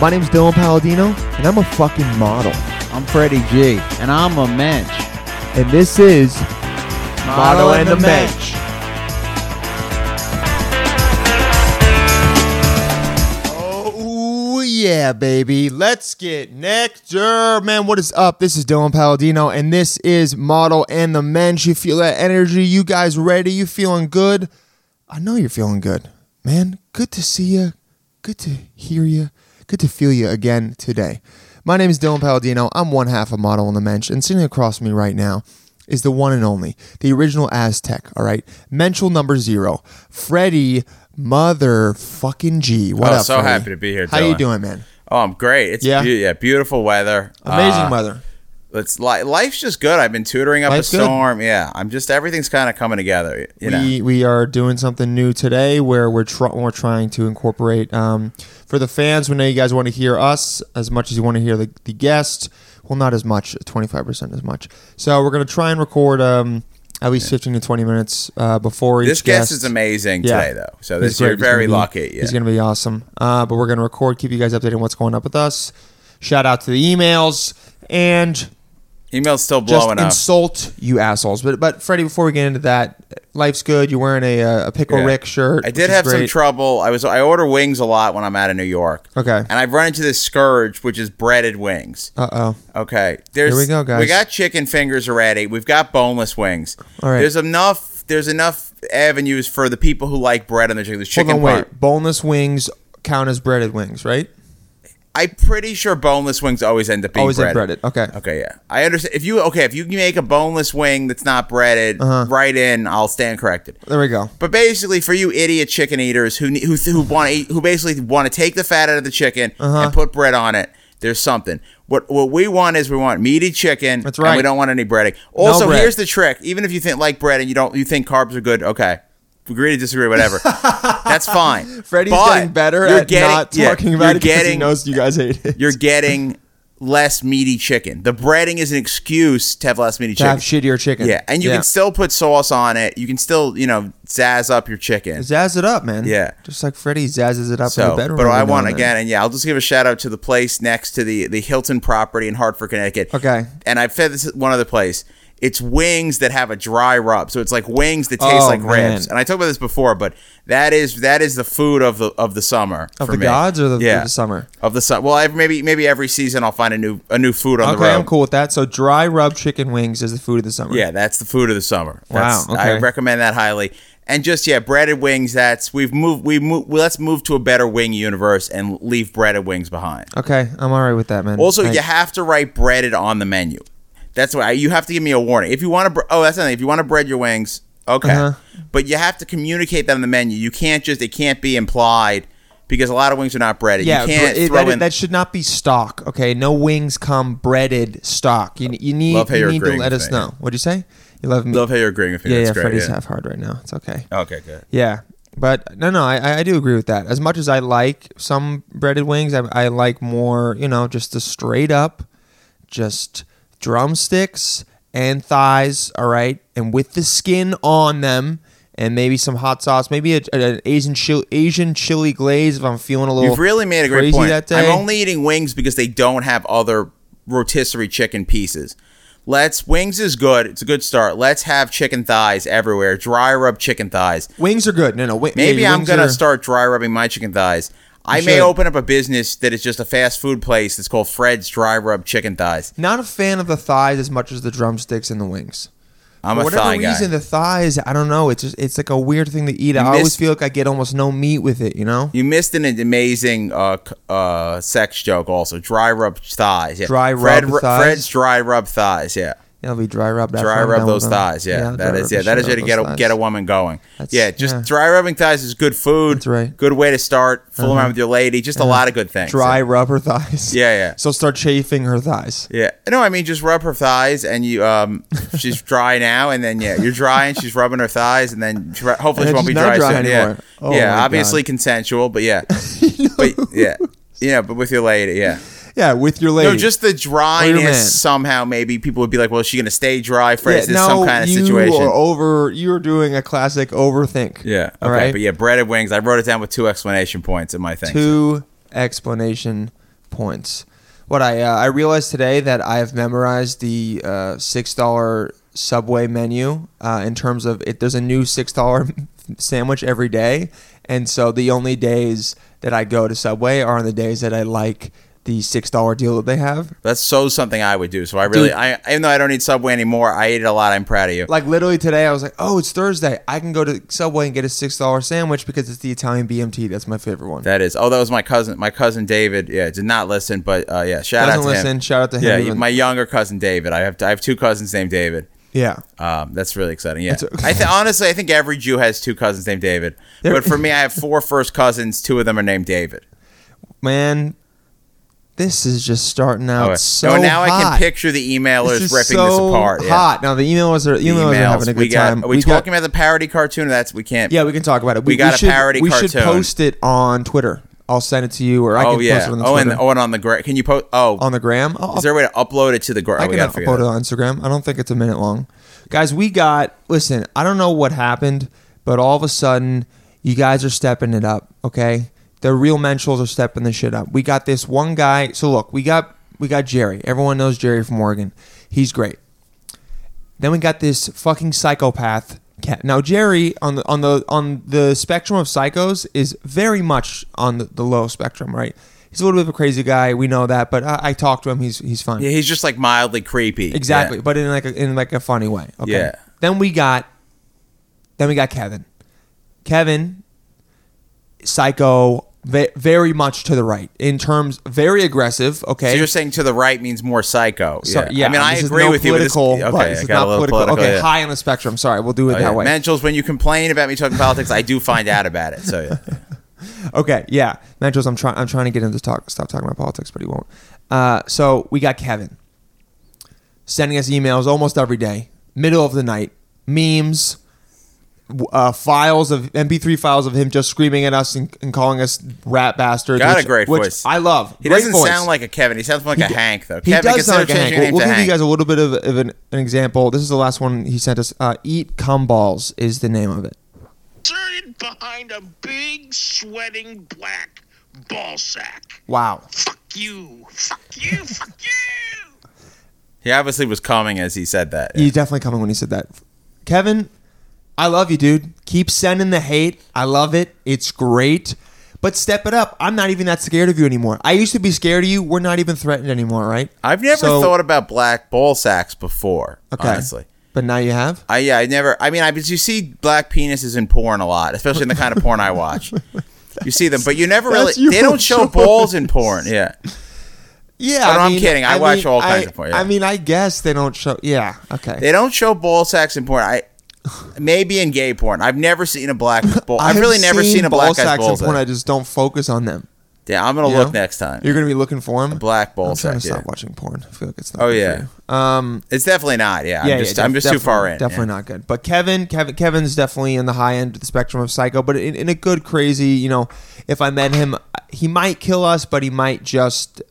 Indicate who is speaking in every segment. Speaker 1: My name's Dylan Palladino, and I'm a fucking model.
Speaker 2: I'm Freddie G, and I'm a mensch.
Speaker 1: And this is
Speaker 2: Model and the Mensch.
Speaker 1: Oh yeah, baby. Let's get nectar. Man, what is up? This is Dylan Palladino, and this is Model and the Mensch. You feel that energy? You guys ready? You feeling good? I know you're feeling good. Man, good to see you. Good to hear you. Good to feel you again today. My name is Dylan Palladino. I'm one half of Model and the Mensch, and sitting across from me right now is the one and only, the original Aztec, all right? Menschel number zero, Freddie motherfucking G. What
Speaker 3: Oh,
Speaker 1: up,
Speaker 3: so
Speaker 1: Freddie?
Speaker 3: happy to be here,
Speaker 1: How you
Speaker 3: Dylan.
Speaker 1: doing, man?
Speaker 3: Oh, I'm great. It's
Speaker 1: Yeah.
Speaker 3: yeah, yeah beautiful weather.
Speaker 1: Amazing
Speaker 3: Uh,
Speaker 1: weather.
Speaker 3: It's li- life's just good. I've been tutoring up
Speaker 1: Life's
Speaker 3: a
Speaker 1: good.
Speaker 3: storm. Yeah, I'm just everything's kind of coming together. You know,
Speaker 1: We we are doing something new today where we're tr- we're trying to incorporate um, for the fans. We know you guys want to hear us as much as you want to hear the, the guest. Well, not as much, twenty five percent as much. So we're gonna try and record um, at least fifteen to twenty minutes uh, before each
Speaker 3: this guest is amazing
Speaker 1: Yeah.
Speaker 3: today, though. So
Speaker 1: He's
Speaker 3: this you're
Speaker 1: great. He's
Speaker 3: very
Speaker 1: gonna be-
Speaker 3: lucky. Yeah.
Speaker 1: He's going to be awesome. Uh, but we're going to record, keep you guys updated on what's going up with us. Shout out to the emails and
Speaker 3: Email's still
Speaker 1: just
Speaker 3: blowing up.
Speaker 1: insult you assholes. But but Freddie, before we get into that, life's good. You're wearing a, uh, a pickle
Speaker 3: Yeah.
Speaker 1: Rick shirt.
Speaker 3: I
Speaker 1: which
Speaker 3: did
Speaker 1: is
Speaker 3: have some
Speaker 1: great.
Speaker 3: trouble. I was I order wings a lot when I'm out of New York.
Speaker 1: Okay.
Speaker 3: And I've run into this scourge, which is breaded wings.
Speaker 1: Uh oh.
Speaker 3: Okay. There's
Speaker 1: Here we go, guys.
Speaker 3: We got chicken fingers already. We've got boneless wings.
Speaker 1: All right.
Speaker 3: There's enough there's enough avenues for the people who like bread on their chicken. There's
Speaker 1: Hold
Speaker 3: chicken
Speaker 1: on,
Speaker 3: parm.
Speaker 1: wait. Boneless wings count as breaded wings, right?
Speaker 3: I'm pretty sure boneless wings always end up being
Speaker 1: Always
Speaker 3: breaded.
Speaker 1: breaded. Okay.
Speaker 3: Okay, yeah. I understand if you okay, if you can make a boneless wing that's not breaded,
Speaker 1: Uh-huh.
Speaker 3: right in, I'll stand corrected.
Speaker 1: There we go.
Speaker 3: But basically, for you idiot chicken eaters who ne- who who want to who basically want to take the fat out of the chicken
Speaker 1: Uh-huh.
Speaker 3: and put bread on it, there's something. What what we want is we want meaty chicken.
Speaker 1: That's
Speaker 3: And
Speaker 1: right.
Speaker 3: we don't want any breading. Also,
Speaker 1: bread.
Speaker 3: here's the trick: even if you think like bread and you don't you think carbs are good, okay. Agree to disagree, whatever. That's fine.
Speaker 1: Freddie's
Speaker 3: But
Speaker 1: getting better
Speaker 3: you're
Speaker 1: at not
Speaker 3: yeah,
Speaker 1: talking about
Speaker 3: you're
Speaker 1: it because he
Speaker 3: getting
Speaker 1: knows you guys hate it.
Speaker 3: you're getting less meaty chicken. The breading is an excuse to have less meaty
Speaker 1: to
Speaker 3: chicken.
Speaker 1: have shittier chicken.
Speaker 3: Yeah, and you can still put sauce on it. You can still, you know, zazz up your chicken.
Speaker 1: zazz it up, man.
Speaker 3: Yeah.
Speaker 1: Just like Freddie zazzes it up in the
Speaker 3: So,
Speaker 1: bedroom.
Speaker 3: but
Speaker 1: every
Speaker 3: I
Speaker 1: now
Speaker 3: want
Speaker 1: and then.
Speaker 3: again, and yeah, I'll just give a shout out to the place next to the the Hilton property in Hartford, Connecticut.
Speaker 1: Okay.
Speaker 3: and I've fed this at one other place. It's wings that have a dry rub, so it's like wings that taste
Speaker 1: Oh,
Speaker 3: like
Speaker 1: man.
Speaker 3: ribs. And I talked about this before, but that is that is the food of the of the summer
Speaker 1: Of
Speaker 3: for
Speaker 1: the
Speaker 3: me.
Speaker 1: gods or the-
Speaker 3: yeah.
Speaker 1: the summer?
Speaker 3: of the summer. Well, every, maybe maybe every season I'll find a new a new food on the
Speaker 1: Okay,
Speaker 3: road.
Speaker 1: I'm cool with that. So dry rub chicken wings is the food of the summer.
Speaker 3: Yeah, that's the food of the summer.
Speaker 1: Wow,
Speaker 3: That's,
Speaker 1: okay.
Speaker 3: I recommend that highly. And just yeah, breaded wings. That's we've moved. We move. Well, let's move to a better wing universe and leave breaded wings behind.
Speaker 1: Okay, I'm all right with that, man.
Speaker 3: Also,
Speaker 1: Thanks.
Speaker 3: you have to write breaded on the menu. That's why you have to give me a warning. If you want to, bre- oh, that's something. If you want to bread your wings, okay.
Speaker 1: Uh-huh.
Speaker 3: But you have to communicate that on the menu. You can't just. It can't be implied because a lot of wings are not breaded.
Speaker 1: yeah,
Speaker 3: you can't
Speaker 1: bre- it-
Speaker 3: throw
Speaker 1: that,
Speaker 3: in.
Speaker 1: that should not be stock. Okay, no wings come breaded stock. You, you need
Speaker 3: Love how
Speaker 1: you
Speaker 3: you're
Speaker 1: need to
Speaker 3: agreeing
Speaker 1: let
Speaker 3: with
Speaker 1: us
Speaker 3: me.
Speaker 1: know. What'd you say? You love me?
Speaker 3: love how you're agreeing with me.
Speaker 1: yeah,
Speaker 3: that's
Speaker 1: yeah.
Speaker 3: great.
Speaker 1: Freddie's
Speaker 3: yeah.
Speaker 1: half hard right now. It's okay.
Speaker 3: Okay, good.
Speaker 1: Yeah, but no, no, I- I, I do agree with that. As much as I like some breaded wings, I, I like more, you know, just the straight up, just drumsticks and thighs, all right, and with the skin on them, and maybe some hot sauce, maybe a, a- an Asian chili, Asian chili glaze if I'm feeling a little.
Speaker 3: You've really made a great
Speaker 1: crazy
Speaker 3: point.
Speaker 1: that day.
Speaker 3: I'm only eating wings because they don't have other rotisserie chicken pieces. Let's wings is good. It's a good start. Let's have chicken thighs everywhere. Dry rub chicken thighs.
Speaker 1: wings are good. No, no, wi-
Speaker 3: Maybe
Speaker 1: yeah,
Speaker 3: I'm
Speaker 1: wings
Speaker 3: gonna
Speaker 1: are-
Speaker 3: start dry rubbing my chicken thighs. I
Speaker 1: should.
Speaker 3: may open up a business that is just a fast food place that's called Fred's Dry Rub Chicken Thighs.
Speaker 1: Not a fan of the thighs as much as the drumsticks and the wings.
Speaker 3: I'm
Speaker 1: For
Speaker 3: a
Speaker 1: whatever
Speaker 3: thigh guy.
Speaker 1: reason, the thighs, I don't know. It's just, it's like a weird thing to eat. I always
Speaker 3: missed-
Speaker 1: feel like I get almost no meat with it, you know?
Speaker 3: You missed an amazing uh, c- uh, sex joke. Also, dry rub thighs. Yeah.
Speaker 1: Dry
Speaker 3: Fred,
Speaker 1: rub
Speaker 3: ru-
Speaker 1: thighs?
Speaker 3: Fred's dry rub thighs. Yeah.
Speaker 1: It'll be dry rubbed. after
Speaker 3: dry
Speaker 1: I'm
Speaker 3: rub
Speaker 1: done
Speaker 3: those
Speaker 1: with them.
Speaker 3: thighs. Yeah,
Speaker 1: I'll
Speaker 3: that
Speaker 1: dry
Speaker 3: is
Speaker 1: rub
Speaker 3: yeah,
Speaker 1: the
Speaker 3: that is
Speaker 1: shit
Speaker 3: way to
Speaker 1: out
Speaker 3: get
Speaker 1: of
Speaker 3: a
Speaker 1: those
Speaker 3: get a
Speaker 1: thighs.
Speaker 3: woman going.
Speaker 1: That's-
Speaker 3: yeah, just
Speaker 1: yeah.
Speaker 3: dry rubbing thighs is good food.
Speaker 1: That's right. Uh-huh.
Speaker 3: Good way to start. Fool around with your lady. Just a lot of good things.
Speaker 1: Dry rub her thighs.
Speaker 3: Yeah, yeah.
Speaker 1: So start chafing her thighs.
Speaker 3: Yeah. No, I mean just rub her thighs, and you um, she's dry now, and then yeah, you're dry, and she's rubbing her thighs, and then she,
Speaker 1: And
Speaker 3: hopefully she won't be
Speaker 1: she's not
Speaker 3: dry,
Speaker 1: dry
Speaker 3: soon.
Speaker 1: anymore.
Speaker 3: Yeah.
Speaker 1: Oh my
Speaker 3: yeah.
Speaker 1: God.
Speaker 3: Obviously consensual, but yeah. But yeah. Yeah, but with your lady, yeah.
Speaker 1: Yeah, with your lady.
Speaker 3: No, just the
Speaker 1: man.
Speaker 3: dryness somehow. Maybe people would be like, "Well, is she gonna stay dry for
Speaker 1: yeah,
Speaker 3: is this some kind of
Speaker 1: you
Speaker 3: situation?"
Speaker 1: Are over, you're doing a classic overthink.
Speaker 3: Yeah. Okay.
Speaker 1: All right.
Speaker 3: But yeah, breaded wings. I wrote it down with two explanation points in my thing.
Speaker 1: Two explanation points. What I uh, I realized today that I have memorized the uh, six dollar Subway menu uh, in terms of it. There's a new six dollar sandwich every day, and so the only days that I go to Subway are on the days that I like the six dollar deal that they have.
Speaker 3: That's so something I would do. So I really,
Speaker 1: Dude.
Speaker 3: I even though I don't eat Subway anymore, I eat it a lot. I'm proud of you.
Speaker 1: Like literally today, I was like, "Oh, it's Thursday. I can go to Subway and get a six dollar sandwich because it's the Italian BMT. That's my favorite one."
Speaker 3: That is. Oh, that was my cousin. My cousin David. Yeah, did not listen, but uh, yeah, shout out
Speaker 1: Doesn't
Speaker 3: to
Speaker 1: listen.
Speaker 3: him.
Speaker 1: Shout out to him.
Speaker 3: yeah,
Speaker 1: even-
Speaker 3: my younger cousin David. I have I have two cousins named David.
Speaker 1: yeah.
Speaker 3: Um, that's really exciting. Yeah,
Speaker 1: It's-
Speaker 3: I th- honestly, I think every Jew has two cousins named David.
Speaker 1: There-
Speaker 3: but for me, I have four first cousins. Two of them are named David.
Speaker 1: man, this is just starting out
Speaker 3: Okay.
Speaker 1: so
Speaker 3: Oh, now I
Speaker 1: hot.
Speaker 3: can picture the emailers
Speaker 1: This is
Speaker 3: ripping
Speaker 1: so
Speaker 3: this apart. Yeah.
Speaker 1: Hot. Now the emailers are
Speaker 3: The
Speaker 1: emailers, are having a good
Speaker 3: we got,
Speaker 1: time.
Speaker 3: Are we,
Speaker 1: got-
Speaker 3: talking about the parody cartoon? That's we can't.
Speaker 1: yeah, we can talk about it.
Speaker 3: We got a
Speaker 1: should,
Speaker 3: parody
Speaker 1: We should
Speaker 3: cartoon.
Speaker 1: post it on Twitter. I'll send it to you, or I
Speaker 3: Oh
Speaker 1: can
Speaker 3: yeah.
Speaker 1: post it on the
Speaker 3: oh,
Speaker 1: Twitter.
Speaker 3: and oh, and on the gra- can you post? Oh,
Speaker 1: on the gram. I'll-
Speaker 3: is there a way to upload it to the gra-
Speaker 1: I
Speaker 3: oh, we
Speaker 1: can
Speaker 3: gotta figure
Speaker 1: upload it
Speaker 3: that out.
Speaker 1: on Instagram. I don't think it's a minute long. Guys, we got listen, I don't know what happened, but all of a sudden you guys are stepping it up, okay? The real menschels are stepping the shit up. We got this one guy. So look, we got we got Jerry. Everyone knows Jerry from Oregon. He's great. Then we got this fucking psychopath cat. Now Jerry on the on the on the spectrum of psychos is very much on the, the low spectrum, right? He's a little bit of a crazy guy. We know that, but I, I talked to him. He's he's fine.
Speaker 3: Yeah, he's just like mildly creepy.
Speaker 1: Exactly,
Speaker 3: Yeah.
Speaker 1: but in like a, in like a funny way. Okay.
Speaker 3: Yeah.
Speaker 1: Then we got, then we got Kevin. Kevin, psycho, ve- very much to the right in terms, very aggressive. Okay.
Speaker 3: So you're saying to the right means more psycho.
Speaker 1: So-
Speaker 3: yeah. I mean, I
Speaker 1: this is
Speaker 3: agree
Speaker 1: no
Speaker 3: with you. but this-
Speaker 1: Political, but
Speaker 3: okay,
Speaker 1: this
Speaker 3: I
Speaker 1: is
Speaker 3: got
Speaker 1: not
Speaker 3: a little
Speaker 1: political.
Speaker 3: political.
Speaker 1: okay,
Speaker 3: yeah.
Speaker 1: high on the spectrum. Sorry, we'll do it
Speaker 3: Oh,
Speaker 1: that
Speaker 3: yeah.
Speaker 1: way.
Speaker 3: Manchels, when you complain about me talking politics, I do find out about it. So yeah.
Speaker 1: Okay, yeah, Manchos. I'm trying. I'm trying to get him to talk. Stop talking about politics, but he won't. Uh, so we got Kevin sending us emails almost every day, middle of the night, memes, w- uh, files of MP3 files of him just screaming at us and, and calling us rat bastards.
Speaker 3: Got a
Speaker 1: which-
Speaker 3: great
Speaker 1: which
Speaker 3: voice.
Speaker 1: I love.
Speaker 3: he
Speaker 1: Great
Speaker 3: doesn't
Speaker 1: voice.
Speaker 3: sound like a Kevin. He sounds more like a Hank, though.
Speaker 1: He
Speaker 3: Kevin,
Speaker 1: does sound
Speaker 3: consider
Speaker 1: like a
Speaker 3: changing
Speaker 1: Hank. We'll, we'll
Speaker 3: your
Speaker 1: give
Speaker 3: name
Speaker 1: you guys
Speaker 3: to
Speaker 1: a little bit of, of an, an example. This is the last one he sent us. Uh, Eat cum balls is the name of it.
Speaker 4: inserted behind a big sweating black ball sack.
Speaker 1: Wow.
Speaker 4: Fuck you. Fuck you. Fuck you.
Speaker 3: He obviously was coming as he said that.
Speaker 1: He's definitely coming when he said that. Kevin, I love you, dude. Keep sending the hate. I love it. It's great. But step it up. I'm not even that scared of you anymore. I used to be scared of you. We're not even threatened anymore, right?
Speaker 3: I've never
Speaker 1: So-
Speaker 3: thought about black ball sacks before, honestly.
Speaker 1: But now you have?
Speaker 3: I yeah, I never. I mean, I but you see black penises in porn a lot, especially in the kind of porn I watch. You see them, but you never really.
Speaker 1: that's your
Speaker 3: They don't show
Speaker 1: choice.
Speaker 3: balls in porn. Yeah,
Speaker 1: Yeah.
Speaker 3: Oh, no, I'm kidding. I watch all kinds
Speaker 1: I-
Speaker 3: of porn, yeah.
Speaker 1: I mean, I guess they don't show. Yeah. Okay.
Speaker 3: they don't show ball sacks in porn. I maybe in gay porn. I've never seen a black ball. I've
Speaker 1: have
Speaker 3: really never seen a black guy's
Speaker 1: sacks in
Speaker 3: ball
Speaker 1: porn. I
Speaker 3: sack.
Speaker 1: just don't focus on them.
Speaker 3: Yeah, I'm gonna
Speaker 1: you
Speaker 3: look
Speaker 1: know?
Speaker 3: next time.
Speaker 1: You're going to be looking for them?
Speaker 3: black ball
Speaker 1: I'm trying
Speaker 3: sack.
Speaker 1: to stop
Speaker 3: yeah.
Speaker 1: watching porn. I feel like it's not.
Speaker 3: Oh
Speaker 1: good for
Speaker 3: yeah,
Speaker 1: you. Um,
Speaker 3: it's definitely not. Yeah, I'm just,
Speaker 1: def-
Speaker 3: I'm just too
Speaker 1: definitely-
Speaker 3: far in.
Speaker 1: Definitely
Speaker 3: yeah.
Speaker 1: not good. But Kevin, Kevin, Kevin's definitely in the high end of the spectrum of psycho, but in, in a good crazy. You know, if I met him, he might kill us, but he might just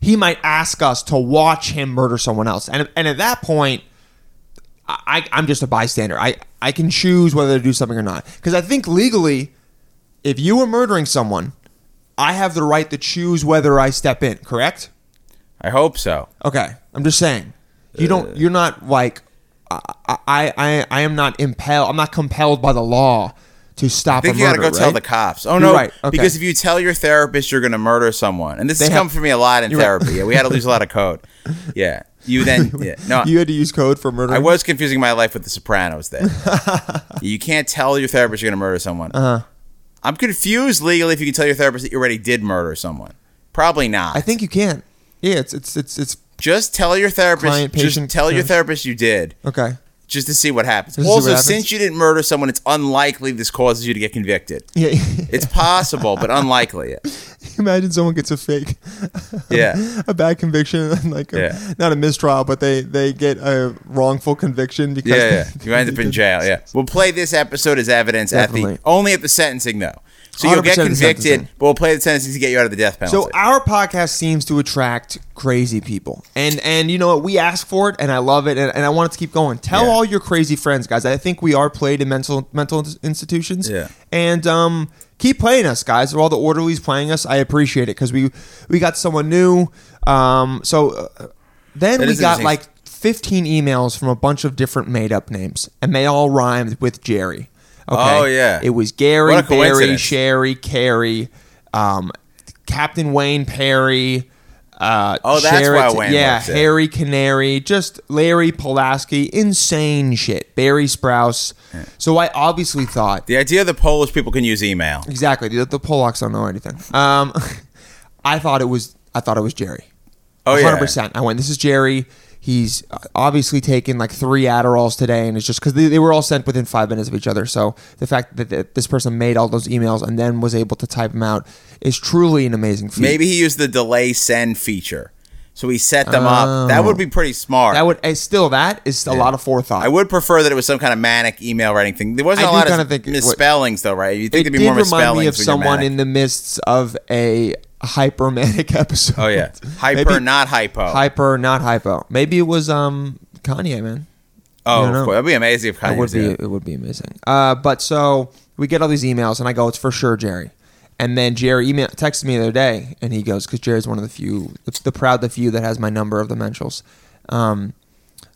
Speaker 1: he might ask us to watch him murder someone else, and and at that point. I, I'm just a bystander. I, I can choose whether to do something or not. Because I think legally, if you were murdering someone, I have the right to choose whether I step in, correct?
Speaker 3: I hope so.
Speaker 1: Okay, I'm just saying. You don't. You're not like. I. I. I, I am not impelled. I'm not compelled by the law to stop.
Speaker 3: I think
Speaker 1: a
Speaker 3: you
Speaker 1: murder,
Speaker 3: gotta go tell
Speaker 1: right?
Speaker 3: the cops. Oh no,
Speaker 1: right, okay.
Speaker 3: because if you tell your therapist you're gonna murder someone, and this has
Speaker 1: They have-
Speaker 3: come for me a lot in
Speaker 1: You're right.
Speaker 3: therapy. Yeah, we had to lose a lot of code. Yeah, you then. Yeah. No,
Speaker 1: You had to use code for murder.
Speaker 3: I was confusing my life with The Sopranos. There, you can't tell your therapist you're gonna murder someone. Uh-huh. I'm confused legally if you can tell your therapist that you already did murder someone. Probably not.
Speaker 1: I think you can. Yeah. It's. It's. It's. It's.
Speaker 3: just tell your therapist.
Speaker 1: Client,
Speaker 3: just
Speaker 1: patient,
Speaker 3: tell your
Speaker 1: client.
Speaker 3: therapist you did.
Speaker 1: Okay.
Speaker 3: Just to see what happens.
Speaker 1: Just to see what
Speaker 3: also,
Speaker 1: happens.
Speaker 3: since you didn't murder someone, it's unlikely this causes you to get convicted.
Speaker 1: Yeah.
Speaker 3: It's possible, but unlikely.
Speaker 1: Imagine someone gets a fake.
Speaker 3: Yeah.
Speaker 1: a bad conviction, and like a,
Speaker 3: Yeah.
Speaker 1: not a mistrial, but they they get a wrongful conviction because
Speaker 3: Yeah, yeah.
Speaker 1: they-
Speaker 3: You end
Speaker 1: they
Speaker 3: up in
Speaker 1: did-
Speaker 3: jail. Yeah. We'll play this episode as evidence
Speaker 1: Definitely.
Speaker 3: at the only at the sentencing though. So you'll get
Speaker 1: 100% of the sentences
Speaker 3: convicted,
Speaker 1: in.
Speaker 3: but we'll play the sentences to get you out of the death penalty.
Speaker 1: So our podcast seems to attract crazy people, and and you know what? We ask for it, and I love it, and, and I want it to keep going. Tell
Speaker 3: Yeah.
Speaker 1: all your crazy friends, guys. I think we are played in mental mental ins- institutions.
Speaker 3: Yeah.
Speaker 1: and um, keep playing us, guys. All the orderlies playing us, I appreciate it because we we got someone new. Um, so uh, then
Speaker 3: That
Speaker 1: we
Speaker 3: is
Speaker 1: got
Speaker 3: interesting.
Speaker 1: like. 15 emails from a bunch of different made up names, and they all rhymed with Jerry. Okay?
Speaker 3: Oh, yeah.
Speaker 1: It was Gary,
Speaker 3: What a
Speaker 1: Barry,
Speaker 3: coincidence.
Speaker 1: Sherry, Carey, um, Captain Wayne Perry. Uh,
Speaker 3: Oh, that's
Speaker 1: Sherritt-
Speaker 3: why Wayne
Speaker 1: Yeah,
Speaker 3: likes it.
Speaker 1: Harry Canary, just Larry Pulaski, insane shit. Barry Sprouse. So I obviously thought
Speaker 3: the idea the Polish people can use email.
Speaker 1: exactly the, the Polacks don't know anything. Um, I thought it was I thought it was Jerry.
Speaker 3: Oh yeah,
Speaker 1: 100%. I went, this is Jerry. He's uh, obviously taken like three Adderalls today, and it's just because they, they were all sent within five minutes of each other. So the fact that, that this person made all those emails and then was able to type them out is truly an amazing feat.
Speaker 3: Maybe he used the delay send feature, so he set them up. That would be pretty smart.
Speaker 1: Oh. that would eh, still that is a lot of forethought.
Speaker 3: I would prefer that it was some kind of manic email writing thing. There
Speaker 1: I
Speaker 3: wasn't a
Speaker 1: do
Speaker 3: lot
Speaker 1: kinda
Speaker 3: of
Speaker 1: think it-
Speaker 3: misspellings, though, right? You
Speaker 1: It
Speaker 3: think
Speaker 1: did
Speaker 3: there'd be more
Speaker 1: remind
Speaker 3: misspellings
Speaker 1: me of
Speaker 3: when you're
Speaker 1: someone
Speaker 3: manic.
Speaker 1: in the midst of a hypermanic episode.
Speaker 3: Oh yeah, hyper,
Speaker 1: Maybe-
Speaker 3: not hypo.
Speaker 1: hyper, not hypo. Maybe it was um Kanye, man.
Speaker 3: oh,
Speaker 1: I
Speaker 3: of
Speaker 1: don't know.
Speaker 3: course. that'd be amazing if Kanye
Speaker 1: It would
Speaker 3: was
Speaker 1: be
Speaker 3: there.
Speaker 1: it would be amazing. Uh, but so we get all these emails, and I go, "It's for sure, Jerry." And then Jerry email texted me the other day, and he goes, "Because Jerry's one of the few, the, the proud, the few that has my number of the Menschels." Um,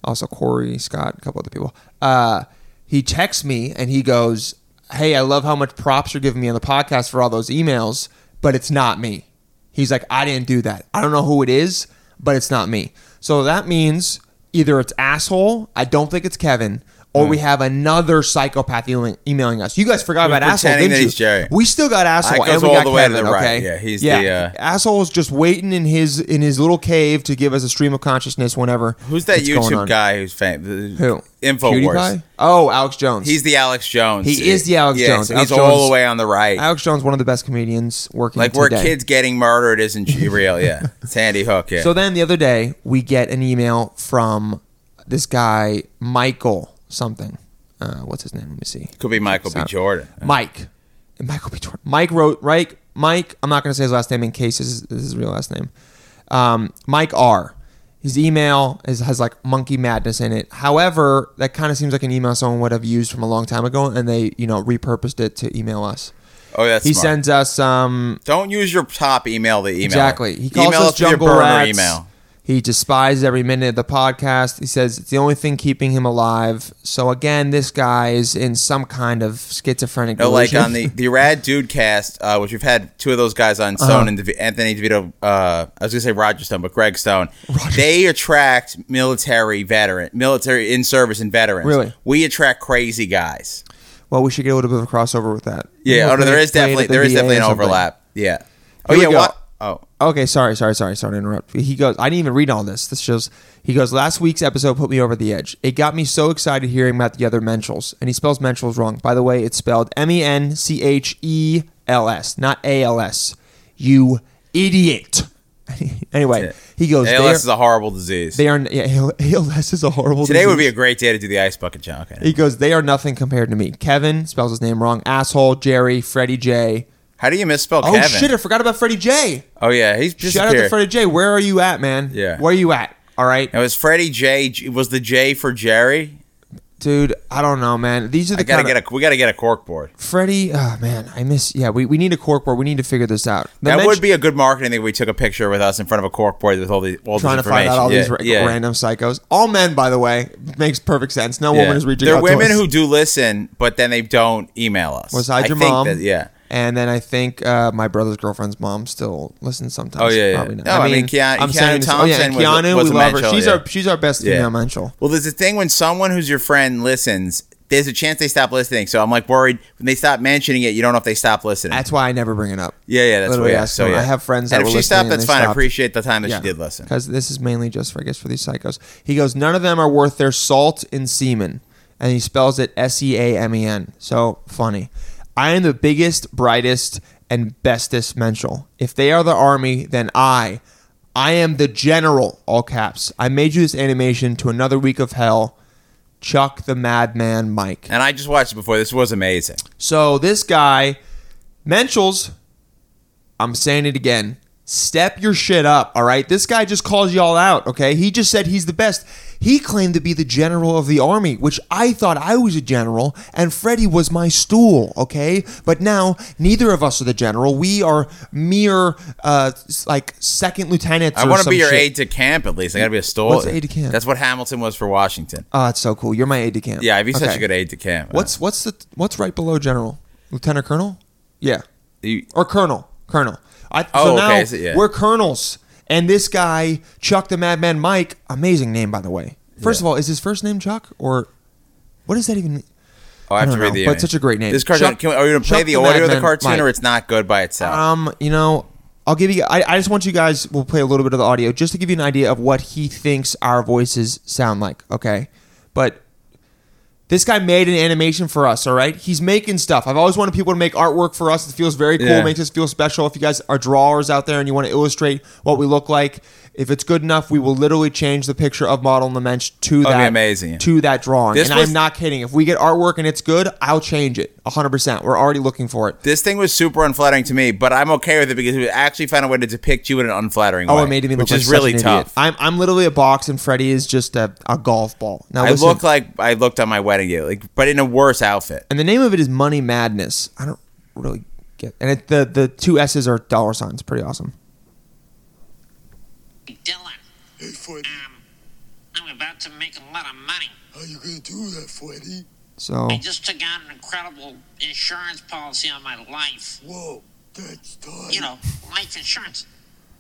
Speaker 1: also Corey Scott, a couple other people. Uh, he texts me, and he goes, "Hey, I love how much props you're giving me on the podcast for all those emails, but it's not me." He's like, "I didn't do that. I don't know who it is, but it's not me." So that means either it's asshole. I don't think it's Kevin. Or
Speaker 3: Hmm.
Speaker 1: we have another psychopath emailing, emailing us. You guys forgot about asshole, didn't
Speaker 3: pretending that
Speaker 1: you?
Speaker 3: he's Jerry.
Speaker 1: We still got asshole,
Speaker 3: goes
Speaker 1: and we
Speaker 3: all
Speaker 1: got
Speaker 3: the way to
Speaker 1: Kevin.
Speaker 3: the right.
Speaker 1: okay,
Speaker 3: Yeah, he's the, uh,
Speaker 1: asshole's just waiting in his in his little cave to give us a stream of consciousness whenever.
Speaker 3: Who's that
Speaker 1: it's going
Speaker 3: YouTube
Speaker 1: on.
Speaker 3: guy who's famous?
Speaker 1: Who?
Speaker 3: Infowars.
Speaker 1: PewDiePie? Oh, Alex Jones.
Speaker 3: He's the Alex Jones.
Speaker 1: He is the Alex Jones.
Speaker 3: so
Speaker 1: Alex
Speaker 3: he's
Speaker 1: Jones-
Speaker 3: all the way on the right.
Speaker 1: Alex Jones, one of the best comedians working.
Speaker 3: like where
Speaker 1: today.
Speaker 3: kids getting murdered isn't g- real. Yeah, Sandy Hook. Yeah.
Speaker 1: So then the other day we get an email from this guy Michael something. Uh, what's his name? Let me see.
Speaker 3: could be Michael B.
Speaker 1: So-
Speaker 3: Jordan.
Speaker 1: Mike. And Michael B. Jordan. Mike wrote right. Mike. I'm not going to say his last name in case this is, this is his real last name. Um, Mike R. His email is, has like monkey madness in it. However, that kind of seems like an email someone would have used from a long time ago, and they you know repurposed it to email us.
Speaker 3: Oh, that's
Speaker 1: He
Speaker 3: smart.
Speaker 1: sends us um,
Speaker 3: Don't use your top email to email.
Speaker 1: Exactly. He calls
Speaker 3: email
Speaker 1: us
Speaker 3: with your
Speaker 1: jungle
Speaker 3: burner
Speaker 1: rats.
Speaker 3: email.
Speaker 1: He despises every minute of the podcast. He says it's the only thing keeping him alive. So again, this guy is in some kind of schizophrenic.
Speaker 3: No, like
Speaker 1: delusion.
Speaker 3: on the the Rad Dude cast, uh, which we've had two of those guys
Speaker 1: Uh-huh.
Speaker 3: on, Stone and Devi- Anthony DeVito. Uh, I was gonna say Roger Stone, but Greg Stone. They attract military veteran, military in service and veterans.
Speaker 1: Really?
Speaker 3: we attract crazy guys.
Speaker 1: well, we should get a little bit of a crossover with that.
Speaker 3: Yeah.
Speaker 1: Maybe
Speaker 3: oh no,
Speaker 1: play-
Speaker 3: there is
Speaker 1: play it
Speaker 3: definitely
Speaker 1: at the
Speaker 3: there is
Speaker 1: VA or
Speaker 3: definitely an
Speaker 1: something.
Speaker 3: overlap. Yeah. Oh
Speaker 1: Here we
Speaker 3: yeah.
Speaker 1: go.
Speaker 3: What? Oh.
Speaker 1: Okay, sorry, sorry, sorry, sorry to interrupt. He goes, I didn't even read all this. This shows he goes, last week's episode put me over the edge. It got me so excited hearing about the other Menschels. And he spells Menschels wrong. By the way, it's spelled M E N C H E L S, not A L S. You idiot. anyway, he goes,
Speaker 3: ALS
Speaker 1: "They are-
Speaker 3: is a horrible disease.
Speaker 1: They are yeah, ALS is a horrible.
Speaker 3: Today would be a
Speaker 1: disease.
Speaker 3: great day to do the ice bucket challenge.
Speaker 1: He goes. They are nothing compared to me. Kevin spells his name wrong. Asshole. Jerry. Freddie J.
Speaker 3: How do you misspell
Speaker 1: Oh
Speaker 3: Kevin?
Speaker 1: shit! I forgot about Freddie J.
Speaker 3: Oh yeah, he's
Speaker 1: Shout out to
Speaker 3: disappeared.
Speaker 1: Freddie J. Where are you at, man?
Speaker 3: Yeah.
Speaker 1: Where are you at? All right,
Speaker 3: It was Freddie J. It was the J for Jerry.
Speaker 1: dude. I don't know, man. These are the
Speaker 3: I gotta
Speaker 1: kind
Speaker 3: get a. We gotta get a cork board.
Speaker 1: of Freddie. Oh man, I miss. Yeah, we, we need a corkboard. We need to figure this out. The
Speaker 3: that
Speaker 1: men-
Speaker 3: would be a good marketing thing. if We took a picture with us in front of a cork board with all the all
Speaker 1: trying to
Speaker 3: this
Speaker 1: find out all these ra-
Speaker 3: information. yeah, yeah.
Speaker 1: random psychos. All men, by the way, makes perfect sense. No
Speaker 3: Yeah.
Speaker 1: woman is reaching.
Speaker 3: There
Speaker 1: out
Speaker 3: are women
Speaker 1: to us.
Speaker 3: who do listen, but then they don't email us.
Speaker 1: Besides
Speaker 3: I
Speaker 1: your
Speaker 3: think
Speaker 1: mom.
Speaker 3: that- yeah.
Speaker 1: And then I think uh, my brother's girlfriend's mom still listens sometimes.
Speaker 3: Oh, yeah, yeah.
Speaker 1: Probably not.
Speaker 3: No, I mean, Keanu- Keanu
Speaker 1: this- oh,
Speaker 3: Thompson was a-
Speaker 1: Keanu,
Speaker 3: was
Speaker 1: we
Speaker 3: a
Speaker 1: love her.
Speaker 3: mental,
Speaker 1: She's
Speaker 3: yeah.
Speaker 1: our she's our best
Speaker 3: Yeah.
Speaker 1: female mental.
Speaker 3: Well, there's a thing when someone who's your friend listens. There's a chance they stop listening, so I'm like worried when they stop mentioning it. You don't know if they stop listening.
Speaker 1: That's why I never bring it up.
Speaker 3: yeah, yeah, that's
Speaker 1: literally
Speaker 3: what. Yeah,
Speaker 1: ask
Speaker 3: so
Speaker 1: them.
Speaker 3: yeah.
Speaker 1: I have friends that
Speaker 3: and
Speaker 1: were
Speaker 3: if she
Speaker 1: listening
Speaker 3: stopped,
Speaker 1: and
Speaker 3: that's
Speaker 1: they
Speaker 3: fine. I
Speaker 1: stopped.
Speaker 3: appreciate the time that she did listen.
Speaker 1: Because this is mainly just for I guess for these psychos. He goes, none of them are worth their salt and semen, and he spells it S E A M E N. So funny. I am the biggest, brightest, and bestest mental. If they are the army, then I, I am the general. All caps. I made you this animation to another week of hell. Chuck the Madman Mike.
Speaker 3: And I just watched it before. This was amazing.
Speaker 1: So this guy Menschels, I'm saying it again. Step your shit up, all right? This guy just calls y'all out, okay? He just said he's the best. He claimed to be the general of the army, which I thought I was a general and Freddie was my stool, okay? But now neither of us are the general. We are mere uh s- like second lieutenants.
Speaker 3: I
Speaker 1: want
Speaker 3: to be your aide to camp at least. I got to be a stole.
Speaker 1: What's aide to camp?
Speaker 3: That's what Hamilton was for Washington.
Speaker 1: Oh, it's so cool. You're my aide de camp.
Speaker 3: Yeah, I'd be such
Speaker 1: Okay.
Speaker 3: a good aide to camp.
Speaker 1: What's what's the what's right below general? Lieutenant colonel? Yeah.
Speaker 3: You-
Speaker 1: or colonel, colonel. I,
Speaker 3: Oh,
Speaker 1: so now
Speaker 3: okay, I see, yeah.
Speaker 1: we're colonels, and this guy Chuck the Madman Mike, amazing name by the way. First of all, is his first name Chuck or what does that even? mean?
Speaker 3: oh, I
Speaker 1: I
Speaker 3: have
Speaker 1: don't
Speaker 3: to read
Speaker 1: know,
Speaker 3: the
Speaker 1: but
Speaker 3: image.
Speaker 1: such a great name.
Speaker 3: This cartoon.
Speaker 1: Chuck-
Speaker 3: can we, are you going to play
Speaker 1: Chuck
Speaker 3: the
Speaker 1: the
Speaker 3: audio of the
Speaker 1: Madman
Speaker 3: cartoon,
Speaker 1: Mike.
Speaker 3: or it's not good by itself?
Speaker 1: Um, you know, I'll give you. I, I just want you guys. We'll play a little bit of the audio just to give you an idea of what he thinks our voices sound like. Okay, but this guy made an animation for us. All right, he's making stuff. I've always wanted people to make artwork for us. It feels very cool.
Speaker 3: Yeah.
Speaker 1: Makes us feel special. If you guys are drawers out there and you want to illustrate what we look like. If it's good enough, we will literally change the picture of model and the mensch to
Speaker 3: be
Speaker 1: that
Speaker 3: amazing.
Speaker 1: to that drawing.
Speaker 3: This
Speaker 1: and
Speaker 3: was-
Speaker 1: I'm not kidding. If we get artwork and it's good, I'll change it 100%. We're already looking for it.
Speaker 3: this thing was super unflattering to me, but I'm okay with it because we actually found a way to depict you in an unflattering
Speaker 1: Oh,
Speaker 3: way.
Speaker 1: it made me look
Speaker 3: which
Speaker 1: like
Speaker 3: is
Speaker 1: such
Speaker 3: really
Speaker 1: an idiot.
Speaker 3: tough.
Speaker 1: I'm I'm literally a box, and Freddy is just a, a golf ball. Now
Speaker 3: I
Speaker 1: listen,
Speaker 3: look like I looked on my wedding day, like, but in a worse outfit.
Speaker 1: and the name of it is Money Madness. I don't really get, and it, the the two S's are dollar signs. Pretty awesome.
Speaker 4: Hey, Dylan,
Speaker 5: Hey, Freddy,
Speaker 4: um, I'm about to make a lot of money.
Speaker 5: how you gonna do that, Freddy?
Speaker 1: So
Speaker 4: I just took out an incredible insurance policy on my life.
Speaker 5: Whoa, that's tight.
Speaker 4: You know, life insurance.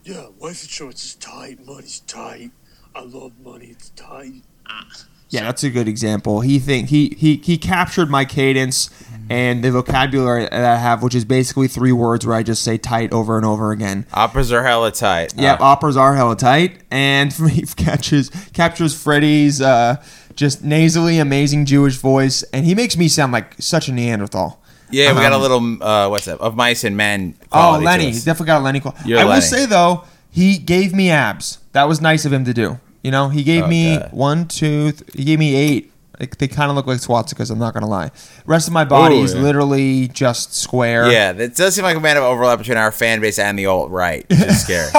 Speaker 5: Yeah, life insurance is tight, money's tight. I love money, it's tight.
Speaker 4: Uh,
Speaker 1: yeah, that's a good example. He think he he he captured my cadence and the vocabulary that I have, which is basically three words where I just say tight over and over again.
Speaker 3: Operas are hella tight.
Speaker 1: Yep,
Speaker 3: Uh,
Speaker 1: operas are hella tight, and he catches captures Freddy's uh, just nasally, amazing Jewish voice, and he makes me sound like such a Neanderthal.
Speaker 3: yeah, we got a
Speaker 1: Um,
Speaker 3: little uh, what's that of mice and men.
Speaker 1: Oh,
Speaker 3: quality to
Speaker 1: Lenny,
Speaker 3: us.
Speaker 1: he's definitely got a Lenny. Call.
Speaker 3: You're
Speaker 1: I will
Speaker 3: Lenny.
Speaker 1: say though, he gave me abs. That was nice of him to do. You know, he gave
Speaker 3: Oh,
Speaker 1: me
Speaker 3: God.
Speaker 1: one, two, th- he gave me eight. Like, they kind of look like swastikas. I'm not gonna lie. Rest of my body
Speaker 3: Ooh,
Speaker 1: is
Speaker 3: yeah.
Speaker 1: literally just square.
Speaker 3: Yeah, that does seem like a man of overlap between our fan base and the alt right, which is scary.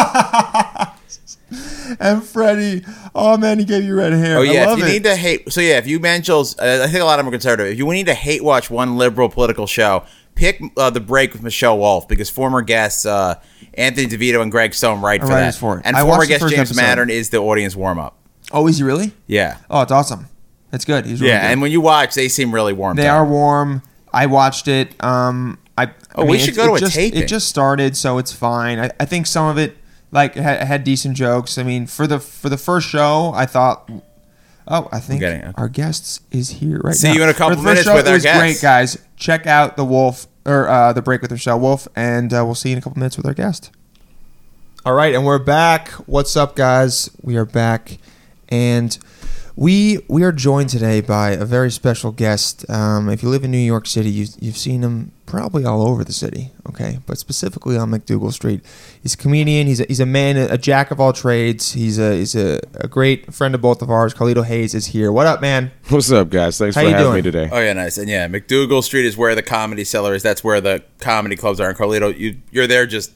Speaker 1: And Freddy, oh man, he gave you red hair.
Speaker 3: oh yeah,
Speaker 1: I
Speaker 3: if
Speaker 1: love
Speaker 3: you
Speaker 1: it.
Speaker 3: need to hate, so yeah, if you mentions, uh, I think a lot of them are conservative. If you need to hate watch one liberal political show, pick uh, the break with Michelle Wolf because former guests uh, Anthony DeVito and Greg Stone write for
Speaker 1: Write
Speaker 3: that,
Speaker 1: us for it.
Speaker 3: and
Speaker 1: I
Speaker 3: former
Speaker 1: watched the
Speaker 3: guest
Speaker 1: first
Speaker 3: James
Speaker 1: episode.
Speaker 3: Maddern is the audience warm up.
Speaker 1: oh, is he really?
Speaker 3: Yeah,
Speaker 1: Oh, it's awesome. It's good. He's really
Speaker 3: yeah,
Speaker 1: good.
Speaker 3: and when you watch, they seem really warm.
Speaker 1: They are warm. I watched it. Um, I
Speaker 3: Oh,
Speaker 1: I
Speaker 3: we should
Speaker 1: it's-
Speaker 3: go to
Speaker 1: it
Speaker 3: a
Speaker 1: just,
Speaker 3: taping.
Speaker 1: It just started, so it's fine. I, I think some of it like had, had decent jokes. I mean, for the for the first show, I thought. Oh, I think
Speaker 3: getting it.
Speaker 1: our guests is here right
Speaker 3: See
Speaker 1: now.
Speaker 3: you in a couple
Speaker 1: For the first
Speaker 3: minutes
Speaker 1: show,
Speaker 3: with
Speaker 1: it
Speaker 3: our
Speaker 1: was
Speaker 3: guests.
Speaker 1: Great guys, check out the Wolf or uh, the Break with Michelle Wolf, and uh, we'll see you in a couple minutes with our guest. All right, and we're back. What's up, guys? We are back, and we we are joined today by a very special guest. Um, if you live in New York City, you, you've seen him probably all over the city, okay? But specifically on McDougal Street, he's a comedian. He's a, he's a man, a jack of all trades. He's a he's a, a great friend of both of ours. Carlito Hayes is here. What up, man?
Speaker 6: What's up, guys? Thanks
Speaker 1: How
Speaker 6: for
Speaker 1: you
Speaker 6: having
Speaker 1: doing?
Speaker 6: me today.
Speaker 3: Oh yeah, nice. And yeah, McDougal Street is where the comedy cellar is. That's where the comedy clubs are. And Carlito, you you're there just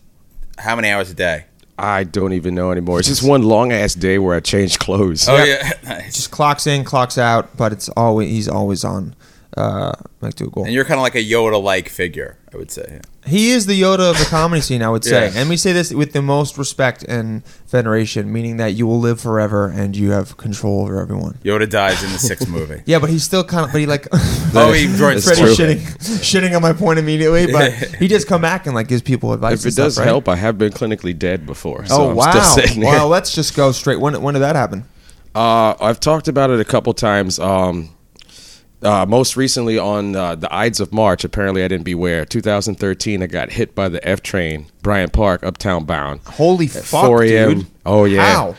Speaker 3: how many hours a day?
Speaker 6: I don't even know anymore. It's just one long ass day where I change clothes.
Speaker 3: Oh yeah, nice.
Speaker 1: Just clocks in, clocks out, but it's always he's always on uh, McDougal.
Speaker 3: And you're kind of like a Yoda-like figure, I would say.
Speaker 1: He is the Yoda of the comedy scene, I would say.
Speaker 3: Yeah.
Speaker 1: And we say this with the most respect and veneration, meaning that you will live forever and you have control over everyone.
Speaker 3: Yoda dies in the sixth movie.
Speaker 1: Yeah, but he's still kind of, but he like,
Speaker 3: Oh, he joins.
Speaker 1: Freddie
Speaker 6: true.
Speaker 1: shitting, shitting on my point immediately, but he does come back and like gives people advice.
Speaker 6: If
Speaker 1: and
Speaker 6: it
Speaker 1: stuff,
Speaker 6: does
Speaker 1: right?
Speaker 6: help, I have been clinically dead before. So
Speaker 1: Oh
Speaker 6: I'm
Speaker 1: wow!
Speaker 6: Still sitting here.
Speaker 1: Well, let's just go straight. When when did that happen?
Speaker 6: Uh, I've talked about it a couple times. Um, uh, most recently on uh, the Ides of March, apparently I didn't beware. 2013, I got hit by the F train, Bryant Park, Uptown Bound.
Speaker 1: Holy
Speaker 6: At
Speaker 1: fuck,
Speaker 6: 4 a.m.
Speaker 1: dude!
Speaker 6: Oh yeah.
Speaker 1: How?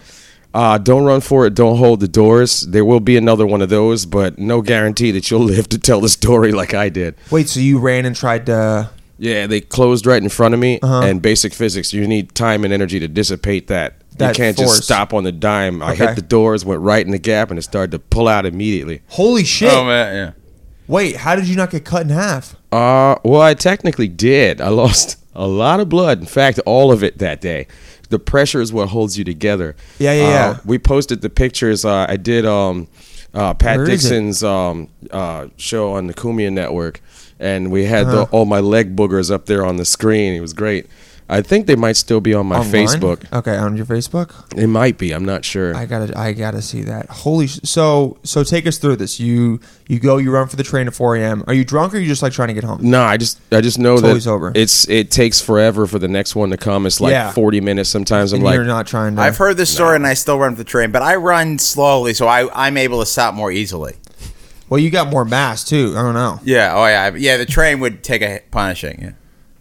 Speaker 6: Uh, don't run for it. Don't hold the doors. There will be another one of those, but no guarantee that you'll live to tell the story like I did.
Speaker 1: Wait, so you ran and tried to?
Speaker 6: Yeah, they closed right in front of me.
Speaker 1: Uh-huh.
Speaker 6: And basic physics, you need time and energy to dissipate that.
Speaker 1: That
Speaker 6: you can't
Speaker 1: force.
Speaker 6: just stop on the dime. I
Speaker 1: Okay.
Speaker 6: hit the doors, went right in the gap, and it started to pull out immediately.
Speaker 1: Holy shit!
Speaker 3: Oh man, yeah.
Speaker 1: Wait, how did you not get cut in half?
Speaker 6: Uh, well, I technically did. I lost a lot of blood. In fact, all of it that day. The pressure is what holds you together.
Speaker 1: Yeah, yeah,
Speaker 6: Uh,
Speaker 1: yeah.
Speaker 6: We posted the pictures. Uh, I did um, uh, Pat
Speaker 1: Where is it?
Speaker 6: Dixon's um, uh, show on the Kumia Network, and we had
Speaker 1: Uh-huh.
Speaker 6: the, all my leg boogers up there on the screen. It was great. I think they might still be on my
Speaker 1: Online?
Speaker 6: Facebook.
Speaker 1: Okay, on your Facebook.
Speaker 6: It might be. I'm not sure.
Speaker 1: I gotta, I gotta see that. Holy, sh- so, so take us through this. You, you go, you run for the train at 4 a.m. Are you drunk or are you just like trying to get home?
Speaker 6: No, I just I just know that
Speaker 1: always over.
Speaker 6: it's it takes forever for the next one to come. It's like
Speaker 1: Yeah.
Speaker 6: 40 minutes sometimes. I'm
Speaker 1: And
Speaker 6: like
Speaker 1: you're not trying to.
Speaker 3: I've heard this story and I still run for the train, but I run slowly, so I, I'm able to stop more easily.
Speaker 1: well, you got more mass too. I don't know.
Speaker 3: Yeah. Oh yeah. I- Yeah. The train would take a punishing. Yeah.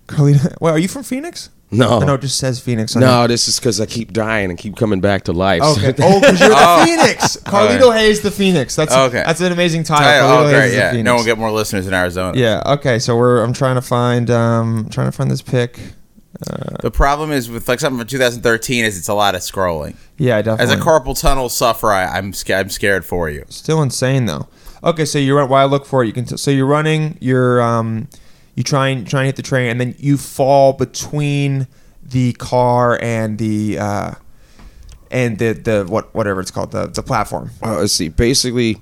Speaker 1: Carlita, wait, are you from Phoenix?
Speaker 6: No.
Speaker 1: no, it just says Phoenix. on
Speaker 6: No, this is because I keep dying and keep coming back to life.
Speaker 1: it. Uh-huh. Okay. Oh, because you're the Phoenix. Carlito
Speaker 3: Okay.
Speaker 1: Hayes, the Phoenix. That's
Speaker 3: Okay.
Speaker 1: That's an amazing title. Carlito Hayes
Speaker 3: Oh,
Speaker 1: is
Speaker 3: great.
Speaker 1: the
Speaker 3: Yeah.
Speaker 1: Phoenix.
Speaker 3: No one get more listeners in Arizona.
Speaker 1: Yeah. Okay. So we're. I'm trying to find. Um. Trying to find this pick.
Speaker 3: The problem is with like something from 2013 is it's a lot of scrolling.
Speaker 1: Yeah, I
Speaker 3: As
Speaker 1: definitely.
Speaker 3: a carpal tunnel sufferer, I, I'm sca- I'm scared for you.
Speaker 1: Still insane though. Okay. So you run. While I look for it, you can. T- so you're running. You're. Um. You try and try and hit the train, and then you fall between the car and the. uh and the, the what whatever it's called the the platform
Speaker 6: Uh, let's see. Basically,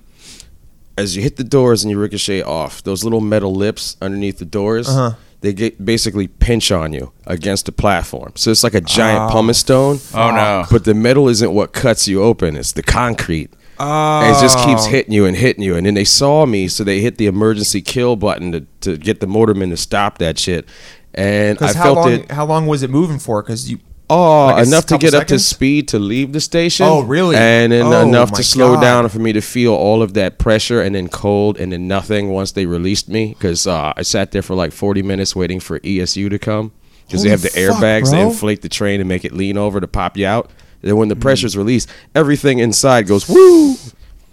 Speaker 6: as you hit the doors and you ricochet off, those little metal lips underneath the doors,
Speaker 1: Uh-huh.
Speaker 6: they get basically pinch on you against the platform. So it's like a giant pumice stone.
Speaker 3: Oh, no.
Speaker 6: But the metal isn't what cuts you open; it's the concrete. And it just keeps
Speaker 1: Oh.
Speaker 6: hitting you and hitting you. And then they saw me, so they hit the emergency kill button to, to get the motorman to stop that shit. And I
Speaker 1: because how
Speaker 6: felt
Speaker 1: long
Speaker 6: it.
Speaker 1: how long was it moving for because you
Speaker 6: Oh,
Speaker 1: Like a
Speaker 6: enough to
Speaker 1: couple
Speaker 6: get up to
Speaker 1: seconds?
Speaker 6: speed to leave the station.
Speaker 1: Oh, really?
Speaker 6: And then
Speaker 1: Oh,
Speaker 6: enough
Speaker 1: my
Speaker 6: to slow
Speaker 1: God.
Speaker 6: down for me to feel all of that pressure and then cold and then nothing once they released me because uh, I sat there for like 40 minutes waiting for ESU to come because they
Speaker 1: Holy
Speaker 6: have the
Speaker 1: fuck,
Speaker 6: airbags that
Speaker 1: bro. Mm.
Speaker 6: inflate the train and make it lean over to pop you out. Then when the pressure's released, everything inside goes woo.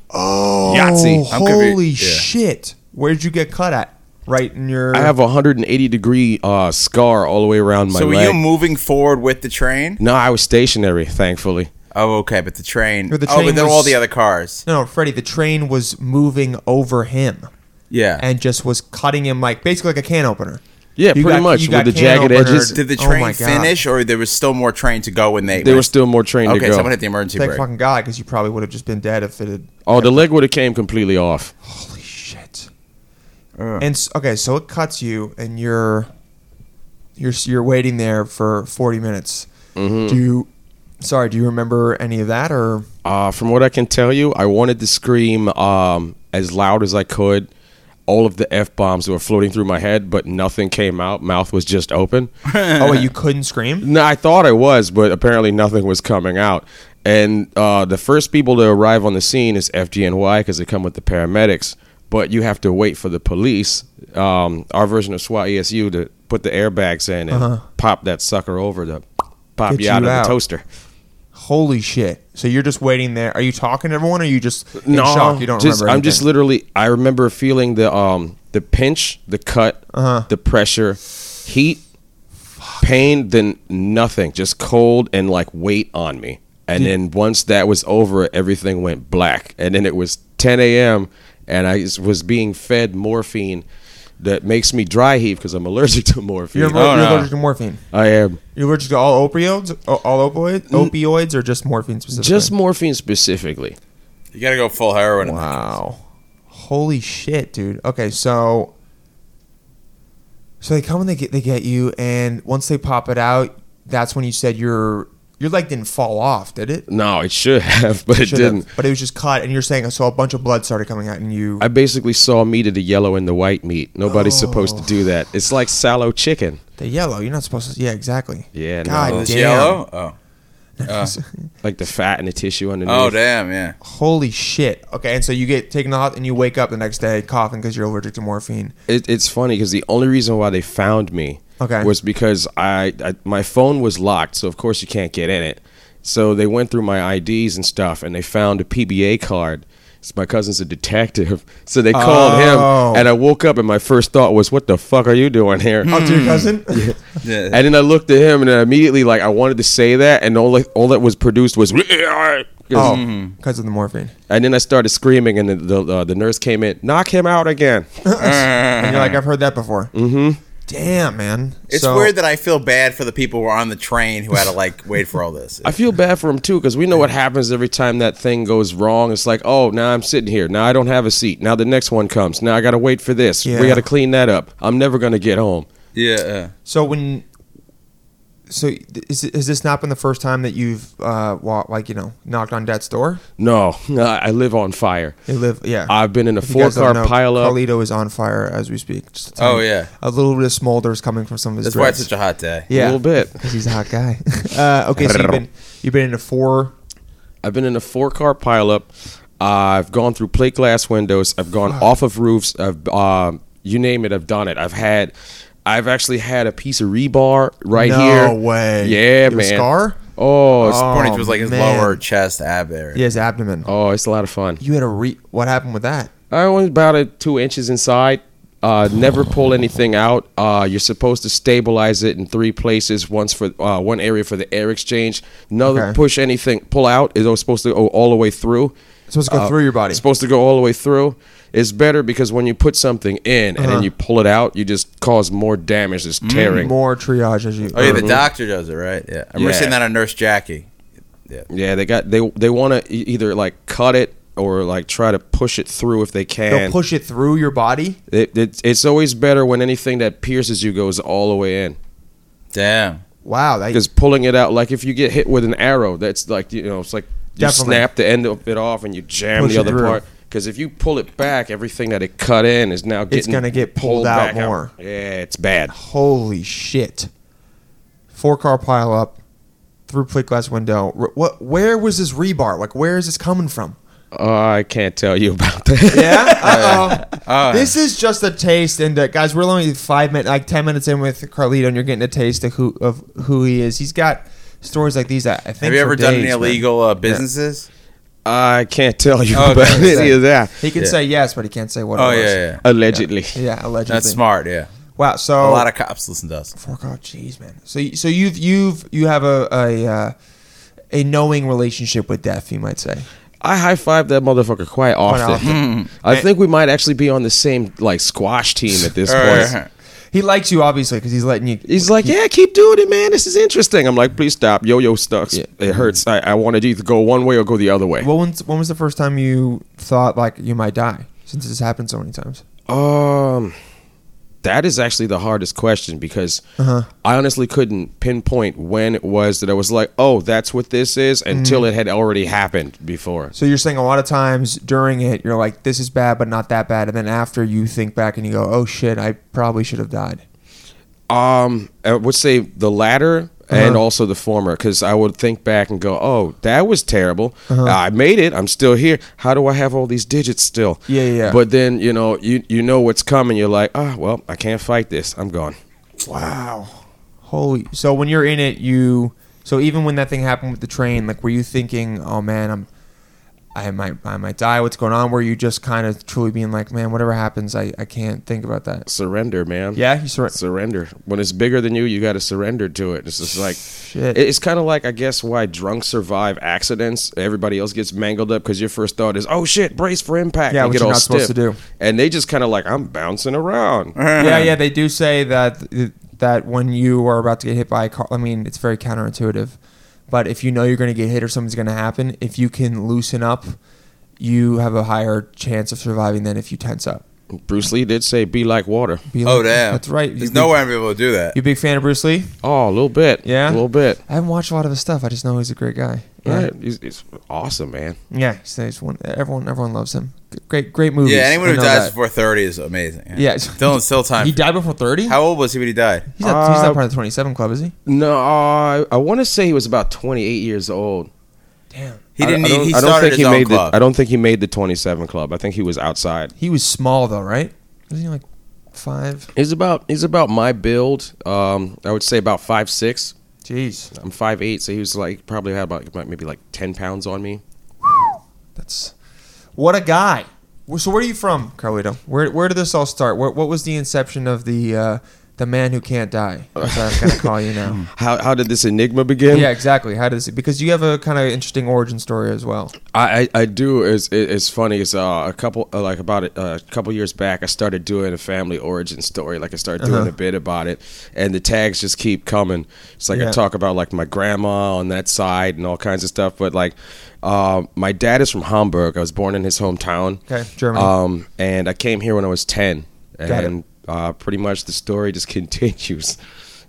Speaker 6: Oh, Yahtzee.
Speaker 1: Oh,
Speaker 3: I'm
Speaker 1: holy
Speaker 3: confused. Yeah.
Speaker 1: shit! Where'd you get cut at? Right in your.
Speaker 6: I have a 180 degree uh, scar all the way around my
Speaker 3: so were
Speaker 6: leg.
Speaker 3: you moving forward with the train?
Speaker 6: no, I was stationary, thankfully.
Speaker 3: Oh, okay, but the train.
Speaker 1: Or the
Speaker 3: oh,
Speaker 1: train
Speaker 3: but then
Speaker 1: was-
Speaker 3: all the other cars.
Speaker 1: no, no, Freddie. The train was moving over him
Speaker 3: Yeah.
Speaker 1: and just was cutting him like basically like a can opener.
Speaker 6: Yeah,
Speaker 1: You
Speaker 6: pretty
Speaker 1: got-
Speaker 6: much
Speaker 1: you
Speaker 6: with
Speaker 1: got
Speaker 6: the
Speaker 1: can
Speaker 6: jagged
Speaker 1: opener.
Speaker 6: edges.
Speaker 3: Did the
Speaker 1: Oh
Speaker 3: train
Speaker 1: my God.
Speaker 3: finish, or there was still more train to go when they?
Speaker 6: There was still more train
Speaker 3: Okay,
Speaker 6: to go.
Speaker 3: someone hit the emergency
Speaker 1: Thank
Speaker 3: brake.
Speaker 1: fucking God, because you probably would have just been dead if it had.
Speaker 6: Oh, the leg would have came completely off.
Speaker 1: Holy shit! And s- okay, so it cuts you, and you're you're s- you're waiting there for forty minutes.
Speaker 6: Mm-hmm.
Speaker 1: Do you? Sorry, do you remember any of that or?
Speaker 6: Uh, from what I can tell you, I wanted to scream um, as loud as I could. All of the f bombs were floating through my head, but nothing came out. Mouth was just open.
Speaker 1: oh, wait, you couldn't scream.
Speaker 6: no, I thought I was, but apparently nothing was coming out. And uh, the first people to arrive on the scene is FGNY because they come with the paramedics. But you have to wait for the police, um, our version of SWAT ESU, to put the airbags in and pop that sucker over to pop
Speaker 1: Uh-huh. Get
Speaker 6: you out
Speaker 1: you
Speaker 6: of
Speaker 1: out.
Speaker 6: the toaster.
Speaker 1: Holy shit! So you're just waiting there. Are you talking to everyone? Or are you just in
Speaker 6: no,
Speaker 1: shock? You don't
Speaker 6: just,
Speaker 1: remember.
Speaker 6: I'm just
Speaker 1: anything?
Speaker 6: literally. I remember feeling the um the pinch, the cut,
Speaker 1: Uh-huh.
Speaker 6: the pressure, heat, pain, then nothing, just cold and like weight on me. And then once that was over, everything went black. And then it was 10 a.m. and I s- was being fed morphine that makes me dry heave because I'm allergic to morphine.
Speaker 1: You're,
Speaker 3: Oh,
Speaker 1: aller- you're
Speaker 3: no.
Speaker 1: allergic to morphine.
Speaker 6: I am.
Speaker 1: You're allergic to all opioids, o- all opioids, opioids, or just morphine specifically.
Speaker 6: Just morphine specifically.
Speaker 3: You gotta go full heroin.
Speaker 1: wow. Holy shit, dude. Okay, so so they come and they get they get you, and once they pop it out, that's when you said your your leg didn't fall off, did it?
Speaker 6: No, it should have, but it
Speaker 1: Should have.
Speaker 6: didn't.
Speaker 1: But it was just cut, and you're saying so a bunch of blood started coming out, and you
Speaker 6: I basically saw meat of the yellow and the white meat. Nobody's supposed to
Speaker 1: Oh.
Speaker 6: do that. It's like sallow chicken.
Speaker 1: the yellow. You're not supposed to. Yeah, exactly.
Speaker 6: Yeah, no.
Speaker 1: God
Speaker 3: Oh, it's
Speaker 1: damn.
Speaker 3: yellow. Oh.
Speaker 6: Like the fat and the tissue underneath.
Speaker 3: Oh damn. Yeah.
Speaker 1: Holy shit. Okay, and so you get taken out and you wake up the next day coughing because you're allergic to morphine.
Speaker 6: It, it's funny because the only reason why they found me
Speaker 1: Okay.
Speaker 6: was because I, I my phone was locked, so of course you can't get in it. So they went through my IDs and stuff, and they found a PBA card. It's my cousin's a detective, so they called
Speaker 1: Oh.
Speaker 6: him, and I woke up, and my first thought was, "What the fuck are you doing here?"
Speaker 1: Oh, to your cousin?
Speaker 3: Yeah.
Speaker 6: And then I looked at him, and I immediately like I wanted to say that, and all like all that was produced was
Speaker 1: Oh,
Speaker 3: Mm-hmm.
Speaker 1: because of the morphine.
Speaker 6: And then I started screaming, and the the, uh, the nurse came in, knock him out again.
Speaker 1: And you're like, I've heard that before. Mm-hmm. Damn, man.
Speaker 3: Uh-huh. It's
Speaker 1: So-
Speaker 3: weird that I feel bad for the people who are on the train who had to like wait for all this.
Speaker 6: I feel bad for him too, because we know what happens every time that thing goes wrong. It's like, oh, now I'm sitting here. Now I don't have a seat. Now the next one comes. Now I gotta wait for this.
Speaker 1: Yeah.
Speaker 6: We gotta clean that up. I'm never gonna get home.
Speaker 3: Yeah. uh,
Speaker 1: So when, so is, has this not been the first time that you've uh, wa- like you know knocked on death's door?
Speaker 6: No, I I live on fire.
Speaker 1: They live, yeah.
Speaker 6: I've been in a
Speaker 1: If you guys don't
Speaker 6: four-car
Speaker 1: know,
Speaker 6: pileup.
Speaker 1: Carlito is on fire as we speak. Just to tell
Speaker 3: Oh
Speaker 1: you.
Speaker 3: yeah.
Speaker 1: a little bit of smolder is coming from some of his.
Speaker 3: That's why it's
Speaker 1: dreads.
Speaker 3: such a hot day.
Speaker 1: yeah,
Speaker 6: A little bit.
Speaker 1: because he's a hot guy. uh, okay, so you've been you've been into four.
Speaker 6: I've been in a four car pileup. I've gone through plate glass windows. I've gone off of roofs. I've um, you name it. I've done it. I've had. I've actually had a piece of rebar right
Speaker 1: no
Speaker 6: here.
Speaker 1: way.
Speaker 6: Yeah,
Speaker 1: Your
Speaker 6: man.
Speaker 1: Scar.
Speaker 6: Oh, it's,
Speaker 3: Pointing
Speaker 1: Oh,
Speaker 3: was like his
Speaker 1: man.
Speaker 3: lower chest ab area.
Speaker 1: Yeah, his abdomen.
Speaker 6: oh, it's a lot of fun.
Speaker 1: You had a re. What happened with that?
Speaker 6: I went about uh, two inches inside. Uh, never pull anything out. Uh, you're supposed to stabilize it in three places. Once for uh, one area for the air exchange. Another
Speaker 1: Okay.
Speaker 6: push anything pull out. It's supposed to go all the way through.
Speaker 1: It's supposed to go
Speaker 6: Uh,
Speaker 1: through your body.
Speaker 6: It's supposed to go all the way through. It's better because when you put something in and then you pull it out, you just cause more damage. It's tearing.
Speaker 1: Uh-huh. More triage as you.
Speaker 3: Oh yeah, the doctor does it right. Yeah. I remember
Speaker 6: Yeah.
Speaker 3: seeing that on Nurse Jackie.
Speaker 6: yeah, they got they they want to either like cut it or like try to push it through if they
Speaker 1: They'll
Speaker 6: can.
Speaker 1: push it through your body.
Speaker 6: It, it's- it's always better when anything that pierces you goes all the way in.
Speaker 3: Damn.
Speaker 1: Wow, that,
Speaker 6: Because pulling it out, like if you get hit with an arrow, that's like you know, it's like you
Speaker 1: Definitely.
Speaker 6: snap the end of it off and you jam
Speaker 1: Push
Speaker 6: the
Speaker 1: it
Speaker 6: other
Speaker 1: through.
Speaker 6: part. Because if you pull it back, everything that it cut in is now getting
Speaker 1: gonna get pulled out
Speaker 6: back
Speaker 1: more.
Speaker 6: Yeah, it's bad.
Speaker 1: Holy shit! Four car pile up through plate glass window. R- What? Where was this rebar? Like, where is this coming from?
Speaker 6: Uh, I can't tell you about that.
Speaker 1: Yeah. Uh oh.
Speaker 3: Oh,
Speaker 1: This is just a taste, and uh, guys, we're only five minutes, like ten minutes in with Carlito, and you're getting a taste of who of who he is. He's got stories like these. That I think.
Speaker 3: have you
Speaker 1: for
Speaker 3: ever done any
Speaker 1: days, man.
Speaker 3: illegal uh, businesses?
Speaker 6: I can't tell you
Speaker 1: Oh,
Speaker 3: Okay.
Speaker 6: about any of that.
Speaker 1: He can
Speaker 3: Yeah.
Speaker 1: say yes, but he can't say what.
Speaker 3: Oh
Speaker 1: it
Speaker 3: yeah,
Speaker 1: was.
Speaker 3: yeah. yeah.
Speaker 6: Allegedly,
Speaker 1: Yeah, allegedly.
Speaker 3: That's smart. Yeah.
Speaker 1: Wow. So
Speaker 3: A lot of cops listen to us.
Speaker 1: Fuck, oh, jeez, man. So, you- so you've you've you have a a uh, a knowing relationship with death, you might say.
Speaker 6: I high five that motherfucker quite often. I think we might actually be on the same like squash team at this point.
Speaker 1: He likes you obviously because he's letting you.
Speaker 6: He's like, "Yeah, keep doing it, man. This is interesting." I'm like, "Please stop, yo-yo stuff. It hurts. I, I want to either go one way or go the other way."
Speaker 1: Well, when's, when was the first time you thought like you might die? Since this has happened so many times.
Speaker 6: Um, that is actually the hardest question because I honestly couldn't pinpoint when it was that I was like, "Oh, that's what this is," until it had already happened before.
Speaker 1: So you're saying a lot of times during it, you're like, "This is bad, but not that bad," and then after you think back and you go, "Oh shit, I probably should have died."
Speaker 6: Um, I would say the latter
Speaker 1: Uh-huh.
Speaker 6: and also the former, because I would think back and go, "Oh, that was terrible.
Speaker 1: Uh-huh.
Speaker 6: I made it. I'm still here. How do I have all these digits still?"
Speaker 1: Yeah, yeah, yeah.
Speaker 6: But then you know, you you know what's coming. You're like, "Ah, well, I can't fight this. I'm gone."
Speaker 1: Wow, holy! So when you're in it, you so even when that thing happened with the train, like, were you thinking, "Oh man, I'm." I might, I might die. What's going on? Were you just kind of truly being like, man, whatever happens, I, I can't think about that.
Speaker 6: Surrender, man.
Speaker 1: Yeah, you sur-
Speaker 6: surrender. When it's bigger than you, you got to surrender to it. It's just like
Speaker 1: Shit.
Speaker 6: it's kind of like I guess why drunks survive accidents. Everybody else gets mangled up because your first thought is, "Oh shit, brace for impact."
Speaker 1: Yeah,
Speaker 6: and
Speaker 1: which
Speaker 6: get
Speaker 1: you're
Speaker 6: all
Speaker 1: not supposed
Speaker 6: stiff.
Speaker 1: to do.
Speaker 6: And they just kind of like, "I'm bouncing around."
Speaker 1: yeah, yeah. They do say that that when you are about to get hit by a car, I mean, it's very counterintuitive, but if you know you're going to get hit or something's going to happen, if you can loosen up, you have a higher chance of surviving than if you tense up.
Speaker 6: Bruce Lee did say, "Be like water."
Speaker 1: Be
Speaker 3: Oh
Speaker 1: like-
Speaker 3: damn.
Speaker 1: That's right. You
Speaker 3: There's
Speaker 1: big-
Speaker 3: no way I'm able to do that.
Speaker 1: You a big fan of Bruce Lee?
Speaker 6: Oh, a little bit.
Speaker 1: Yeah?
Speaker 6: a little bit.
Speaker 1: I haven't watched a lot of his stuff. I just know he's a great guy.
Speaker 6: All
Speaker 1: Yeah,
Speaker 6: right, he's, he's awesome, man.
Speaker 1: yeah. He's, he's one. Everyone, everyone loves him. G- Great, great movies.
Speaker 3: Yeah, anyone
Speaker 1: I
Speaker 3: who
Speaker 1: know
Speaker 3: dies
Speaker 1: that.
Speaker 3: before 30 is amazing.
Speaker 1: Yeah, it's-
Speaker 3: Still, still time.
Speaker 1: He died before thirty.
Speaker 3: How old was he when he died?
Speaker 1: He's not, he's not
Speaker 6: Uh,
Speaker 1: part of the twenty-seven club, is he?
Speaker 6: No, I, I want to say he was about 28 years old.
Speaker 1: Damn.
Speaker 3: He
Speaker 6: I-
Speaker 3: didn't.
Speaker 6: I,
Speaker 3: need-
Speaker 6: don't,
Speaker 3: he
Speaker 6: I
Speaker 3: started
Speaker 6: don't think
Speaker 3: his
Speaker 6: he
Speaker 3: own
Speaker 6: made
Speaker 3: club.
Speaker 6: the. I don't think he made the 27 club. I think he was outside.
Speaker 1: He was small though, right? Wasn't he like five?
Speaker 6: He's about he's about my build. Um, I would say about five six.
Speaker 1: Jeez.
Speaker 6: I'm five eight, so he was like probably had about maybe like ten pounds on me.
Speaker 1: That's what a guy. Well, So where are you from, Carlito? Where where did this all start? What what was the inception of the uh, the man who can't die. That's what I'm gonna call you now.
Speaker 6: How, how did this enigma begin?
Speaker 1: Yeah, exactly. How does it? Because you have a kind of interesting origin story as well.
Speaker 6: I, I, I do. It's, it- it's funny. It's uh, a couple uh, like about a, a couple years back. I started doing a family origin story. Like I started
Speaker 1: Uh-huh.
Speaker 6: doing a bit about it, and the tags just keep coming. It's like
Speaker 1: Yeah.
Speaker 6: I talk about like my grandma on that side and all kinds of stuff. But like, uh, my dad is from Hamburg. I was born in his hometown.
Speaker 1: Okay, Germany.
Speaker 6: Um, and I came here when I was ten,
Speaker 1: it.
Speaker 6: and uh, pretty much the story just continues.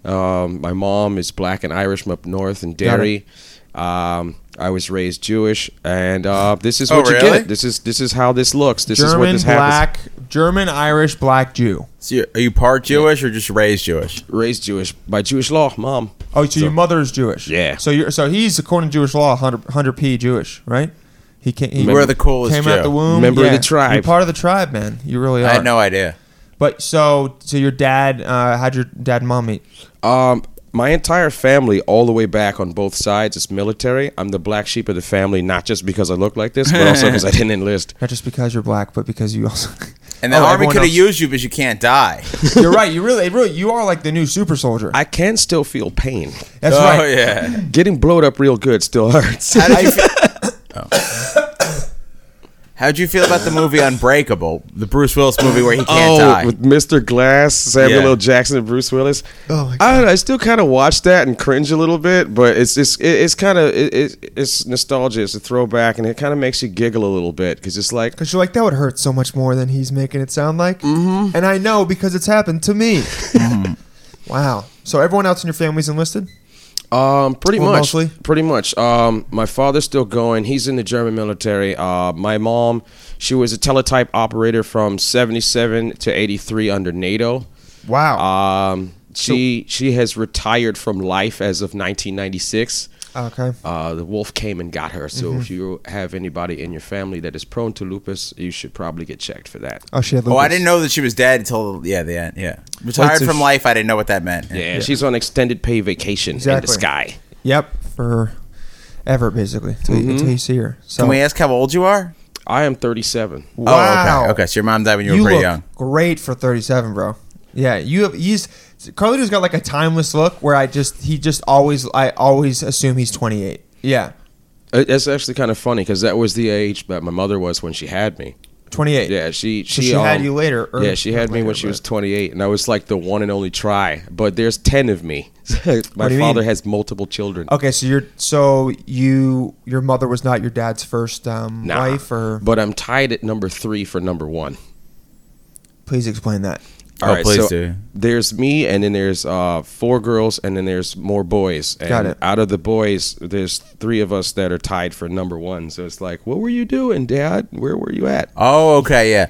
Speaker 6: Um, my mom is black and Irish from up north in
Speaker 1: it.
Speaker 6: Derry. Um, I was raised Jewish, and uh, this is
Speaker 3: Oh,
Speaker 6: what you
Speaker 3: really?
Speaker 6: get. This is this is how this looks. This is what
Speaker 1: German
Speaker 6: this happens.
Speaker 1: black, German Irish black Jew.
Speaker 3: So you're- are you part Jewish or just raised Jewish?
Speaker 6: Raised Jewish by Jewish law, mom.
Speaker 1: Oh, so, your mother is Jewish.
Speaker 6: Yeah.
Speaker 1: So you're so he's according to Jewish law 100, 100 p Jewish, right? He can't. He
Speaker 3: We're the coolest
Speaker 1: Came
Speaker 3: Jew.
Speaker 1: out the womb.
Speaker 6: Member of
Speaker 1: Yeah.
Speaker 6: the tribe.
Speaker 1: You're part of the tribe, man. You really are.
Speaker 3: I had no idea.
Speaker 1: But so so your dad, uh, how'd your dad and mom meet?
Speaker 6: Um, my entire family, all the way back on both sides, is military. I'm the black sheep of the family, not just because I look like this, but also because I didn't enlist.
Speaker 1: Not just because you're black, but because you also.
Speaker 3: And the
Speaker 1: Oh,
Speaker 3: army
Speaker 1: everyone
Speaker 3: could have
Speaker 1: else-
Speaker 3: used you, but you can't die.
Speaker 1: You're right. You really, really, you are like the new super soldier.
Speaker 6: I can still feel pain.
Speaker 1: That's
Speaker 3: oh
Speaker 1: right.
Speaker 3: yeah.
Speaker 6: Getting blowed up real good still hurts.
Speaker 3: How did you feel? Oh. How'd you feel about the movie Unbreakable, the Bruce Willis movie where he can't
Speaker 6: oh,
Speaker 3: die?
Speaker 6: with Mr. Glass, Samuel
Speaker 3: Yeah.
Speaker 6: L. Jackson, and Bruce Willis.
Speaker 1: Oh my
Speaker 6: I don't know. I still kind of watch that and cringe a little bit, but it's it's it- it's kind of it, it, it's nostalgia. It's a throwback, and it kind of makes you giggle a little bit because it's like
Speaker 1: Because you're like, that would hurt so much more than he's making it sound like. Mm-hmm. And I know because it's happened to me.
Speaker 3: Mm-hmm.
Speaker 1: wow. So everyone else in your family's enlisted?
Speaker 6: um pretty
Speaker 1: Well,
Speaker 6: much
Speaker 1: mostly?
Speaker 6: pretty much um my father's still going. He's in the German military. Uh, my mom, she was a teletype operator from seventy seven to eighty three under NATO.
Speaker 1: Wow.
Speaker 6: Um, she she has retired from life as of 1996.
Speaker 1: okay.
Speaker 6: Uh, the wolf came and got her. So
Speaker 1: Mm-hmm.
Speaker 6: if you have anybody in your family that is prone to lupus, you should probably get checked for that.
Speaker 1: Oh, she had
Speaker 3: Oh,
Speaker 1: lupus.
Speaker 3: I didn't know that she was dead until yeah, the end. Yeah, retired
Speaker 1: so
Speaker 3: from
Speaker 1: she-
Speaker 3: life. I didn't know what that meant.
Speaker 6: Yeah, she's on extended pay vacation in
Speaker 1: Exactly.
Speaker 6: the sky.
Speaker 1: Yep. For ever, basically, until, you, until you see her. So,
Speaker 3: Mm-hmm. Can we ask how old you are?
Speaker 6: I am 37.
Speaker 1: wow.
Speaker 3: Oh, okay. Okay, so your mom died when you,
Speaker 1: You
Speaker 3: were pretty
Speaker 1: look
Speaker 3: young.
Speaker 1: great for 37, bro. Yeah, you have. He's Carlito's got like a timeless look where I just he just always I always assume he's 28. Yeah,
Speaker 6: Uh, That's actually kind of funny because that was the age that my mother was when she had me.
Speaker 1: 28.
Speaker 6: Yeah, she
Speaker 1: So
Speaker 6: she,
Speaker 1: she had
Speaker 6: um,
Speaker 1: you later, or
Speaker 6: yeah, she had me
Speaker 1: later,
Speaker 6: when she
Speaker 1: but-
Speaker 6: was 28, and I was like the one and only try. But there's 10 of me.
Speaker 1: What
Speaker 6: my
Speaker 1: do you
Speaker 6: father
Speaker 1: mean? Oh,
Speaker 6: has multiple children.
Speaker 1: Okay, so you're so you your mother was not your dad's first um,
Speaker 6: Nah.
Speaker 1: wife, or
Speaker 6: But I'm tied at number three for number one.
Speaker 1: please explain that.
Speaker 3: Oh, please
Speaker 6: so
Speaker 3: do.
Speaker 6: There's me, and then there's uh, four girls, and then there's more boys. And
Speaker 1: Got it.
Speaker 6: Out of the boys, there's three of us that are tied for number one. So it's like, what were you doing, Dad? Where were you at?
Speaker 3: Oh, okay, yeah.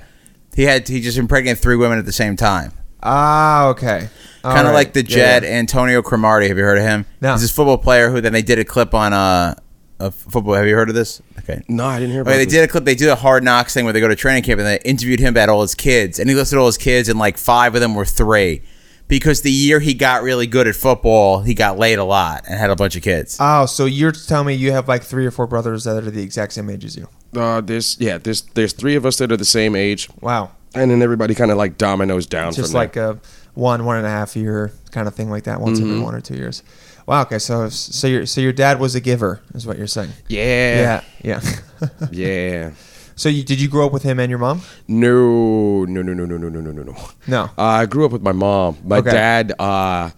Speaker 3: He had he just impregnated three women at the same time.
Speaker 1: Ah, okay.
Speaker 3: Kind of like the Jet
Speaker 1: Jed.
Speaker 3: Antonio Cromartie. Have you heard of him?
Speaker 1: No.
Speaker 3: He's this football player who then they did a clip on uh, a football. Have you heard of this? Okay.
Speaker 6: No, I didn't hear about
Speaker 3: Okay, they
Speaker 6: this.
Speaker 3: did a clip. They did a hard knocks thing where they go to training camp and they interviewed him about all his kids, and he listed all his kids, and like five of them were three, because the year he got really good at football, he got laid a lot and had a bunch of kids.
Speaker 1: Oh, so you're telling me you have like three or four brothers that are the exact same age as you?
Speaker 6: Uh, there's yeah, there's there's three of us that are the same age,
Speaker 1: Wow,
Speaker 6: and then everybody kind of like dominoes down.
Speaker 1: just
Speaker 6: from
Speaker 1: like
Speaker 6: there.
Speaker 1: a one, one and a half year kind of thing like that, once
Speaker 6: Mm-hmm.
Speaker 1: every one or two years. Wow. Okay, so so your so your dad was a giver, is what you're saying?
Speaker 6: yeah,
Speaker 1: yeah. yeah.
Speaker 6: yeah, yeah.
Speaker 1: so you, did you grow up with him and your mom?
Speaker 6: No, no, no, no, no, no, no, no, no, no.
Speaker 1: No.
Speaker 6: Uh, I grew up with my mom. My
Speaker 1: Okay.
Speaker 6: dad. Uh,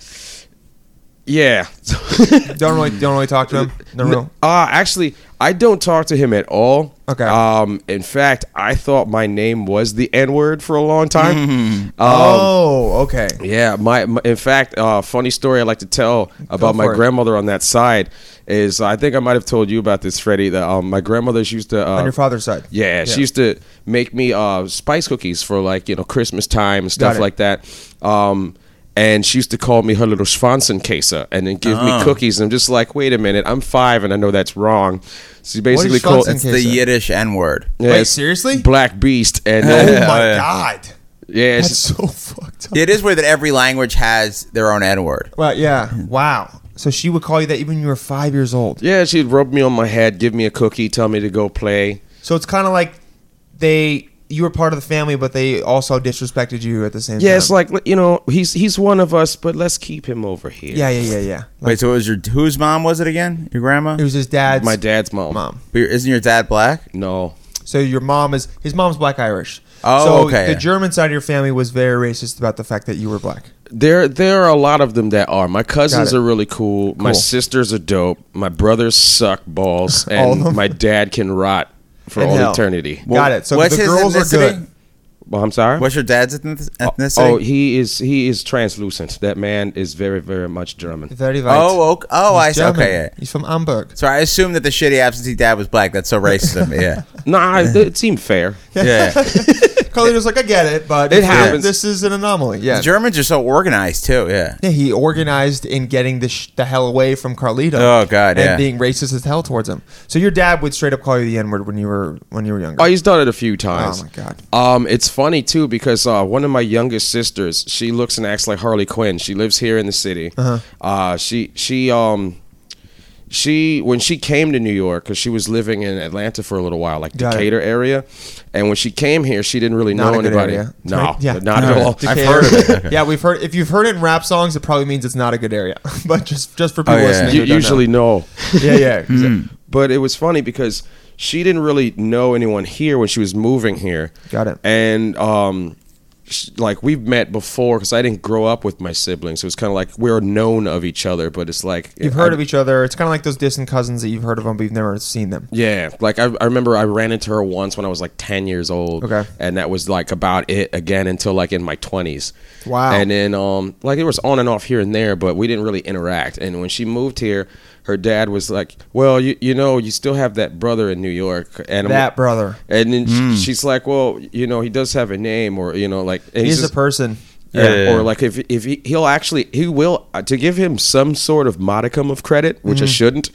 Speaker 6: yeah.
Speaker 1: Don't really don't really talk to him. No, no.
Speaker 6: Uh, actually, I don't talk to him at all.
Speaker 1: Okay.
Speaker 6: Um, in fact, I thought my name was the N word for a long time. Um,
Speaker 1: oh, okay.
Speaker 6: yeah. My, my in fact, uh, funny story I like to tell about my
Speaker 1: for it.
Speaker 6: grandmother on that side is I think I might have told you about this, Freddie. That um, my grandmother's used to uh,
Speaker 1: On your father's side.
Speaker 6: yeah, she used to make me uh, spice cookies for like you know Christmas time and
Speaker 1: Got
Speaker 6: stuff
Speaker 1: it.
Speaker 6: like that. Um, and she used to call me her little Schwanzenkase and then give
Speaker 1: Uh-huh.
Speaker 6: me cookies. And I'm just like, wait a minute, I'm five and I know that's wrong. She basically called
Speaker 1: Schwanzenkase?
Speaker 3: the
Speaker 1: okay, so-
Speaker 3: Yiddish N word.
Speaker 6: yeah,
Speaker 1: Wait,
Speaker 6: it's
Speaker 1: seriously?
Speaker 6: Black Beast and
Speaker 1: Oh
Speaker 6: then,
Speaker 1: my
Speaker 3: yeah.
Speaker 1: god.
Speaker 6: yeah,
Speaker 1: That's
Speaker 6: it's-
Speaker 1: so fucked up.
Speaker 3: It is weird that every language has their own N word.
Speaker 1: Well, yeah. Wow. So she would call you that even when you were five years old.
Speaker 6: yeah, she'd rub me on my head, give me a cookie, tell me to go play.
Speaker 1: So it's kind of like they you were part of the family, but they also disrespected you at the same time.
Speaker 6: Yeah, it's like you know, he's he's one of us, but let's keep him over here.
Speaker 1: yeah, yeah, yeah, yeah. Like,
Speaker 3: Wait, so it was your whose mom was it again? Your grandma?
Speaker 1: it was his dad's
Speaker 6: my dad's mom.
Speaker 1: mom.
Speaker 3: But your- Isn't your dad black?
Speaker 6: No,
Speaker 1: So your mom is his mom's black Irish.
Speaker 3: Oh,
Speaker 1: so
Speaker 3: okay.
Speaker 1: The German side of your family was very racist about the fact that you were black.
Speaker 6: there there are a lot of them that are. My cousins
Speaker 1: Got it.
Speaker 6: are really cool.
Speaker 1: Cool.
Speaker 6: My sisters are dope. My brothers suck balls,
Speaker 1: All of
Speaker 6: and
Speaker 1: them?
Speaker 6: my dad can rot for
Speaker 1: And
Speaker 6: all
Speaker 1: hell.
Speaker 6: eternity.
Speaker 1: Got it. So
Speaker 3: What's
Speaker 1: the
Speaker 3: his
Speaker 1: girls are
Speaker 3: ethnicity?
Speaker 1: good.
Speaker 6: Well, I'm sorry.
Speaker 3: What's your dad's ethnic- ethnicity?
Speaker 6: Oh, he is he is translucent. That man is very very much German.
Speaker 1: Very right.
Speaker 3: Oh, okay. oh, I see. Okay, yeah.
Speaker 1: He's from Hamburg.
Speaker 3: So I assume that the shitty absentee dad was black. That's so racist of me. Yeah,
Speaker 6: Nah, it, it seemed fair.
Speaker 3: yeah.
Speaker 1: Carlito's like, I get it, but
Speaker 6: It
Speaker 1: it's-
Speaker 6: happens.
Speaker 1: This is an anomaly.
Speaker 3: The
Speaker 1: Yeah.
Speaker 3: Germans are so organized too. Yeah.
Speaker 1: Yeah, he organized in getting the, sh- the hell away from Carlito.
Speaker 3: Oh, God,
Speaker 1: and
Speaker 3: yeah.
Speaker 1: being racist as hell towards him. So your dad would straight up call you the N word when you were when you were younger.
Speaker 6: Oh, he's done it a few times.
Speaker 1: Oh, my God.
Speaker 6: Um, it's funny too because uh, one of my youngest sisters, she looks and acts like Harley Quinn. She lives here in the city. Uh-huh. she she um she when she came to New York because she was living in Atlanta for a little while, like
Speaker 1: Got it.
Speaker 6: Decatur area, and when she came here, she didn't really
Speaker 1: Not
Speaker 6: know
Speaker 1: a good
Speaker 6: anybody.
Speaker 1: area.
Speaker 6: No,
Speaker 1: Right?
Speaker 6: yeah. not at all.
Speaker 1: I've heard of it. yeah, we've heard. If you've heard it in rap songs, it probably means it's not a good area. but just just for people
Speaker 3: yeah.
Speaker 1: listening,
Speaker 6: You
Speaker 1: who don't
Speaker 6: usually know.
Speaker 1: know. yeah, yeah.
Speaker 6: but it was funny because she didn't really know anyone here when she was moving here.
Speaker 1: Got it.
Speaker 6: And um, sh like we've met before because I didn't grow up with my siblings. So it's kind of like we're known of each other, but it's like
Speaker 1: You've heard of each other. It's kind of like those distant cousins that you've heard of them, but you've never seen them.
Speaker 6: Yeah, like I, I remember I ran into her once when I was like 10 years old.
Speaker 1: Okay.
Speaker 6: And that was like about it again until like in my 20s.
Speaker 1: Wow.
Speaker 6: And then, um, like it was on and off here and there, but we didn't really interact. And when she moved here, her dad was like, Well, you, you know, you still have that brother in New York. And I'm-
Speaker 1: That brother
Speaker 6: And then
Speaker 1: Hmm.
Speaker 6: she- she's like, Well, you know, he does have a name, or, you know, like, and
Speaker 1: He's
Speaker 6: he's
Speaker 1: a person.
Speaker 6: yeah, or like if if he, he'll actually he will uh, to give him some sort of modicum of credit, which
Speaker 1: Hmm.
Speaker 6: I shouldn't.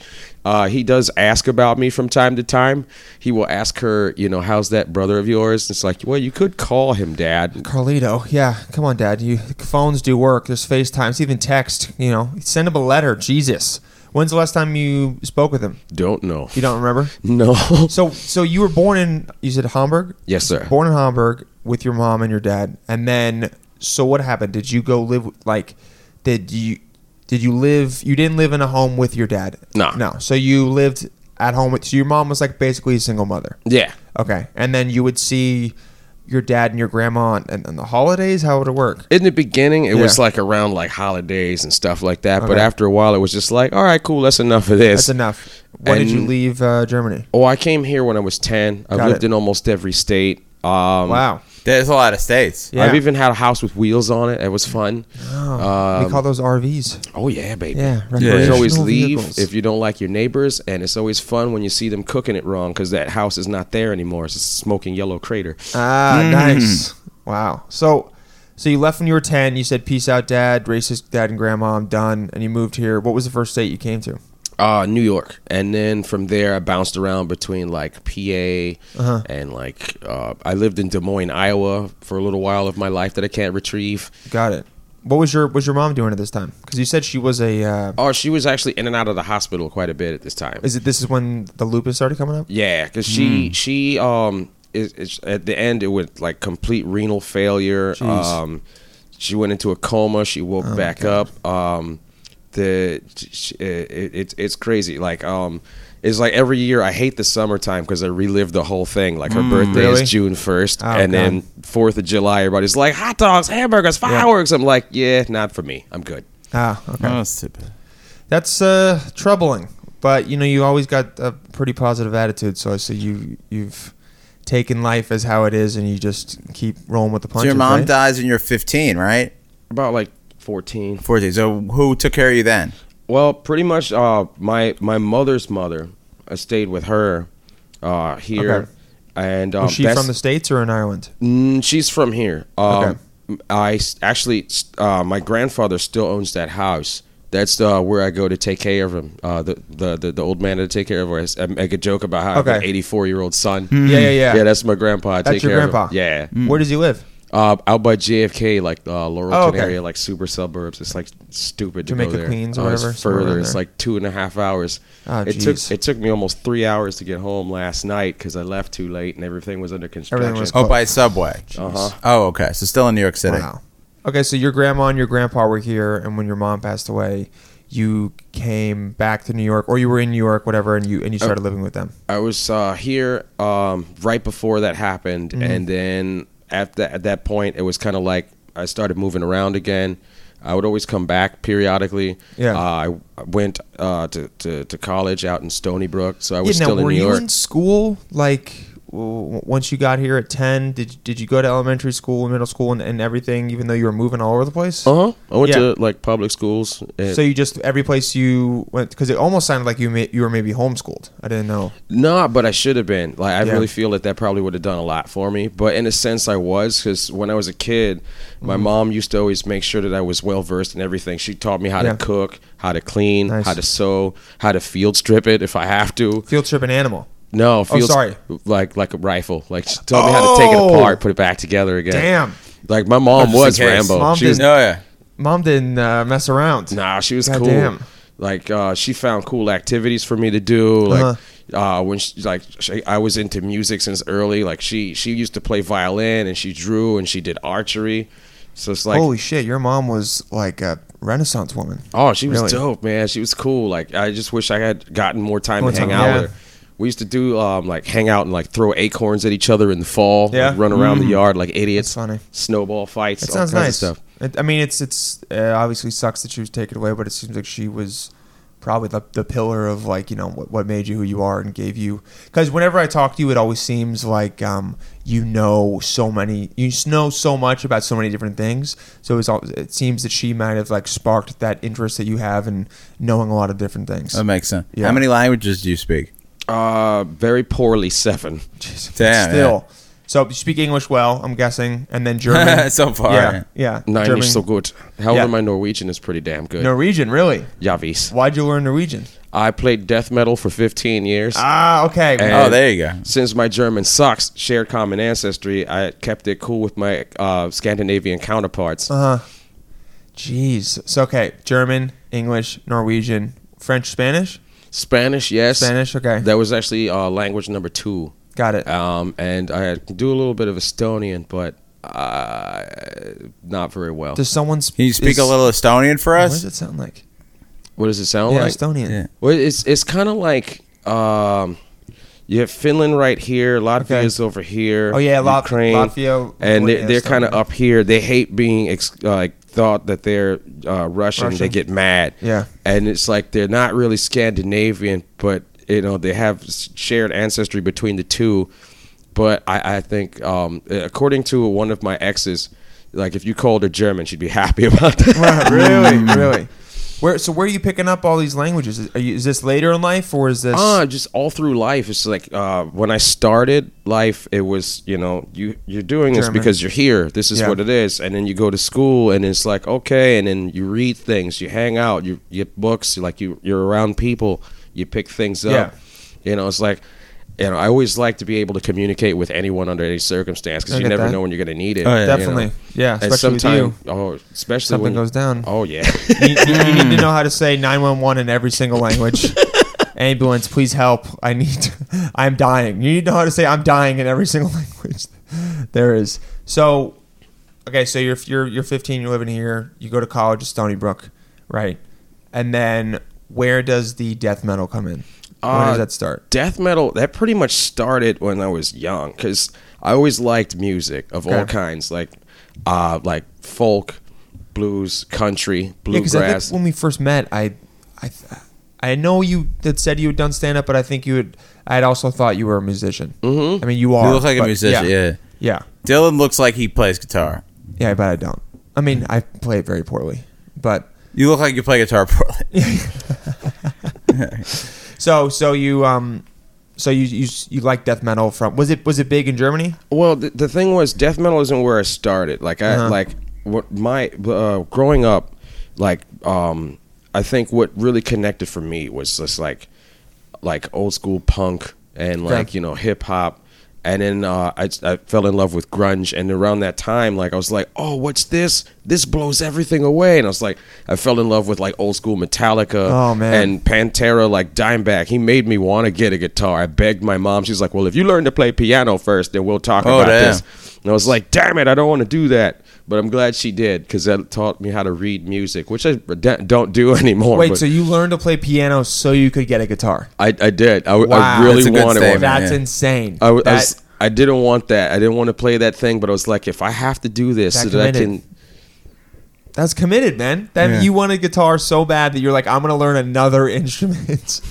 Speaker 6: Uh, he does ask about me from time to time. He will ask her, you know, how's that brother of yours? It's like, well, you could call him dad.
Speaker 1: Carlito, yeah, come on, Dad. You phones do work. There's FaceTimes, even text. You know, send him a letter. Jesus, when's the last time you spoke with him?
Speaker 6: Don't know.
Speaker 1: You don't remember?
Speaker 6: No.
Speaker 1: So, so you were born in you said Hamburg?
Speaker 6: Yes, sir.
Speaker 1: Born in Hamburg with your mom and your dad, and then so what happened? Did you go live with- like? Did you did you live? You didn't live in a home with your dad.
Speaker 6: No.
Speaker 1: no. So you lived at home with. So your mom was like basically a single mother.
Speaker 6: yeah.
Speaker 1: Okay, and then you would see your dad and your grandma on, and, on the holidays. How would it work?
Speaker 6: In the beginning, it was
Speaker 1: Yeah.
Speaker 6: like around like holidays and stuff like that. But
Speaker 1: Okay.
Speaker 6: after a while, it was just like, all right, cool, that's enough of this.
Speaker 1: That's enough. When did you
Speaker 6: And-
Speaker 1: leave uh, Germany?
Speaker 6: Oh, I came here when I was ten. I've
Speaker 1: Got
Speaker 6: lived
Speaker 1: it.
Speaker 6: in almost every state. Um,
Speaker 1: Wow,
Speaker 3: There's a lot of states.
Speaker 1: Yeah.
Speaker 6: I've even had a house with wheels on it. It was fun.
Speaker 1: we call those RVs.
Speaker 6: Oh um, yeah, baby.
Speaker 1: Yeah,
Speaker 6: You can always
Speaker 1: recreational
Speaker 6: leave
Speaker 1: vehicles.
Speaker 6: if you don't like your neighbors, and it's always fun when you see them cooking it wrong because that house is not there anymore. It's a smoking yellow crater.
Speaker 1: Ah, nice.
Speaker 6: Mm-hmm.
Speaker 1: Wow. So, so you left when you were ten. You said, "Peace out, Dad." Racist dad and grandma. I'm done. And you moved here. What was the first state you came to?
Speaker 6: Uh, New York, and then from there I bounced around between like PA
Speaker 1: Uh-huh.
Speaker 6: and like uh, I lived in Des Moines, Iowa for a little while of my life that I can't retrieve.
Speaker 1: Got it. What was your was your mom doing at this time? Because you said she was a. Uh,
Speaker 6: Oh, she was actually in and out of the hospital quite a bit at this time.
Speaker 1: is it this is when the lupus started coming up?
Speaker 6: Yeah, because
Speaker 1: Hmm.
Speaker 6: she she um is, is at the end it was like complete renal failure. Um, she went into a coma. She
Speaker 1: Oh
Speaker 6: woke back up. Um, the sh- it, it, it's- it's crazy. Like um, it's like every year I hate the summertime because I relive the whole thing. Like her birthday
Speaker 1: Hmm, Really?
Speaker 6: is June first,
Speaker 1: Oh,
Speaker 6: and then Fourth of July, everybody's like hot dogs, hamburgers, fireworks. I'm like, yeah, not for me. I'm good.
Speaker 1: Ah, okay.
Speaker 3: Oh, that's stupid.
Speaker 1: That's uh, troubling. But you know, you always got a pretty positive attitude. So I see you you've taken life as how it is, and you just keep rolling with the
Speaker 3: So
Speaker 1: punches.
Speaker 3: your mom
Speaker 1: right?
Speaker 3: dies when you're 15, right?
Speaker 6: About like fourteen.
Speaker 3: 14. So who took care of you then?
Speaker 6: Well, pretty much. Uh, my my mother's mother, I stayed with her, uh, here,
Speaker 1: Okay.
Speaker 6: and um,
Speaker 1: Was she
Speaker 6: that's-
Speaker 1: from the states or in Ireland?
Speaker 6: Mm, she's from here. Um,
Speaker 1: Okay.
Speaker 6: I s- actually, s- uh, my grandfather still owns that house. That's uh, where I go to take care of him. Uh, the, the the the old man to take care of. Us. I make a joke about how I have an
Speaker 1: Okay. Mm-hmm.
Speaker 6: eighty four year old son.
Speaker 1: Yeah, yeah, yeah.
Speaker 6: Yeah, that's my grandpa. I
Speaker 1: That's
Speaker 6: take
Speaker 1: your
Speaker 6: care of him.
Speaker 1: grandpa? Mm.
Speaker 6: Yeah.
Speaker 1: Where does he live?
Speaker 6: uh, out by JFK, like uh, Laurelton
Speaker 1: Oh, okay.
Speaker 6: area, like super suburbs. It's like stupid to
Speaker 1: Jamaica,
Speaker 6: go there.
Speaker 1: Queens, or
Speaker 6: Uh, it's
Speaker 1: whatever, somewhere
Speaker 6: further.
Speaker 1: around
Speaker 6: It's
Speaker 1: there.
Speaker 6: like two and a half hours.
Speaker 1: Oh,
Speaker 6: it took
Speaker 1: jeez.
Speaker 6: it took me almost three hours to get home last night because I left too late and everything was under construction. Uh-huh.
Speaker 1: Everything was
Speaker 3: Oh, by subway. Oh, okay. So still in New York City.
Speaker 1: Wow. Okay, so your grandma and your grandpa were here, and when your mom passed away, you came back to New York, or you were in New York, whatever, and you and you
Speaker 6: Oh.
Speaker 1: started living with them.
Speaker 6: I was uh, here um, right before that happened,
Speaker 1: Mm-hmm.
Speaker 6: and then at that at that point, it was kind of like I started moving around again. I would always come back periodically.
Speaker 1: Yeah.
Speaker 6: uh, I went uh, to, to to college out in Stony Brook, so I was
Speaker 1: yeah, now
Speaker 6: still in
Speaker 1: were
Speaker 6: New
Speaker 1: you
Speaker 6: York.
Speaker 1: in school like w- once you got here at ten? Did did you go to elementary school, middle school, and, and everything? Even though you were moving all over the place.
Speaker 6: uh huh. I went
Speaker 1: Yeah.
Speaker 6: to like public schools. and-
Speaker 1: So you just every place you went because it almost sounded like you may, you were maybe homeschooled. I didn't know.
Speaker 6: No, but I should have been. Like, I
Speaker 1: Yeah.
Speaker 6: really feel that that probably would have done a lot for me. But in a sense, I was because when I was a kid,
Speaker 1: Mm-hmm.
Speaker 6: my mom used to always make sure that I was well versed in everything. She taught me how
Speaker 1: Yeah.
Speaker 6: to cook, how to clean,
Speaker 1: Nice.
Speaker 6: how to sew, how to field strip it if I have to.
Speaker 1: Field trip and animal.
Speaker 6: No, field
Speaker 1: Oh, sorry.
Speaker 6: like like a rifle. Like she taught me how to take
Speaker 1: Oh!
Speaker 6: it apart, put it back together again.
Speaker 1: Damn,
Speaker 6: Like my mom
Speaker 3: Just in
Speaker 6: was
Speaker 3: case.
Speaker 6: Rambo.
Speaker 1: Mom
Speaker 6: she was
Speaker 1: didn't-
Speaker 3: No, Oh, yeah.
Speaker 1: mom didn't uh, mess around.
Speaker 6: Nah, she was
Speaker 1: God
Speaker 6: cool.
Speaker 1: damn.
Speaker 6: Like uh, she found cool activities for me to do. Like
Speaker 1: Uh-huh.
Speaker 6: uh when she, like she, I was into music since early. Like she she used to play violin and she drew and she did archery. So it's like
Speaker 1: Holy shit, your mom was like a Renaissance woman.
Speaker 6: oh she was
Speaker 1: really?
Speaker 6: dope man. She was cool. Like I just wish I had gotten more time
Speaker 1: More
Speaker 6: to hang
Speaker 1: time,
Speaker 6: out
Speaker 1: yeah.
Speaker 6: with her. We used to do um, like hang out and like throw acorns at each other in the fall.
Speaker 1: Yeah. Mm.
Speaker 6: like, run around the yard like idiots.
Speaker 1: That's funny.
Speaker 6: Snowball fights.
Speaker 1: It
Speaker 6: all
Speaker 1: sounds
Speaker 6: kinds
Speaker 1: nice.
Speaker 6: Of stuff.
Speaker 1: It, I mean, it's it's uh, obviously sucks that she was taken away, but it seems like she was probably the, the pillar of like you know what, what made you who you are and gave you. Because whenever I talk to you, it always seems like um, you know so many, you s- know so much about so many different things. So it's all, it seems that she might have like sparked that interest that you have in knowing a lot of different things.
Speaker 3: That
Speaker 6: Um,
Speaker 3: makes sense.
Speaker 1: Yeah.
Speaker 3: How many languages do you speak?
Speaker 6: Uh, very poorly seven.
Speaker 3: Damn,
Speaker 1: Still, so you speak English well, I'm guessing, and then
Speaker 3: yeah.
Speaker 1: German.
Speaker 3: so far.
Speaker 1: yeah, yeah,
Speaker 6: Nine
Speaker 1: German.
Speaker 6: is so good. However,
Speaker 1: Yeah.
Speaker 6: my Norwegian is pretty damn good.
Speaker 1: Norwegian, really?
Speaker 6: Yavis.
Speaker 1: Why'd you learn Norwegian?
Speaker 6: I played death metal for 15 years.
Speaker 1: Ah, okay.
Speaker 6: And
Speaker 3: Oh, there you go.
Speaker 6: Since my German sucks, shared common ancestry, I kept it cool with my uh, Scandinavian counterparts.
Speaker 1: Uh-huh. Jeez. So okay, German, English, Norwegian, French, Spanish.
Speaker 6: Spanish, yes.
Speaker 1: Spanish, okay.
Speaker 6: That was actually uh, language number two.
Speaker 1: Got
Speaker 3: Uh,
Speaker 1: it.
Speaker 6: Um, and I could do a little bit of Estonian, but uh, not very well.
Speaker 1: Does someone sp-
Speaker 3: Can you speak
Speaker 1: is-
Speaker 3: a little Estonian for
Speaker 1: What does
Speaker 3: us?
Speaker 1: it sound like?
Speaker 6: what does it sound
Speaker 1: yeah,
Speaker 6: like?
Speaker 1: Estonian.
Speaker 3: Yeah.
Speaker 6: Well, it's it's kind of like um, you have Finland right here, Latvia
Speaker 1: Okay.
Speaker 6: is over here.
Speaker 1: Oh, yeah, Lat-
Speaker 6: Ukraine,
Speaker 1: Latvia,
Speaker 6: and
Speaker 1: Lithuania,
Speaker 6: they're, they're kind
Speaker 1: Estonia.
Speaker 6: of up here. They hate being ex- uh, like thought that they're uh, Russian.
Speaker 1: Russian.
Speaker 6: They get mad.
Speaker 1: Yeah.
Speaker 6: and it's like they're not really Scandinavian, but you know they have s- shared ancestry between the two. But I, I think um, according to one of my exes, like if you called her German, she'd be happy about that.
Speaker 1: really, really. Where so where are you picking up all these languages? Is, are you, is this later in life or is this
Speaker 3: Uh,
Speaker 1: Oh,
Speaker 6: Ah, just all through life. It's like uh, when I started life, it was you know you you're doing this
Speaker 1: German.
Speaker 6: because you're here. This is
Speaker 1: Yeah.
Speaker 6: what it is, and then you go to school, and it's like okay, and then you read things, you hang out, you you get books, like you you're around people, you pick things up.
Speaker 1: Yeah.
Speaker 6: You know, it's like. You know, I always like to be able to communicate with anyone under any circumstance
Speaker 1: I
Speaker 6: because you
Speaker 1: get
Speaker 6: never
Speaker 1: that.
Speaker 6: know when you're going to need it.
Speaker 3: Oh, yeah.
Speaker 6: you know.
Speaker 1: Definitely. Yeah,
Speaker 6: and
Speaker 1: especially with
Speaker 6: sometimes, oh, especially
Speaker 1: something
Speaker 6: when
Speaker 1: goes down?
Speaker 6: Oh yeah,
Speaker 1: you, you- you need
Speaker 3: Mm.
Speaker 1: to know how to say 911 in every single language. Ambulance, please help. I need to- I'm dying. You need to know how to say I'm dying in every single language there is. So okay, so you're you're you're 15, you're living here, you go to college at Stony Brook, right? And then where does the death metal come in? when
Speaker 6: Uh,
Speaker 1: does that start?
Speaker 6: death metal that pretty much started when I was young because I always liked music of all
Speaker 1: Okay.
Speaker 6: kinds, like uh, like folk, blues, country,
Speaker 1: Yeah, because I
Speaker 6: bluegrass.
Speaker 1: think when we first met, I, I, I know you had said you had done stand up, but I think you had. I had also thought you were a musician. Mm-hmm. I mean, you are.
Speaker 3: You look like a
Speaker 1: but-
Speaker 3: musician. Yeah.
Speaker 1: Yeah.
Speaker 3: Dylan looks like he plays guitar.
Speaker 1: Yeah, I bet I don't. I mean, I play it very poorly. But
Speaker 3: You look like you play guitar poorly.
Speaker 1: so so you um so you you you like death metal from was it was it big in Germany?
Speaker 6: well, the, the thing was, death metal isn't where I started. Like I
Speaker 1: Uh-huh.
Speaker 6: like what my uh, growing up, like um, I think what really connected for me was just like like old school punk and like you know hip hop And then uh, I, I fell in love with grunge. And around that time, like I was like, oh, what's this? This blows everything away. And I was like, I fell in love with like old school Metallica
Speaker 1: Oh, man.
Speaker 6: and Pantera, like Dimebag. He made me want to get a guitar. I begged my mom. She's like, well, if you learn to play piano first, then we'll talk
Speaker 3: Oh,
Speaker 6: about
Speaker 3: damn.
Speaker 6: this. And I was like, damn it, I don't want to do that. But I'm glad she did because that taught me how to read music, which I d- don't do anymore.
Speaker 1: Wait,
Speaker 6: Oh, but
Speaker 1: so you learned to play piano so you could get a guitar?
Speaker 6: I, I did. I,
Speaker 1: Wow.
Speaker 6: I
Speaker 1: That's
Speaker 6: really
Speaker 3: a good
Speaker 6: wanted
Speaker 3: statement.
Speaker 6: one.
Speaker 1: That's
Speaker 3: yeah.
Speaker 1: insane.
Speaker 6: I, w- I
Speaker 1: That-
Speaker 6: was, I didn't want that. I didn't want to play that thing, but I was like, if I have to do this, so
Speaker 1: That
Speaker 6: that I
Speaker 1: committed.
Speaker 6: can.
Speaker 1: that's committed, man. That
Speaker 3: Yeah.
Speaker 1: you want a guitar so bad that you're like, I'm gonna learn another instrument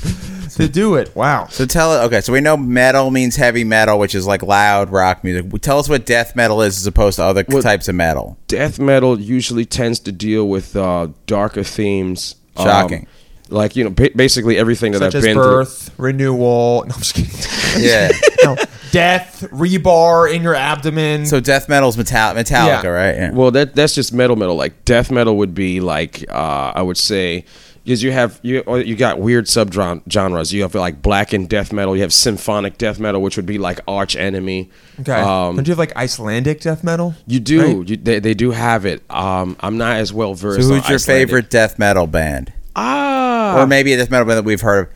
Speaker 1: to do it. Wow.
Speaker 3: So tell it. Okay, so we know metal means heavy metal, which is like loud rock music. Well, Tell us what death metal is as opposed to other
Speaker 6: Well-
Speaker 3: types of metal.
Speaker 6: Death metal usually tends to deal with uh, darker themes. um,
Speaker 3: Shocking.
Speaker 6: like you know, ba- basically everything that
Speaker 1: Such
Speaker 6: I've
Speaker 1: as
Speaker 6: been
Speaker 1: birth, renewal. No, I'm just kidding.
Speaker 3: Yeah.
Speaker 1: no, death, rebar in your abdomen.
Speaker 3: so death metal's metal- Metallica,
Speaker 1: Yeah.
Speaker 3: right? Yeah.
Speaker 6: through. Well, that that's just metal metal. Like death metal would be like uh, I would say because you have you or you got weird sub genres. You have like blackened death metal. You have symphonic death metal, which would be like Arch Enemy.
Speaker 1: okay.
Speaker 6: Um,
Speaker 1: Don't you have like Icelandic death metal?
Speaker 6: You do.
Speaker 1: Right?
Speaker 6: You, they, they do have it. Um, I'm not as well
Speaker 3: so
Speaker 6: versed.
Speaker 3: who's your
Speaker 6: on Icelandic.
Speaker 3: favorite death metal band?
Speaker 6: Ah,
Speaker 1: Uh,
Speaker 3: or maybe a death metal band that we've heard of.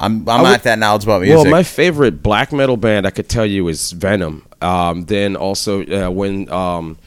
Speaker 3: I'm, I'm
Speaker 6: would-
Speaker 3: not that knowledgeable about music.
Speaker 6: Well, my favorite black metal band I could tell you is Venom. Um, then also uh, when um,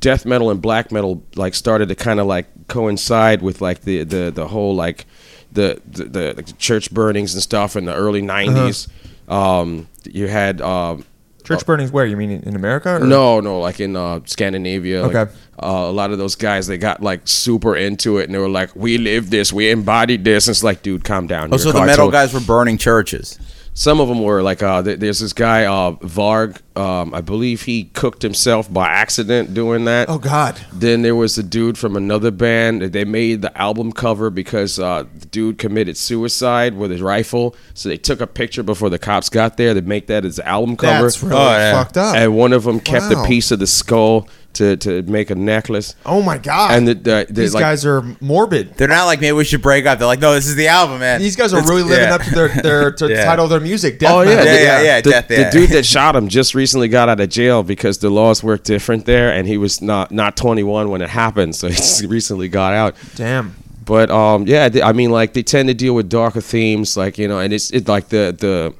Speaker 6: death metal and black metal like started to kind of like coincide with like the the, the whole like the the, the like, church burnings and stuff in the early
Speaker 3: Uh-huh.
Speaker 6: '90s. Um, you had um,
Speaker 1: Church burnings. Where you mean in in America?
Speaker 3: Er.
Speaker 1: Or?
Speaker 6: no, no, like in uh, Scandinavia. like,
Speaker 1: Okay.
Speaker 6: uh, a lot of those guys, they got like super into it, and they were like, "We live this, we embodied this." And it's like, dude, calm down.
Speaker 3: oh,
Speaker 6: you're a
Speaker 3: so the metal
Speaker 6: cartoon."
Speaker 3: guys were burning churches.
Speaker 6: Some of them were like, uh, th- there's this guy uh, Varg. Um, I believe he cooked himself by accident doing that.
Speaker 1: Oh God.
Speaker 6: Then there was a dude from another band. They made the album cover because uh, the dude committed suicide with his rifle. So they took a picture before the cops got there to make that as the album cover.
Speaker 1: That's really
Speaker 3: Oh, yeah.
Speaker 1: fucked up.
Speaker 6: And one of them kept
Speaker 1: Wow.
Speaker 6: a piece of the skull to, to make a necklace.
Speaker 1: oh my God.
Speaker 6: And the, the, the,
Speaker 1: these
Speaker 6: like,
Speaker 1: guys are morbid.
Speaker 3: They're not like maybe we should break up. They're like, no, this is the album, man.
Speaker 1: These guys are
Speaker 3: It's-
Speaker 1: really living
Speaker 3: yeah.
Speaker 1: up to their, their to the
Speaker 3: Yeah.
Speaker 1: title of their music. Death
Speaker 6: Oh yeah,
Speaker 1: metal.
Speaker 3: Yeah,
Speaker 6: the-
Speaker 3: yeah, yeah,
Speaker 6: The,
Speaker 3: death,
Speaker 6: the
Speaker 3: yeah.
Speaker 6: dude that shot him just recently got out of jail because the laws work different there, and he was not not 21 when it happened, so he just recently got out.
Speaker 1: Damn.
Speaker 6: But um, yeah, they- I mean, like they tend to deal with darker themes, like you know, and it's it like the the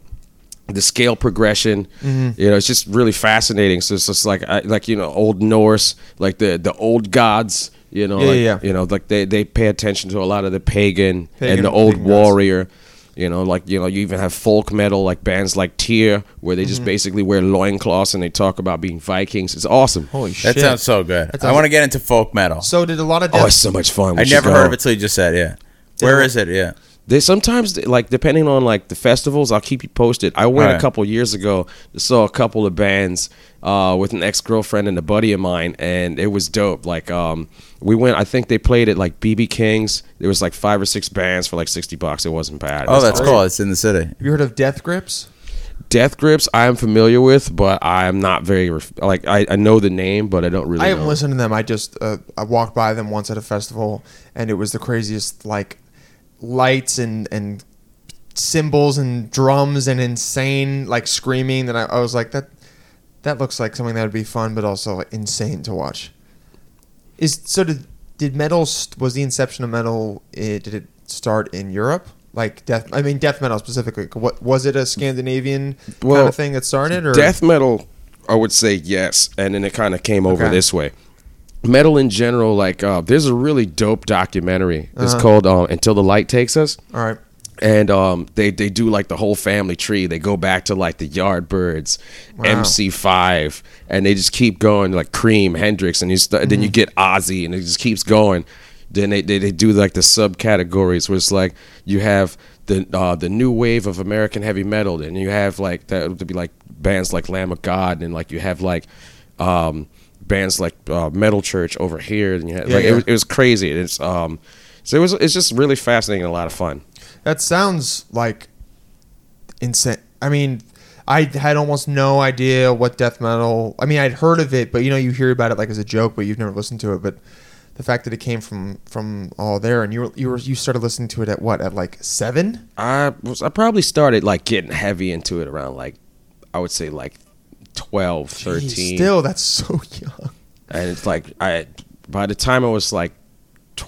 Speaker 6: the scale progression
Speaker 1: Mm-hmm.
Speaker 6: you know it's just really fascinating so it's just like I, like you know old norse like the the old gods you know
Speaker 1: Yeah,
Speaker 6: like,
Speaker 1: yeah, yeah.
Speaker 6: you know like they they pay attention to a lot of the pagan,
Speaker 1: Pagan-
Speaker 6: and the old
Speaker 1: pagan gods.
Speaker 6: warrior warrior. You know, like you know, you even have folk metal like bands like Tear, where they
Speaker 1: Mm-hmm.
Speaker 6: just basically wear loincloths and they talk about being Vikings. It's awesome.
Speaker 1: Holy
Speaker 3: That
Speaker 1: shit.
Speaker 3: sounds so good.
Speaker 1: That
Speaker 3: I
Speaker 1: sounds-
Speaker 3: want to get into folk metal.
Speaker 1: So did a lot of death.
Speaker 6: oh, it's so much fun. We
Speaker 3: I
Speaker 6: should
Speaker 3: never
Speaker 6: go.
Speaker 3: heard of it till you just said, yeah. Where is it? Yeah.
Speaker 6: They sometimes like depending on like the festivals, I'll keep you posted. I went
Speaker 3: Alright.
Speaker 6: a couple years ago, saw a couple of bands uh, with an ex girlfriend and a buddy of mine, and it was dope. Like um, we went, I think they played at like BB King's. There was like five or six bands for like sixty bucks. It wasn't bad. It
Speaker 3: Oh,
Speaker 6: was
Speaker 3: that's
Speaker 6: awesome.
Speaker 3: cool. It's in the city.
Speaker 1: Have you heard of Death Grips?
Speaker 6: Death Grips, I am familiar with, but I am not very ref- like I, I know the name, but I don't really.
Speaker 1: I haven't
Speaker 6: know.
Speaker 1: listened to them. I just uh, I walked by them once at a festival, and it was the craziest like lights and and cymbals and drums and insane like screaming. That I, I was like that that looks like something that would be fun, but also like, insane to watch. Is so did did metal st- was the inception of metal? It, did it start in Europe? Like death, I mean death metal specifically. What was it a Scandinavian kind
Speaker 6: Well,
Speaker 1: of thing that started? Or
Speaker 6: Death metal, I would say yes, and then it kind of came over
Speaker 1: Okay.
Speaker 6: this way. Metal in general, like uh, there's a really dope documentary.
Speaker 1: Uh-huh.
Speaker 6: It's called uh, "Until the Light Takes Us."
Speaker 1: All right.
Speaker 6: and um, they they do like the whole family tree. They go back to like the Yardbirds, MC5, and they just keep going like Cream, Hendrix, and you st- then you
Speaker 1: Mm-hmm.
Speaker 6: get Ozzy, and it just keeps going. Then they, they, they do like the subcategories where it's like you have the uh, the new wave of American heavy metal, and you have like that would be like bands like Lamb of God, and like you have like um, bands like uh, Metal Church over here, and you had,
Speaker 1: Yeah,
Speaker 6: like
Speaker 1: yeah.
Speaker 6: It, was, it was crazy. and It's um, so it was it's just really fascinating and a lot of fun.
Speaker 1: That sounds like insane. I mean, I had almost no idea what death metal. I mean, I'd heard of it, but you know, you hear about it like as a joke, but you've never listened to it. But the fact that it came from from all there, and you were, you were you started listening to it at what at like seven?
Speaker 6: I was I probably started like getting heavy into it around like I would say like 12, 13.
Speaker 1: Jeez, Still, that's so young.
Speaker 6: and it's like I by the time I was like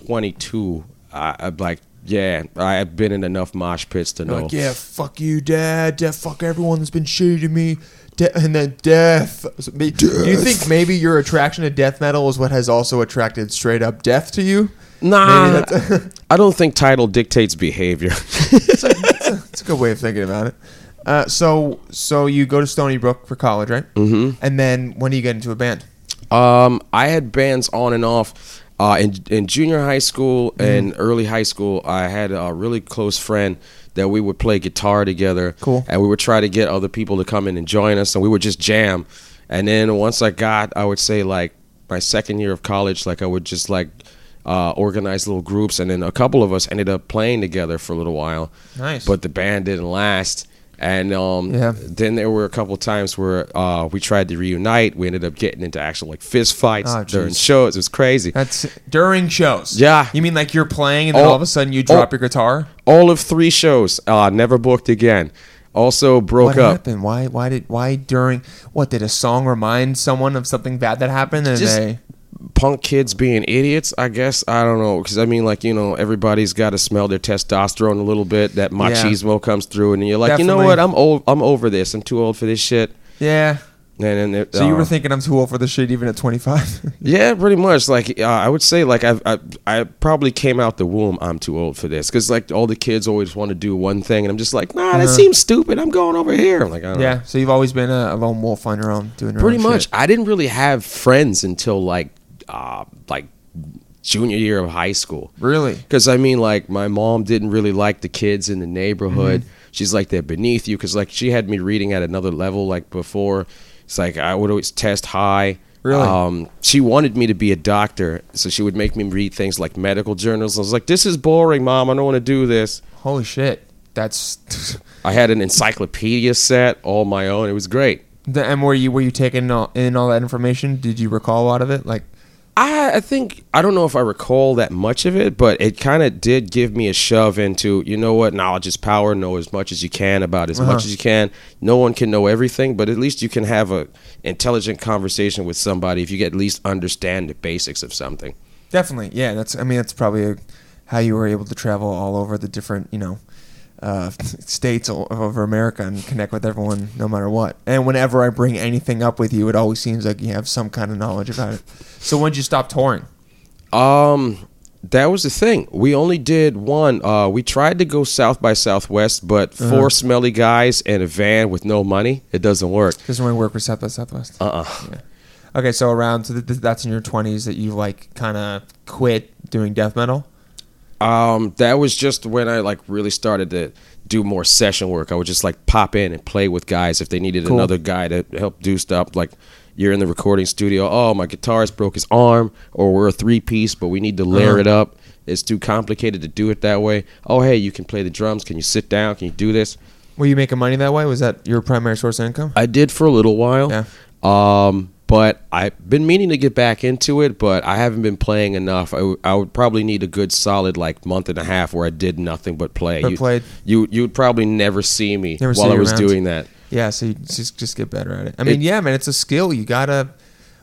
Speaker 6: 22, I, I'm like yeah, I've been in enough mosh pits to know.
Speaker 1: Like, Oh, yeah, fuck you, dad. Dad, fuck everyone that's been shitty to me. De- and then death. So ma- Do you think maybe your attraction to death metal is what has also attracted straight up death to you?
Speaker 6: Nah,
Speaker 1: Maybe that's,
Speaker 6: I don't think title dictates behavior.
Speaker 1: that's a good way of thinking about it. Uh, so, so you go to Stony Brook for college, right? Mm-hmm. And then when do you get into a band?
Speaker 6: um, I had bands on and off. Uh, in in junior high school
Speaker 1: Mm-hmm.
Speaker 6: and early high school, I had a really close friend that we would play guitar together.
Speaker 1: Cool.
Speaker 6: And we would try to get other people to come in and join us, and we would just jam. And then once I got, I would say like my second year of college, like I would just like uh, organize little groups, and then a couple of us ended up playing together for a little while.
Speaker 1: Nice.
Speaker 6: But the band didn't last. And um,
Speaker 1: Yeah.
Speaker 6: then there were a couple times where uh, we tried to reunite. We ended up getting into actual like fist fights
Speaker 1: Oh,
Speaker 6: during
Speaker 1: jeez.
Speaker 6: shows. It was crazy.
Speaker 1: That's during shows.
Speaker 6: Yeah.
Speaker 1: You mean like you're playing and then
Speaker 6: Oh,
Speaker 1: all of a sudden you drop
Speaker 6: oh.
Speaker 1: your guitar?
Speaker 6: All of three shows, uh, never booked again. Also broke
Speaker 1: what
Speaker 6: up.
Speaker 1: happened? Why? Why did? Why during? What did a song remind someone of something bad that happened? And
Speaker 6: Just-
Speaker 1: they
Speaker 6: Punk kids being idiots, I guess. I don't know, because I mean, like you know, everybody's got to smell their testosterone a little bit. That machismo comes through, and you're like, you know
Speaker 1: Definitely.
Speaker 6: what? I'm old. I'm over this. I'm too old for this shit.
Speaker 1: yeah.
Speaker 6: And then it,
Speaker 1: So you
Speaker 6: uh,
Speaker 1: were thinking I'm too old for this shit even at 25?
Speaker 6: Yeah, pretty much. Like uh, I would say, like I've, I, I probably came out the womb. I'm too old for this because like all the kids always want to do one thing, and I'm just like, nah, that seems stupid. I'm going over here. I'm like, I don't know.
Speaker 1: yeah. So you've always been a, a lone wolf on your own, doing your
Speaker 6: pretty
Speaker 1: own
Speaker 6: much.
Speaker 1: shit.
Speaker 6: I didn't really have friends until like, uh, like junior year of high school.
Speaker 1: Really?
Speaker 6: Because I mean, like my mom didn't really like the kids in the neighborhood. She's like they're beneath you. Because like she had me reading at another level. Like before, it's like I would always test high.
Speaker 1: Really?
Speaker 6: Um, she wanted me to be a doctor, so she would make me read things like medical journals. I was like, "This is boring, mom. I don't want to do this."
Speaker 1: Holy shit. That's.
Speaker 6: I had an encyclopedia set all my own. It was great.
Speaker 1: The, and were you were you taking all, in all that information? Did you recall a lot of it? Like,
Speaker 6: I, I think I don't know if I recall that much of it, but it kind of did give me a shove into you know what knowledge is power. Know as much as you can about as much as you can. No one can know everything, but at least you can have a intelligent conversation with somebody if you get at least understand the basics of something.
Speaker 1: definitely. Yeah. That's. I mean, that's probably a, how you were able to travel all over the different, you know, uh, states all over America and connect with everyone, no matter what. And whenever I bring anything up with you, it always seems like you have some kind of knowledge about it. So when did you stop touring?
Speaker 6: Um, that was the thing. We only did one. Uh, we tried to go south by southwest, but four smelly guys and a van with no money, it doesn't work.
Speaker 1: Doesn't really work with South by Southwest. Uh uh Okay, so around so th- th- that's in your twenties that you like kind of quit doing death metal.
Speaker 6: Um, that was just when I like really started to do more session work. I would just like pop in and play with guys if they needed
Speaker 1: Cool.
Speaker 6: another guy to help do stuff. Like you're in the recording studio. Oh, my guitarist broke his arm, or we're a three piece, but we need to
Speaker 1: Uh-huh.
Speaker 6: layer it up. It's too complicated to do it that way. Oh, hey, you can play the drums. Can you sit down? Can you do this?
Speaker 1: Were you making money that way? Was that your primary source of income?
Speaker 6: I did for a little while.
Speaker 1: Yeah.
Speaker 6: Um, but I've been meaning to get back into it, but I haven't been playing enough. I, w- I would probably need a good solid like month and a half where I did nothing but play.
Speaker 1: But
Speaker 6: you,
Speaker 1: played.
Speaker 6: You you would probably never see me
Speaker 1: Never see
Speaker 6: while I
Speaker 1: you
Speaker 6: was
Speaker 1: around.
Speaker 6: doing that.
Speaker 1: Yeah, so you just just get better at it. I mean,
Speaker 6: It-
Speaker 1: yeah, man, it's a skill. You gotta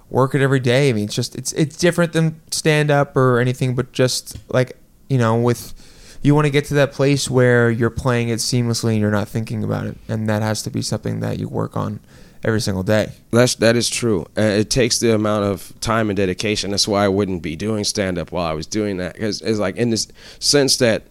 Speaker 1: work it every day. I mean, it's just it's it's different than stand up or anything, but just like you know, with you want to get to that place where you're playing it seamlessly and you're not thinking about it, and that has to be something that you work on every single day.
Speaker 6: That's that is true. Uh, it takes the amount of time and dedication. That's why I wouldn't be doing stand up while I was doing that. Because it's like in this sense that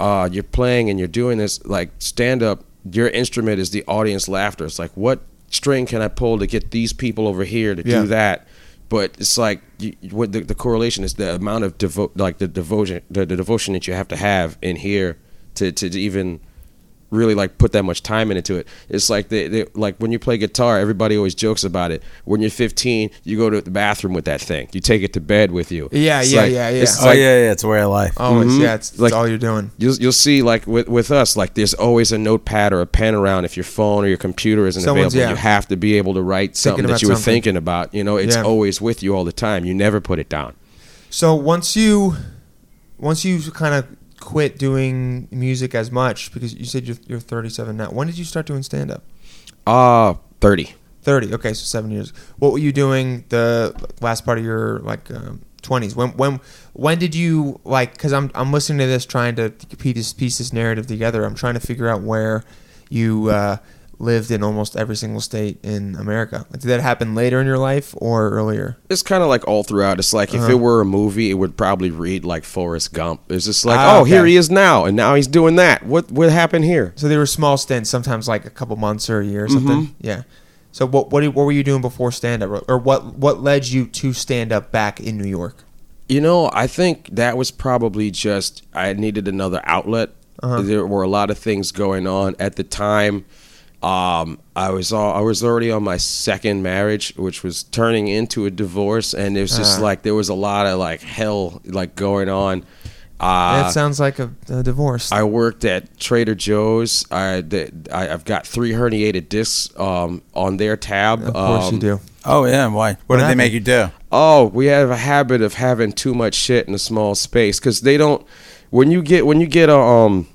Speaker 6: uh, you're playing and you're doing this like stand up. Your instrument is the audience laughter. It's like what string can I pull to get these people over here to
Speaker 1: Yeah.
Speaker 6: do that? But it's like you, you- what the, the correlation is the amount of devo- like the devotion the, the devotion that you have to have in here to to even really like put that much time into it. It's like they, they like when you play guitar, everybody always jokes about it. When you're 15, you go to the bathroom with that thing. You take it to bed with you.
Speaker 1: Yeah,
Speaker 6: It's
Speaker 1: yeah,
Speaker 6: like-
Speaker 1: yeah, yeah.
Speaker 6: It's
Speaker 3: Oh
Speaker 6: like,
Speaker 3: yeah, yeah, it's a way of life.
Speaker 1: Oh, it's, yeah, it's, it's
Speaker 6: Like-
Speaker 1: all you're doing.
Speaker 6: You'll, you'll see like with, with us like there's always a notepad or a pen around if your phone or your computer isn't
Speaker 1: Someone's-
Speaker 6: available
Speaker 1: yeah.
Speaker 6: you have to be able to write something
Speaker 1: about
Speaker 6: that you were
Speaker 1: something.
Speaker 6: thinking about you know it's
Speaker 1: Yeah.
Speaker 6: always with you all the time you never put it down
Speaker 1: So once you, once you kind of quit doing music as much because you said you're, you're 37 now. When did you start doing stand up?
Speaker 6: ah 30
Speaker 1: Thirty. Okay, so seven years. What were you doing the last part of your like uh, twenties? when when when did you like? Because I'm I'm listening to this, trying to piece this, piece this narrative together. I'm trying to figure out where you uh, lived in almost every single state in America. Like, did that happen later in your life or earlier?
Speaker 6: It's kind of like all throughout. It's like
Speaker 1: Uh-huh.
Speaker 6: if it were a movie, it would probably read like Forrest Gump. It's just like,
Speaker 1: Ah,
Speaker 6: oh,
Speaker 1: okay.
Speaker 6: here he is now, and now he's doing that. What what happened here?
Speaker 1: So they were small stints, sometimes like a couple months or a year or
Speaker 6: Mm-hmm.
Speaker 1: something. Yeah. So what what what were you doing before stand up, or what what led you to stand up back in New York?
Speaker 6: You know, I think that was probably just I needed another outlet.
Speaker 1: Uh-huh.
Speaker 6: There were a lot of things going on at the time. Um, I was all, I was already on my second marriage, which was turning into a divorce, and it was just
Speaker 1: Uh-huh.
Speaker 6: like there was a lot of like hell like going on. Uh,
Speaker 1: that sounds like a, a divorce.
Speaker 6: I worked at Trader Joe's. I, the, I I've got three herniated discs um, on their tab. Um,
Speaker 1: of course you do.
Speaker 3: Oh yeah, why? What, did they
Speaker 1: happened?
Speaker 3: make you do?
Speaker 6: Oh, we have a habit of having too much shit in a small space because they don't. When you get when you get a um,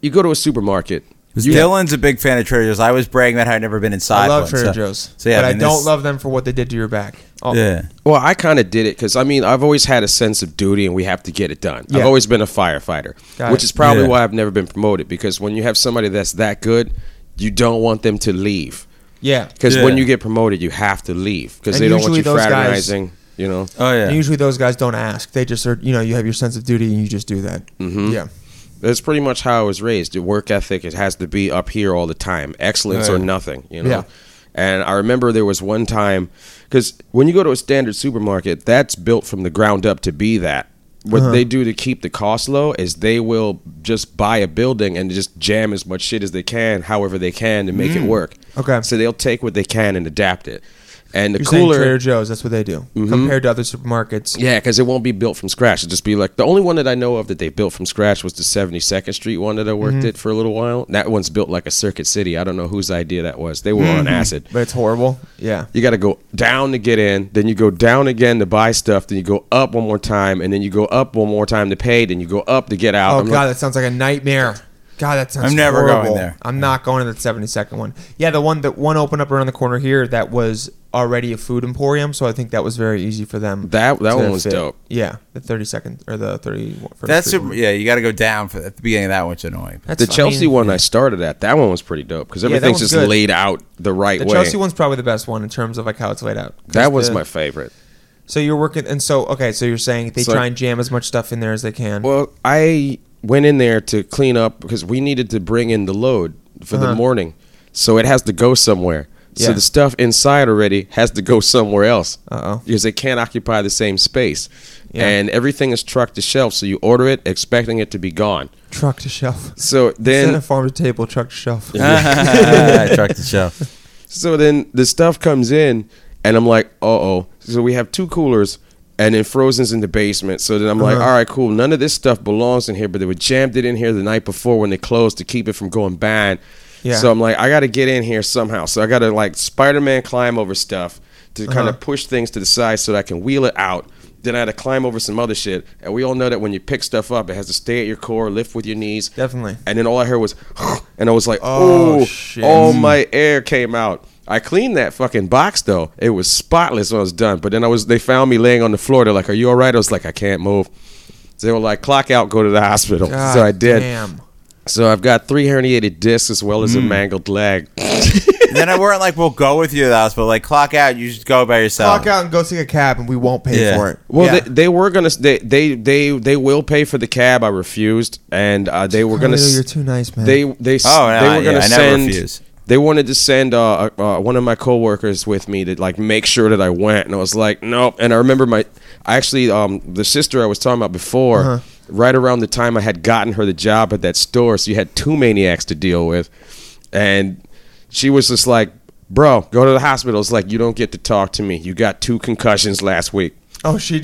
Speaker 6: you go to a supermarket. You-
Speaker 3: Dylan's a big fan of Trader Joe's. I was bragging about how I'd never been inside.
Speaker 1: I love
Speaker 3: one,
Speaker 1: Trader
Speaker 3: so-
Speaker 1: Joe's,
Speaker 3: So yeah,
Speaker 1: but I,
Speaker 3: mean,
Speaker 1: don't
Speaker 3: this-
Speaker 1: love them for what they did to your back. Oh,
Speaker 3: Yeah,
Speaker 6: Well, I kind of did it because I mean I've always had a sense of duty and we have to get it done.
Speaker 1: Yeah.
Speaker 6: I've always been a firefighter,
Speaker 1: Got
Speaker 6: which
Speaker 1: it.
Speaker 6: is probably
Speaker 3: Yeah.
Speaker 6: why I've never been promoted because when you have somebody that's that good, you don't want them to leave.
Speaker 1: yeah.
Speaker 6: Because
Speaker 3: Yeah.
Speaker 6: when you get promoted, you have to leave because
Speaker 1: And
Speaker 6: they don't want
Speaker 1: usually
Speaker 6: you
Speaker 1: those guys-
Speaker 6: fraternizing. you know.
Speaker 3: oh yeah.
Speaker 1: And usually those guys don't ask. They just are. You know, you have your sense of duty and you just do that. Mm-hmm. Yeah.
Speaker 6: That's pretty much how I was raised. The work ethic it has to be up here all the time. Excellence or
Speaker 3: Right.
Speaker 6: nothing, you know.
Speaker 1: Yeah.
Speaker 6: And I remember there was one time cuz when you go to a standard supermarket, that's built from the ground up to be that. What
Speaker 1: Uh-huh.
Speaker 6: they do to keep the cost low is they will just buy a building and just jam as much shit as they can, however they can to make it work.
Speaker 1: Mm. Okay.
Speaker 6: So they'll take what they can and adapt it. And the
Speaker 1: You're
Speaker 6: cooler
Speaker 1: saying Trader Joe's. That's what they do compared to other supermarkets.
Speaker 6: yeah, because it won't be built from scratch. It'll just be like the only one that I know of that they built from scratch was the 72nd Street one that I worked
Speaker 1: Mm-hmm.
Speaker 6: at for a little while. That one's built like a circuit city. I don't know whose idea that was. They were on
Speaker 1: Mm-hmm.
Speaker 6: acid.
Speaker 1: But it's horrible. Yeah.
Speaker 6: You got to go down to get in, then you go down again to buy stuff, then you go up one more time, and then you go up one more time to pay, then you go up to get out.
Speaker 1: Oh
Speaker 6: I'm like,
Speaker 1: God, that sounds like a nightmare. God, that sounds.
Speaker 3: I'm never going
Speaker 1: horrible.
Speaker 3: there.
Speaker 1: I'm not going to the 72nd one. Yeah, the one that one opened up around the corner here that was already a food emporium, so I think that was very easy for them.
Speaker 6: That- that
Speaker 1: to
Speaker 6: one was dope.
Speaker 1: Yeah, the 32nd or the 31st.
Speaker 3: That's
Speaker 1: Street
Speaker 3: super,
Speaker 1: one.
Speaker 3: yeah. You got to go down for at the beginning of that, which is annoying.
Speaker 1: That's
Speaker 6: the
Speaker 1: fine.
Speaker 6: Chelsea
Speaker 1: I mean,
Speaker 6: one I started at, that one was pretty dope because
Speaker 1: that
Speaker 6: everything's
Speaker 1: one's
Speaker 6: just
Speaker 1: good.
Speaker 6: laid out the right
Speaker 1: The
Speaker 6: way.
Speaker 1: Chelsea one's probably the best one in terms of like how it's laid out. 'Cause
Speaker 6: that was
Speaker 1: the-
Speaker 6: my favorite.
Speaker 1: So you're working, and so okay, so you're saying they
Speaker 6: So-
Speaker 1: try and jam as much stuff in there as they can.
Speaker 6: Well, I went in there to clean up because we needed to bring in the load for the morning, so it has to go somewhere.
Speaker 1: Uh-huh. Yeah.
Speaker 6: So the stuff inside already has to go somewhere else
Speaker 1: Uh-oh.
Speaker 6: because they can't occupy the same space,
Speaker 1: Yeah.
Speaker 6: and everything is trucked to shelf. So you order it expecting it to be gone.
Speaker 1: truck to shelf.
Speaker 6: So
Speaker 1: Instead
Speaker 6: then,
Speaker 1: of farm to table, truck to shelf.
Speaker 3: Truck the show.
Speaker 6: so then the stuff comes in, and I'm like, uh oh. So we have two coolers. And then frozen's in the basement. So then I'm like,
Speaker 1: Uh-huh.
Speaker 6: all right, cool. None of this stuff belongs in here, but they would jammed it in here the night before when they closed to keep it from going bad.
Speaker 1: Yeah.
Speaker 6: So I'm like, I got to get in here somehow. So I got to like Spider-Man climb over stuff to
Speaker 1: Uh-huh.
Speaker 6: kind of push things to the side so that I can wheel it out. Then I had to climb over some other shit. And we all know that when you pick stuff up, it has to stay at your core, lift with your knees.
Speaker 1: Definitely.
Speaker 6: And then all I heard was, and I was like,
Speaker 1: Oh,
Speaker 6: oh,
Speaker 1: shit.
Speaker 6: all my air came out. I cleaned that fucking box though. It was spotless when I was done. But then I was, they found me laying on the floor. They're like, are you all right? I was like, I can't move. So they were like, clock out, go to the hospital.
Speaker 1: God
Speaker 6: so I did. Uh,
Speaker 1: Damn.
Speaker 6: So I've got three herniated discs as well as
Speaker 3: Hmm.
Speaker 6: a mangled leg.
Speaker 3: then I weren't like, "We'll go with you to the hospital." Like, clock out. You just go by yourself.
Speaker 1: Clock out and go take a cab, and we won't pay
Speaker 3: Yeah.
Speaker 1: for it.
Speaker 6: Well,
Speaker 1: Yeah.
Speaker 6: they, they were gonna they, they they they will pay for the cab. I refused, and uh, they were gonna.
Speaker 1: Carlito,
Speaker 6: s-
Speaker 1: you're too nice, man.
Speaker 6: They they s-
Speaker 3: Oh, no,
Speaker 6: they were
Speaker 3: yeah,
Speaker 6: gonna
Speaker 3: I never
Speaker 6: send.
Speaker 3: refuse.
Speaker 6: They wanted to send uh, uh, one of my coworkers with me to like make sure that I went, and I was like, nope. And I remember my I actually um the sister I was talking about before.
Speaker 1: Uh-huh.
Speaker 6: Right around the time I had gotten her the job at that store, so you had two maniacs to deal with, and she was just like, "Bro, go to the hospital." It's like you don't get to talk to me. You got two concussions last week.
Speaker 1: oh, she.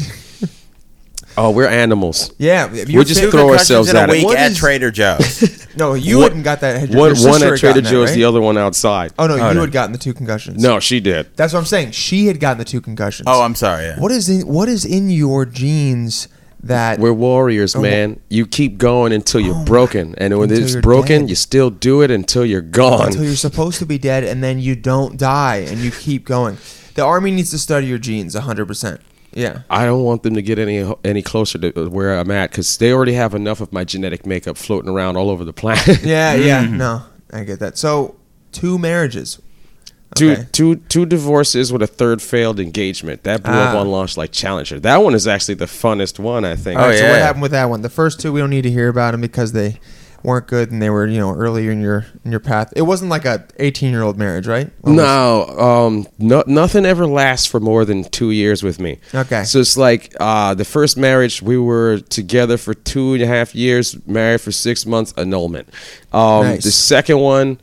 Speaker 6: Oh, we're animals.
Speaker 1: Yeah,
Speaker 6: We're just
Speaker 1: fit-
Speaker 3: Two
Speaker 6: throw
Speaker 3: concussions
Speaker 6: ourselves
Speaker 3: in a
Speaker 6: at it.
Speaker 3: week
Speaker 6: What
Speaker 3: at
Speaker 1: is-
Speaker 3: Trader Joe's.
Speaker 1: No, you
Speaker 6: One-
Speaker 1: wouldn't got that. Had your,
Speaker 6: One,
Speaker 1: your sister
Speaker 6: one at
Speaker 1: had
Speaker 6: Trader
Speaker 1: gotten that,
Speaker 6: Joe's,
Speaker 1: right?
Speaker 6: the other one outside.
Speaker 1: Oh no, you
Speaker 3: no.
Speaker 1: had gotten the two concussions.
Speaker 6: No, Oh, she did.
Speaker 1: that's what I'm saying. She had gotten the two concussions.
Speaker 3: oh, I'm sorry. Yeah.
Speaker 1: What is in what is in your genes that
Speaker 6: We're
Speaker 1: Oh,
Speaker 6: warriors, man. You keep going until you're broken, and when
Speaker 1: Until
Speaker 6: it's
Speaker 1: you're
Speaker 6: broken,
Speaker 1: dead.
Speaker 6: you still do it until you're gone.
Speaker 1: until you're supposed to be dead and then you don't die and you keep going. The army needs to study your genes 100%. Yeah.
Speaker 6: I don't want them to get any any closer to where I'm at because they already have enough of my genetic makeup floating around all over the planet.
Speaker 1: Yeah,
Speaker 3: Mm.
Speaker 1: yeah. No, I get that. So, two marriages.
Speaker 6: Two,
Speaker 1: Okay.
Speaker 6: two, two divorces with a third failed engagement. That blew up
Speaker 1: Ah.
Speaker 6: on launch like Challenger. That one is actually the funnest one, I think.
Speaker 3: Oh,
Speaker 1: So what
Speaker 3: yeah.
Speaker 1: happened with that one? The first two we don't need to hear about them because they weren't good and they were you know earlier in your in your path. It wasn't like a 18 year old marriage, right? What was-
Speaker 6: No, um, no, nothing ever lasts for more than two years with me.
Speaker 1: Okay.
Speaker 6: So it's like uh, the first marriage, we were together for two and a half years, married for six months, annulment. Um,
Speaker 1: Nice.
Speaker 6: The second one,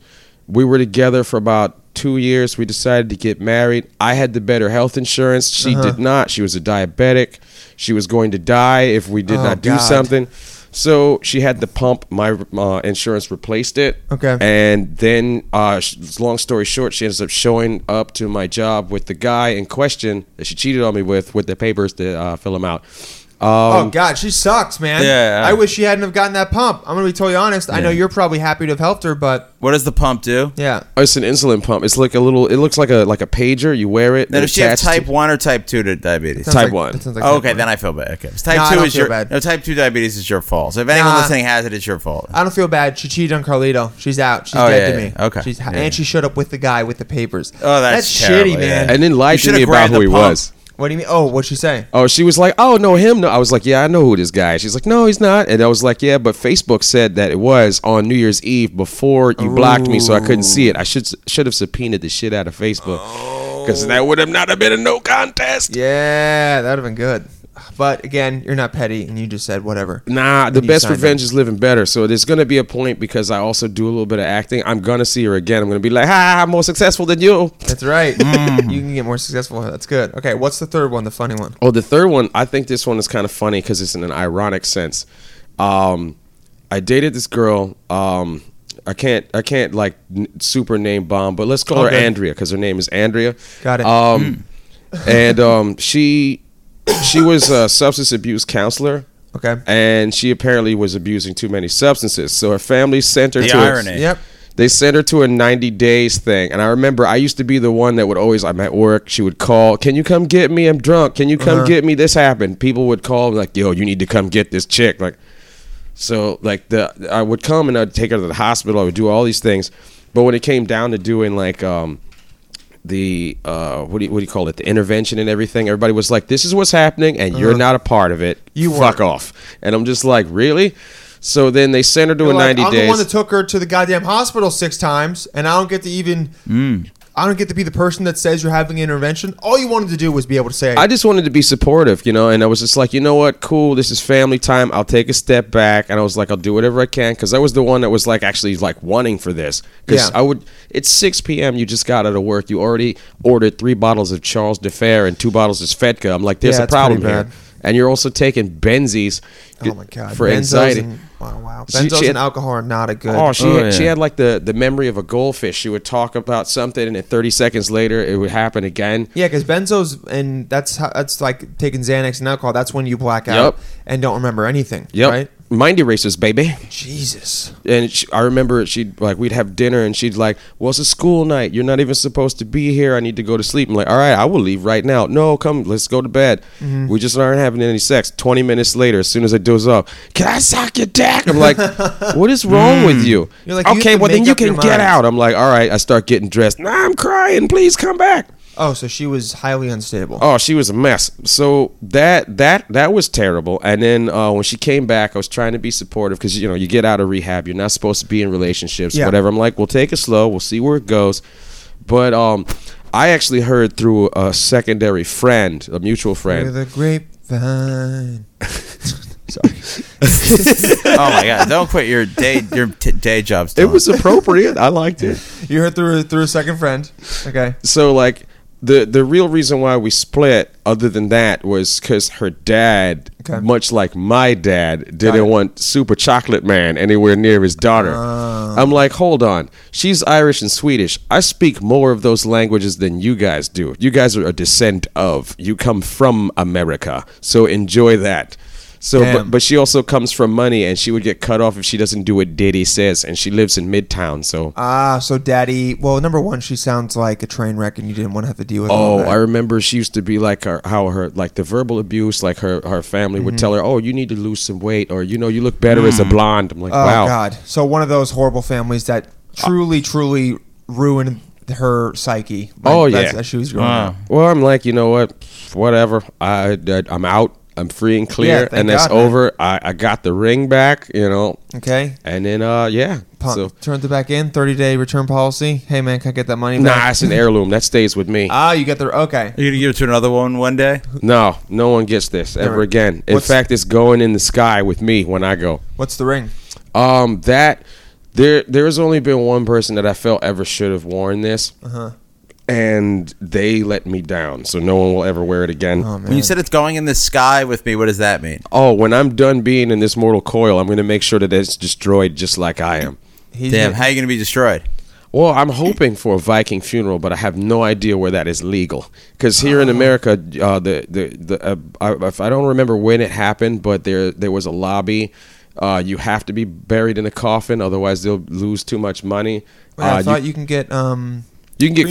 Speaker 6: we were together for about two years. We decided to get married. I had the better health insurance. She
Speaker 1: Uh-huh.
Speaker 6: did not. She was a diabetic. She was going to die if we did
Speaker 1: Oh,
Speaker 6: not do
Speaker 1: God.
Speaker 6: something. So she had the pump. My uh, insurance replaced it.
Speaker 1: Okay.
Speaker 6: And then, uh, sh- long story short, she ends up showing up to my job with the guy in question that she cheated on me with, with the papers to uh, fill them out.
Speaker 1: Oh God, she sucks, man.
Speaker 3: Yeah.
Speaker 1: I wish she hadn't have gotten that pump. I'm gonna be totally honest. I know you're probably happy to have helped her, but
Speaker 3: What does the pump do?
Speaker 1: yeah.
Speaker 6: It's an insulin pump. It's like a little. It looks like a like a pager. You wear it.
Speaker 3: Now,
Speaker 6: it
Speaker 3: does she have
Speaker 6: attaches to-
Speaker 3: type one or type two to diabetes?
Speaker 1: Sounds
Speaker 6: Type
Speaker 1: like-
Speaker 6: one.
Speaker 1: that sounds like
Speaker 3: Oh,
Speaker 1: type
Speaker 3: okay,
Speaker 1: one.
Speaker 3: then I feel bad. Okay, 'Cause type
Speaker 1: Nah, I
Speaker 3: two
Speaker 1: don't
Speaker 3: is
Speaker 1: feel
Speaker 3: your
Speaker 1: bad.
Speaker 3: no type two diabetes is your fault. So if anyone
Speaker 1: Nah.
Speaker 3: listening has it, it's your fault.
Speaker 1: I don't feel bad. She cheated on Carlito. She's out. She's
Speaker 3: Oh,
Speaker 1: dead
Speaker 3: yeah,
Speaker 1: to me.
Speaker 3: yeah. Okay.
Speaker 1: She's,
Speaker 3: Yeah.
Speaker 1: And she showed up with the guy with the papers.
Speaker 3: Oh, that's
Speaker 1: shitty,
Speaker 3: terrible,
Speaker 1: man.
Speaker 3: yeah.
Speaker 6: And then
Speaker 3: You
Speaker 6: lied to
Speaker 3: should've
Speaker 6: me about
Speaker 3: grabbed
Speaker 6: who
Speaker 3: the
Speaker 6: he
Speaker 3: pump.
Speaker 6: was.
Speaker 1: What do you mean? Oh, what'd she say?
Speaker 6: Oh, she was like, "Oh no, him no." I was like, "Yeah, I know who this guy." is." She's like, "No, he's not." And I was like, "Yeah, but Facebook said that it was on New Year's Eve before you blocked me, so I couldn't see it. I should should have subpoenaed the shit out of Facebook because that would have not have been a no contest."
Speaker 1: Oh. Yeah, that'd have been good. But again, you're not petty, and you just said whatever.
Speaker 6: Nah, the
Speaker 1: you
Speaker 6: best
Speaker 1: signed
Speaker 6: revenge is living better. So there's gonna be a point because I also do a little bit of acting. I'm gonna see her again. I'm gonna be like, "Ha, I'm more successful than you."
Speaker 1: That's right.
Speaker 3: Mm.
Speaker 1: you can get more successful. That's good. Okay, what's the third one? The funny one.
Speaker 6: Oh, the third one. I think this one is kind of funny because it's in an ironic sense. Um, I dated this girl. Um, I can't. I can't like n- super name bomb, but let's call her
Speaker 1: Okay.
Speaker 6: Andrea because her name is Andrea.
Speaker 1: Got it. Hmm.
Speaker 6: Um, and um, she she was a substance abuse counselor.
Speaker 1: Okay.
Speaker 6: And she apparently was abusing too many substances, so her family sent her
Speaker 3: The
Speaker 6: to a-
Speaker 3: irony.
Speaker 1: Yep.
Speaker 6: they sent her to a 90 days thing. And I remember I used to be the one that would always, I'm at work. She would call, Can you come get me? I'm drunk. Can you come
Speaker 1: Uh-huh.
Speaker 6: get me? This happened. People would call, like, Yo, you need to come get this chick. Like, so, like, the I would come and I'd take her to the hospital. I would do all these things. But when it came down to doing, like, um, the uh, what do you, what do you call it? The intervention and everything. Everybody was like, "This is what's happening, and
Speaker 1: Uh-huh.
Speaker 6: you're not a part of it. You fuck off." And I'm just like, "Really?" So then they sent her to a
Speaker 1: Like,
Speaker 6: 90
Speaker 1: I'm
Speaker 6: days.
Speaker 1: the one that took her to the goddamn hospital six times, and I don't get to even.
Speaker 3: Mm.
Speaker 1: I don't get to be the person that says you're having an intervention. All you wanted to do was be able to say,
Speaker 6: I just wanted to be supportive, you know, and I was just like, you know what, cool, this is family time. I'll take a step back, and I was like, I'll do whatever I can because I was the one that was like actually like wanting for this because
Speaker 1: Yeah.
Speaker 6: I would. It's six p.m. You just got out of work. You already ordered three bottles of Charles de Fer and two bottles of Svedka. I'm like, there's
Speaker 1: Yeah,
Speaker 6: a
Speaker 1: it's pretty
Speaker 6: problem here,
Speaker 1: bad.
Speaker 6: and you're also taking Benzies.
Speaker 1: "Oh my god,
Speaker 6: for
Speaker 1: benzos
Speaker 6: anxiety.
Speaker 1: And, wow, wow,
Speaker 6: She- she
Speaker 1: benzos
Speaker 6: had-
Speaker 1: and alcohol are not a good.
Speaker 6: Oh, she
Speaker 3: Oh,
Speaker 6: had, she
Speaker 3: yeah.
Speaker 6: had like the, the memory of a goldfish. She would talk about something, and then 30 seconds later, it would happen again.
Speaker 1: Yeah, because benzos and that's how that's like taking Xanax and alcohol. That's when you black out
Speaker 6: Yep.
Speaker 1: and don't remember anything.
Speaker 6: Yep.
Speaker 1: Right?
Speaker 6: Mind erasers, baby.
Speaker 1: Jesus.
Speaker 6: and she, I remember she'd like we'd have dinner and she'd like, "Well, it's a school night. You're not even supposed to be here. I need to go to sleep." I'm like, "All right, I will leave right now. No, come, let's go to bed.
Speaker 1: Mm-hmm.
Speaker 6: We just aren't having any sex." Twenty minutes later, as soon as I doze off, can I suck your dick? I'm like, "What is wrong with you?"
Speaker 1: Mm. You're like, you
Speaker 6: "Okay,
Speaker 1: can
Speaker 6: well then
Speaker 1: make
Speaker 6: you
Speaker 1: up your
Speaker 6: can get
Speaker 1: mind."
Speaker 6: out." I'm like, "All right." I start getting dressed. Nah, I'm crying. Please come back.
Speaker 1: Oh, so she was highly unstable.
Speaker 6: Oh, she was a mess. So that that that was terrible. And then uh, when she came back, I was trying to be supportive because you know you get out of rehab, you're not supposed to be in relationships,
Speaker 1: Yeah.
Speaker 6: whatever. I'm like, we'll take it slow, we'll see where it goes. But um, I actually heard through a secondary friend, a mutual
Speaker 1: Through
Speaker 6: friend.
Speaker 1: the grapevine.
Speaker 3: oh my god! Don't quit your day your t- day jobs.
Speaker 6: It was appropriate. I liked it.
Speaker 1: You heard through through a second friend. Okay.
Speaker 6: so like the the real reason why we split other than that was because her dad
Speaker 1: Okay.
Speaker 6: much like my dad
Speaker 1: it.
Speaker 6: didn't want super chocolate man anywhere near his daughter
Speaker 1: Ah.
Speaker 6: i'm like hold on she's irish and swedish i speak more of those languages than you guys do you guys are a descent of you come from america so enjoy that So,
Speaker 1: Damn.
Speaker 6: but, but she also comes from money, and she would get cut off if she doesn't do what Diddy says. And she lives in Midtown, so.
Speaker 1: Ah, so daddy. Well, number one, she sounds like a train wreck, and you didn't want to have to deal with. all
Speaker 6: Oh,
Speaker 1: that.
Speaker 6: I remember she used to be like her, how her like the verbal abuse, like her her family would tell her,
Speaker 1: Mm-hmm.
Speaker 6: "Oh, you need to lose some weight," or you know, you look better as a blonde. I'm like,
Speaker 1: Oh
Speaker 6: wow, Uh,
Speaker 1: God! So one of those horrible families that truly, truly ruined her psyche. Like,
Speaker 6: Oh,
Speaker 1: that's-
Speaker 6: yeah.
Speaker 1: as she was growing up.
Speaker 6: Well, I'm like, you know what? Whatever. I, I I'm out. I'm free and clear,
Speaker 1: Yeah, thank
Speaker 6: and that's
Speaker 1: God, man.
Speaker 6: over. I, I got the ring back, you know,
Speaker 1: Okay,
Speaker 6: and then uh, yeah.
Speaker 1: Pump,
Speaker 6: So
Speaker 1: turned it back in. Thirty day return policy. Hey man, can I get that money
Speaker 6: nah,
Speaker 1: back?
Speaker 6: it's an heirloom that stays with me.
Speaker 1: Ah, you get the okay.
Speaker 3: Are you gonna give it to another one one day?
Speaker 6: No, no one gets this ever
Speaker 1: Never.
Speaker 6: again. In
Speaker 1: What's-
Speaker 6: fact, it's going in the sky with me when I go.
Speaker 1: What's the ring?
Speaker 6: Um, that there there has only been one person that I felt ever should have worn this,
Speaker 1: Uh-huh.
Speaker 6: and they let me down. So no one will ever wear it again.
Speaker 1: Oh
Speaker 3: When
Speaker 1: man,
Speaker 3: you said it's going in the sky with me, what does that mean?
Speaker 6: oh, when I'm done being in this mortal coil, I'm gonna make sure that it's destroyed just like I am.
Speaker 1: he's
Speaker 3: Damn,
Speaker 1: gonna-
Speaker 3: how you gonna be destroyed?
Speaker 6: Well, I'm hoping for a Viking funeral, but I have no idea where that is legal. Because here
Speaker 1: Uh-huh.
Speaker 6: in America, uh, the the, the uh, I, if I don't remember when it happened, but there there was a lobby. Uh, you have to be buried in a coffin, otherwise they'll lose too much money.
Speaker 1: Wait, I
Speaker 6: Uh,
Speaker 1: thought
Speaker 6: you,
Speaker 1: you, can get um.
Speaker 6: you can get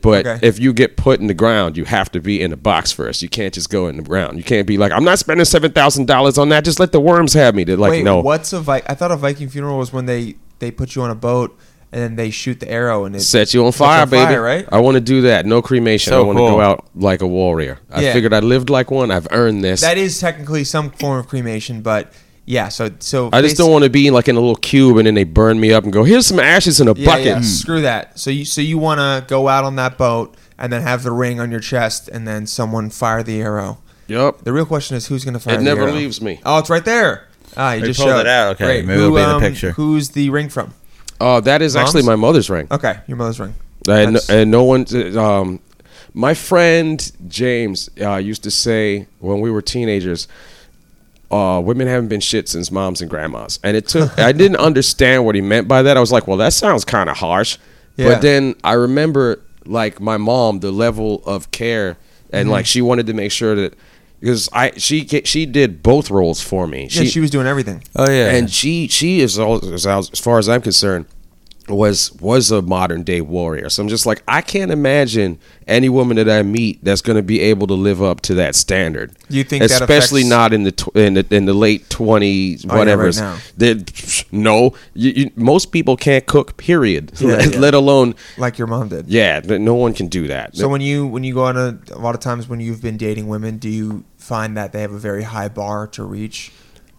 Speaker 1: cremated.
Speaker 6: but
Speaker 1: Okay.
Speaker 6: if you get put in the ground, you have to be in the box first. You can't just go in the ground. You can't be like, I'm not spending seven thousand dollars on that. Just let the worms have me. They're like,
Speaker 1: wait,
Speaker 6: no.
Speaker 1: what's a Viking? I thought a Viking funeral was when they they put you on a boat and then they shoot the arrow and it
Speaker 6: Set you on
Speaker 1: sets you
Speaker 6: fire, baby.
Speaker 1: right?
Speaker 6: I want to do that. No cremation.
Speaker 3: So
Speaker 6: I want to
Speaker 3: cool.
Speaker 6: go out like a warrior. I
Speaker 1: Yeah.
Speaker 6: figured I lived like one. I've earned this.
Speaker 1: That is technically some form of cremation, but yeah. So so
Speaker 6: I just don't want to be like in a little cube and then they burn me up and go, here's some ashes in a
Speaker 1: Yeah, Mm.
Speaker 6: bucket.
Speaker 1: yeah, Screw that. So you so you want to go out on that boat and then have the ring on your chest and then someone fire the arrow.
Speaker 6: Yup.
Speaker 1: The real question is who's going to fire.
Speaker 6: It
Speaker 1: the
Speaker 6: never
Speaker 1: arrow?
Speaker 6: leaves me.
Speaker 1: Oh, it's right there. Ah, you
Speaker 3: They
Speaker 1: just
Speaker 3: pulled
Speaker 1: showed um,
Speaker 3: it out. Okay, maybe it'll be in the picture.
Speaker 1: Who's the ring from?
Speaker 6: Uh, that is actually
Speaker 1: Mom's?
Speaker 6: my mother's ring.
Speaker 1: Okay, your mother's ring.
Speaker 6: And,
Speaker 1: That's-
Speaker 6: and no one, um, my friend James uh, used to say when we were teenagers, uh, women haven't been shit since moms and grandmas. And it took, I didn't understand what he meant by that. I was like, well, that sounds kind of harsh.
Speaker 1: Yeah.
Speaker 6: But then I remember, like, my mom, the level of care, and
Speaker 1: Mm-hmm.
Speaker 6: like, she wanted to make sure that. Because I she ca- she did both roles for me.
Speaker 1: yeah, she was doing everything.
Speaker 3: Oh yeah,
Speaker 6: And she she is all as, as far as I'm concerned was was a modern day warrior. So I'm just like I can't imagine any woman that I meet that's going to be able to live up to that standard.
Speaker 1: You think that
Speaker 6: especially
Speaker 1: affects-
Speaker 6: not in the tw- in the, in the late 20s
Speaker 1: Oh, yeah,
Speaker 6: whatever.
Speaker 1: right now.
Speaker 6: no, you, you, most people can't cook period. let,
Speaker 1: yeah.
Speaker 6: let alone
Speaker 1: like your mom did.
Speaker 6: yeah, th- no one can do that.
Speaker 1: So when you when you go on a, a lot of times when you've been dating women, do you find that they have a very high bar to reach?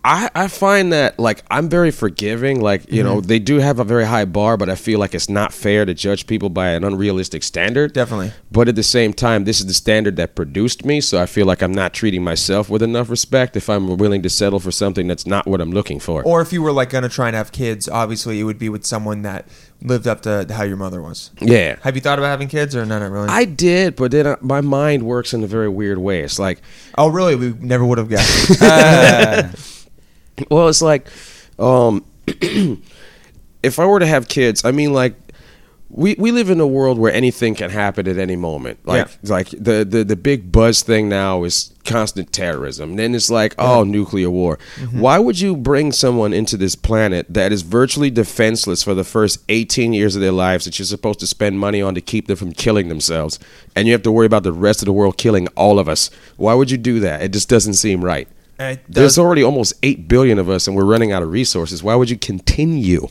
Speaker 6: I, I find that like I'm very forgiving. Like you
Speaker 1: Mm-hmm.
Speaker 6: know they do have a very high bar, but I feel like it's not fair to judge people by an unrealistic standard.
Speaker 1: Definitely.
Speaker 6: But at the same time, this is the standard that produced me, so I feel like I'm not treating myself with enough respect if I'm willing to settle for something that's not what I'm looking for.
Speaker 1: Or if you were like gonna try and have kids, obviously it would be with someone that lived up to how your mother was.
Speaker 6: yeah.
Speaker 1: Have you thought about having kids or no, not really?
Speaker 6: I did, but then uh my mind works in a very weird way. It's like
Speaker 1: oh, really? We never would have guessed.
Speaker 6: Well, it's like, um, if I were to have kids, I mean, like, we, we live in a world where anything can happen at any moment. Like like the, the the big buzz thing now is constant terrorism. Then it's like oh nuclear war. Why would you bring someone into this planet that is virtually defenseless for the first 18 years of their lives that you're supposed to spend money on to keep them from killing themselves and you have to worry about the rest of the world killing all of us? Why would you do that? It just doesn't seem right.
Speaker 1: It does-
Speaker 6: There's already almost 8 billion of us and we're running out of resources. Why would you continue?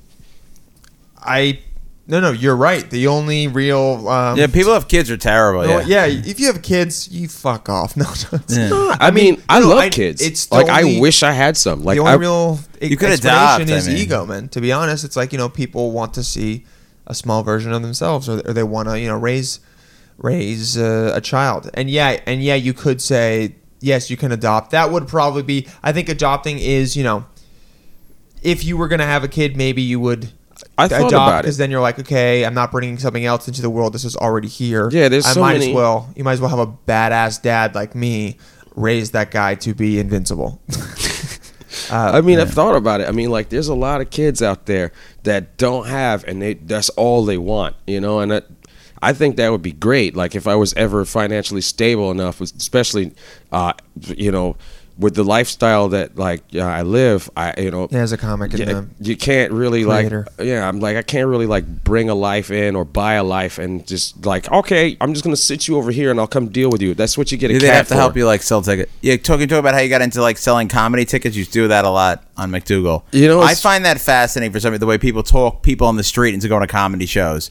Speaker 1: I no, no, you're right. The only real um,
Speaker 3: yeah, people have kids are terrible.
Speaker 1: no,
Speaker 3: Yeah,
Speaker 1: yeah. If you have kids, you fuck off. No, no, it's not.
Speaker 6: I, mean, I
Speaker 1: no,
Speaker 6: love
Speaker 1: I-
Speaker 6: kids.
Speaker 1: it's
Speaker 6: It's
Speaker 1: the
Speaker 6: like
Speaker 1: only-
Speaker 6: I wish I had some. Like
Speaker 1: the only
Speaker 6: I,
Speaker 1: real e-
Speaker 3: You could
Speaker 1: explanation
Speaker 3: adopt, I
Speaker 1: is
Speaker 3: mean.
Speaker 1: ego, man. To be honest, it's like you know people want to see a small version of themselves, or, or they want to you know raise raise uh, a child. And yeah, and yeah, you could say yes, you can adopt. That would probably be. I think adopting is you know, if you were gonna have a kid, maybe you would.
Speaker 6: I thought about it.
Speaker 1: because then you're like, okay, I'm not bringing something else into the world. This is already here.
Speaker 6: Yeah, there's
Speaker 1: I
Speaker 6: so
Speaker 1: might
Speaker 6: many-
Speaker 1: as well. You might as well have a badass dad like me raise that guy to be invincible.
Speaker 6: I mean, I've thought about it. I mean, like there's a lot of kids out there that don't have, and they that's all they want, you know. And that, I think that would be great. Like if I was ever financially stable enough, especially, uh, you know, with the lifestyle that like yeah, I live, I you know
Speaker 1: Yeah, as a comic in
Speaker 6: yeah,
Speaker 1: the-
Speaker 6: you can't really
Speaker 1: Creator.
Speaker 6: like yeah i'm like i can't really like bring a life in or buy a life and just like okay i'm just gonna sit you over here and i'll come deal with you that's what you get a
Speaker 3: Do they
Speaker 6: cat
Speaker 3: have to
Speaker 6: for.
Speaker 3: help you like sell tickets? Yeah, talking talk about how you got into like selling comedy tickets. You do that a lot on McDougal.
Speaker 6: You know,
Speaker 3: I
Speaker 6: it's-
Speaker 3: find that fascinating for some of the way people talk people on the street into going to comedy shows.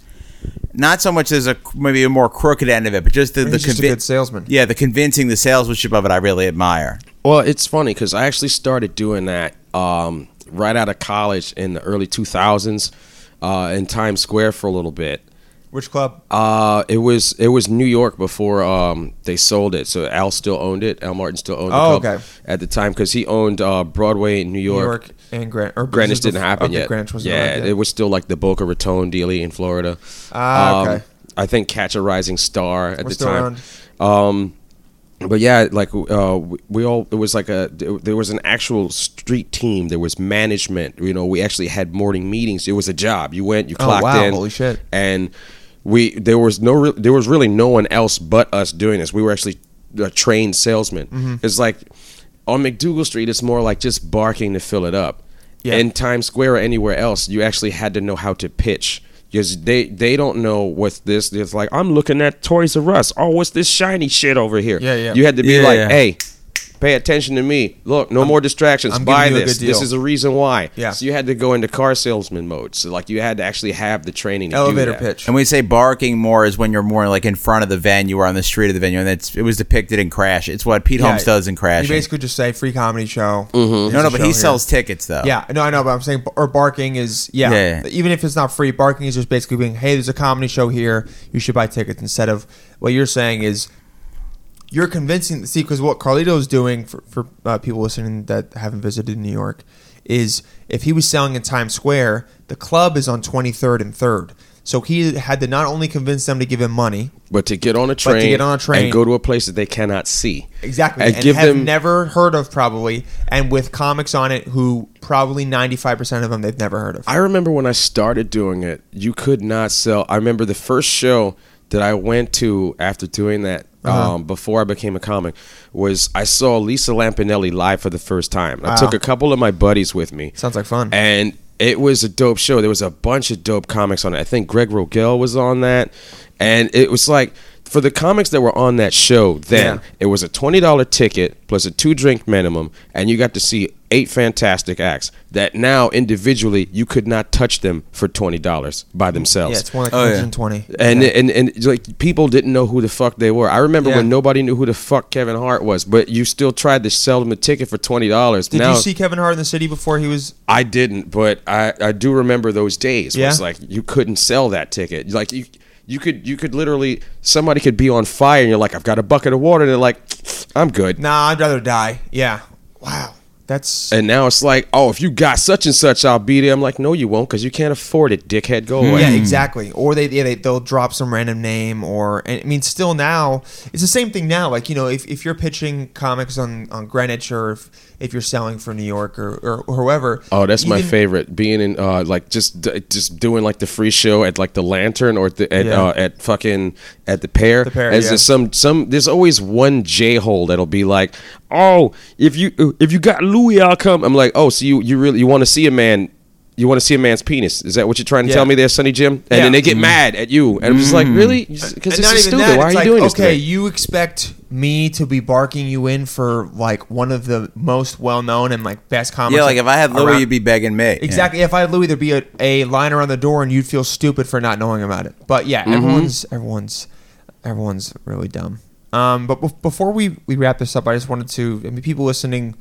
Speaker 3: Not so much as a maybe a more crooked end of it, but just the, the
Speaker 1: He's just a good salesman.
Speaker 3: Yeah, the convincing, the salesmanship of it, I really admire.
Speaker 6: well it's funny because i actually started doing that um, right out of college in the early 2000s uh, in times square for a little bit
Speaker 1: Which club?
Speaker 6: uh, it was it was New York before um, they sold it. So Al still owned it. Al Martin still owned.
Speaker 1: Oh,
Speaker 6: the club
Speaker 1: okay.
Speaker 6: At the time, because he owned uh, Broadway in New
Speaker 1: New
Speaker 6: York,
Speaker 1: York and Greenwich. Or
Speaker 6: Greenwich
Speaker 1: this is
Speaker 6: didn't
Speaker 1: before-
Speaker 6: happen
Speaker 1: okay,
Speaker 6: yet.
Speaker 1: Greenwich wasn't
Speaker 6: yeah,
Speaker 1: around yet.
Speaker 6: it was still like the Boca Raton dealie in Florida.
Speaker 1: Ah, okay.
Speaker 6: I think Catch a Rising Star at
Speaker 1: We're
Speaker 6: um, the
Speaker 1: still
Speaker 6: time.
Speaker 1: around.
Speaker 6: But yeah, like uh, we- we all, it was like a there was an actual street team. There was management. You know, we actually had morning meetings. It was a job. You went, you
Speaker 1: Oh,
Speaker 6: clocked
Speaker 1: wow,
Speaker 6: in.
Speaker 1: holy shit.
Speaker 6: And we there was no re- there was really no one else but us doing this. We were actually uh, trained salesmen.
Speaker 1: Mm-hmm.
Speaker 6: It's like on McDougal Street, it's more like just barking to fill it up.
Speaker 1: Yeah.
Speaker 6: In Times Square or anywhere else, you actually had to know how to pitch. Because they, they don't know what's this. It's like, I'm looking at Toys R Us. Oh, what's this shiny shit over here?
Speaker 1: Yeah, yeah.
Speaker 6: You had to be
Speaker 3: Yeah,
Speaker 6: like,
Speaker 3: yeah.
Speaker 6: hey, pay attention to me. Look, no more distractions.
Speaker 1: I'm
Speaker 6: Buy
Speaker 1: giving you a
Speaker 6: this.
Speaker 1: good
Speaker 6: This
Speaker 1: deal.
Speaker 6: is the reason why.
Speaker 1: Yeah.
Speaker 6: So you had to go into car salesman mode. So like you had to actually have the training. To do
Speaker 1: Elevator
Speaker 6: that.
Speaker 1: pitch.
Speaker 3: And we say barking more is when you're more like in front of the venue or on the street of the venue, and it's it was depicted in Crash. It's what Pete Holmes does in Crash.
Speaker 1: You basically just say free comedy show.
Speaker 6: Mm-hmm.
Speaker 3: No, no, but he sells tickets though.
Speaker 1: Yeah, no, I know, but I'm saying, or barking is, yeah,
Speaker 3: Yeah, yeah.
Speaker 1: Even if it's not free, barking is just basically being, hey, there's a comedy show here, you should buy tickets. Instead of what you're saying is, you're convincing, see, because what Carlito's doing for, for uh, people listening that haven't visited New York is if he was selling in Times Square, the club is on 23rd and 3rd. So he had to not only convince them to give him money,
Speaker 6: But to get on a
Speaker 1: to
Speaker 6: train,
Speaker 1: get on a train-
Speaker 6: and go to a place that they cannot see.
Speaker 1: Exactly,
Speaker 6: And,
Speaker 1: and,
Speaker 6: give
Speaker 1: have
Speaker 6: them
Speaker 1: never heard of probably, and with comics on it who probably ninety five percent of them they've never heard of.
Speaker 6: I remember when I started doing it, you could not sell. I remember the first show that I went to after doing that,
Speaker 1: Uh-huh.
Speaker 6: um, before I became a comic, was I saw Lisa Lampanelli live for the first time. I took a couple of my buddies with me.
Speaker 1: Sounds like fun.
Speaker 6: And it was a dope show. There was a bunch of dope comics on it. I think Greg Rogel was on that. And it was like, for the comics that were on that show then,
Speaker 1: Yeah.
Speaker 6: it was a $20 ticket plus a two drink minimum, and you got to see eight fantastic acts that now individually you could not touch them for $20 by themselves.
Speaker 1: yeah, it's more like
Speaker 3: Oh, yeah.
Speaker 1: 120.
Speaker 6: And,
Speaker 1: Yeah.
Speaker 6: and and like people didn't know who the fuck they were. I remember
Speaker 1: Yeah.
Speaker 6: when nobody knew who the fuck Kevin Hart was, but you still tried to sell them a ticket for twenty dollars.
Speaker 1: did you see Kevin Hart in the city before he was?
Speaker 6: I didn't, but I, I do remember those days. where It's
Speaker 1: Yeah?
Speaker 6: like you couldn't sell that ticket. Like you you could you could literally somebody could be on fire and you're like I've got a bucket of water and they're like I'm good.
Speaker 1: Nah, I'd rather die. Yeah. Wow, that's
Speaker 6: And now it's like oh if you got such and such I'll be there. I'm like no you won't because you can't afford it. Dickhead go away.
Speaker 1: Hmm. yeah, exactly. Or they yeah they they'll drop some random name or and I mean still now it's the same thing now. Like you know if, if you're pitching comics on on Greenwich or if, if you're selling for New York or or, or whoever.
Speaker 6: Oh, that's my
Speaker 1: even-
Speaker 6: favorite. Being in uh, like just d- just doing like the free show at like the Lantern or the, at
Speaker 1: Yeah.
Speaker 6: uh, at fucking at the Pear.
Speaker 1: The Pear,
Speaker 6: As
Speaker 1: yeah.
Speaker 6: there's some some there's always one j hole that'll be like, oh, if you if you got Louis, I'll come. I'm like, oh, so you you really you want to see a man. You want to see a man's penis? Is that what you're trying to
Speaker 1: Yeah.
Speaker 6: tell me there, Sonny Jim? And
Speaker 1: Yeah. Mm-hmm.
Speaker 6: then they get mad at you, and I'm just like, really? Because this
Speaker 1: And not
Speaker 6: is
Speaker 1: even
Speaker 6: stupid.
Speaker 1: that,
Speaker 6: Why are
Speaker 1: it's
Speaker 6: you
Speaker 1: like,
Speaker 6: doing this? to
Speaker 1: Okay,
Speaker 6: me?
Speaker 1: you expect me to be barking you in for like one of the most well known and like best comics.
Speaker 3: yeah. Like if I had Louis,
Speaker 1: around-
Speaker 3: you'd be begging me. Yeah.
Speaker 1: Exactly. If I had Louis, there'd be a, a line around the door, and you'd feel stupid for not knowing about it. But yeah, everyone's everyone's everyone's really dumb. Um, but bef- before we, we wrap this up, I just wanted to. I mean, people listening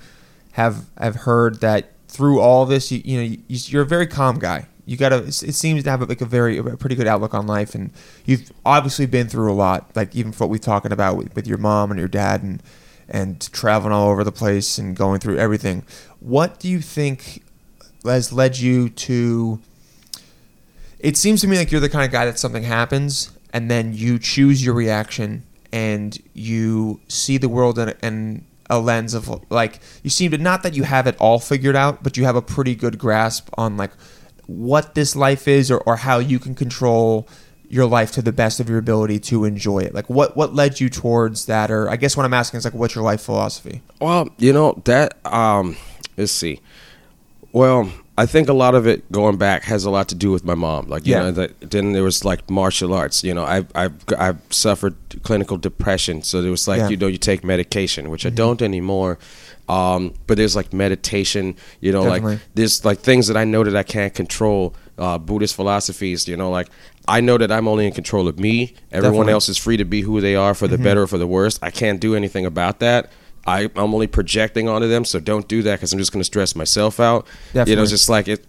Speaker 1: have have heard that through all this, you you know, you, you're a very calm guy. You gotta. it's- It seems to have like a very a pretty good outlook on life, and you've obviously been through a lot. Like even for what we're talking about with, with your mom and your dad, and and traveling all over the place and going through everything. What do you think has led you to it seems to me like you're the kind of guy that something happens and then you choose your reaction and you see the world in, in a lens of like you seem to not that you have it all figured out but you have a pretty good grasp on like what this life is or, or how you can control your life to the best of your ability to enjoy it? Like what what led you towards that or I guess what I'm asking is like what's your life philosophy?
Speaker 6: Well, you know that. Um, let's see. Well, I think a lot of it going back has a lot to do with my mom. Like, you
Speaker 1: Yeah.
Speaker 6: know, that, then there was like martial arts. You know, I I've I've suffered clinical depression, so there was like
Speaker 1: Yeah. Mm-hmm.
Speaker 6: you know you take medication, which I don't anymore. Um, but there's like meditation. You know, like
Speaker 1: Definitely.
Speaker 6: there's like things that I know that I can't control. Uh, Buddhist philosophies. You know, like I know that I'm only in control of me. Everyone
Speaker 1: Definitely.
Speaker 6: else is free to be who they are for the
Speaker 1: Mm-hmm.
Speaker 6: better or for the worse. I can't do anything about that. I, I'm only projecting onto them, so don't do that because I'm just going to stress myself out. You know,
Speaker 1: Definitely.
Speaker 6: it's just like it.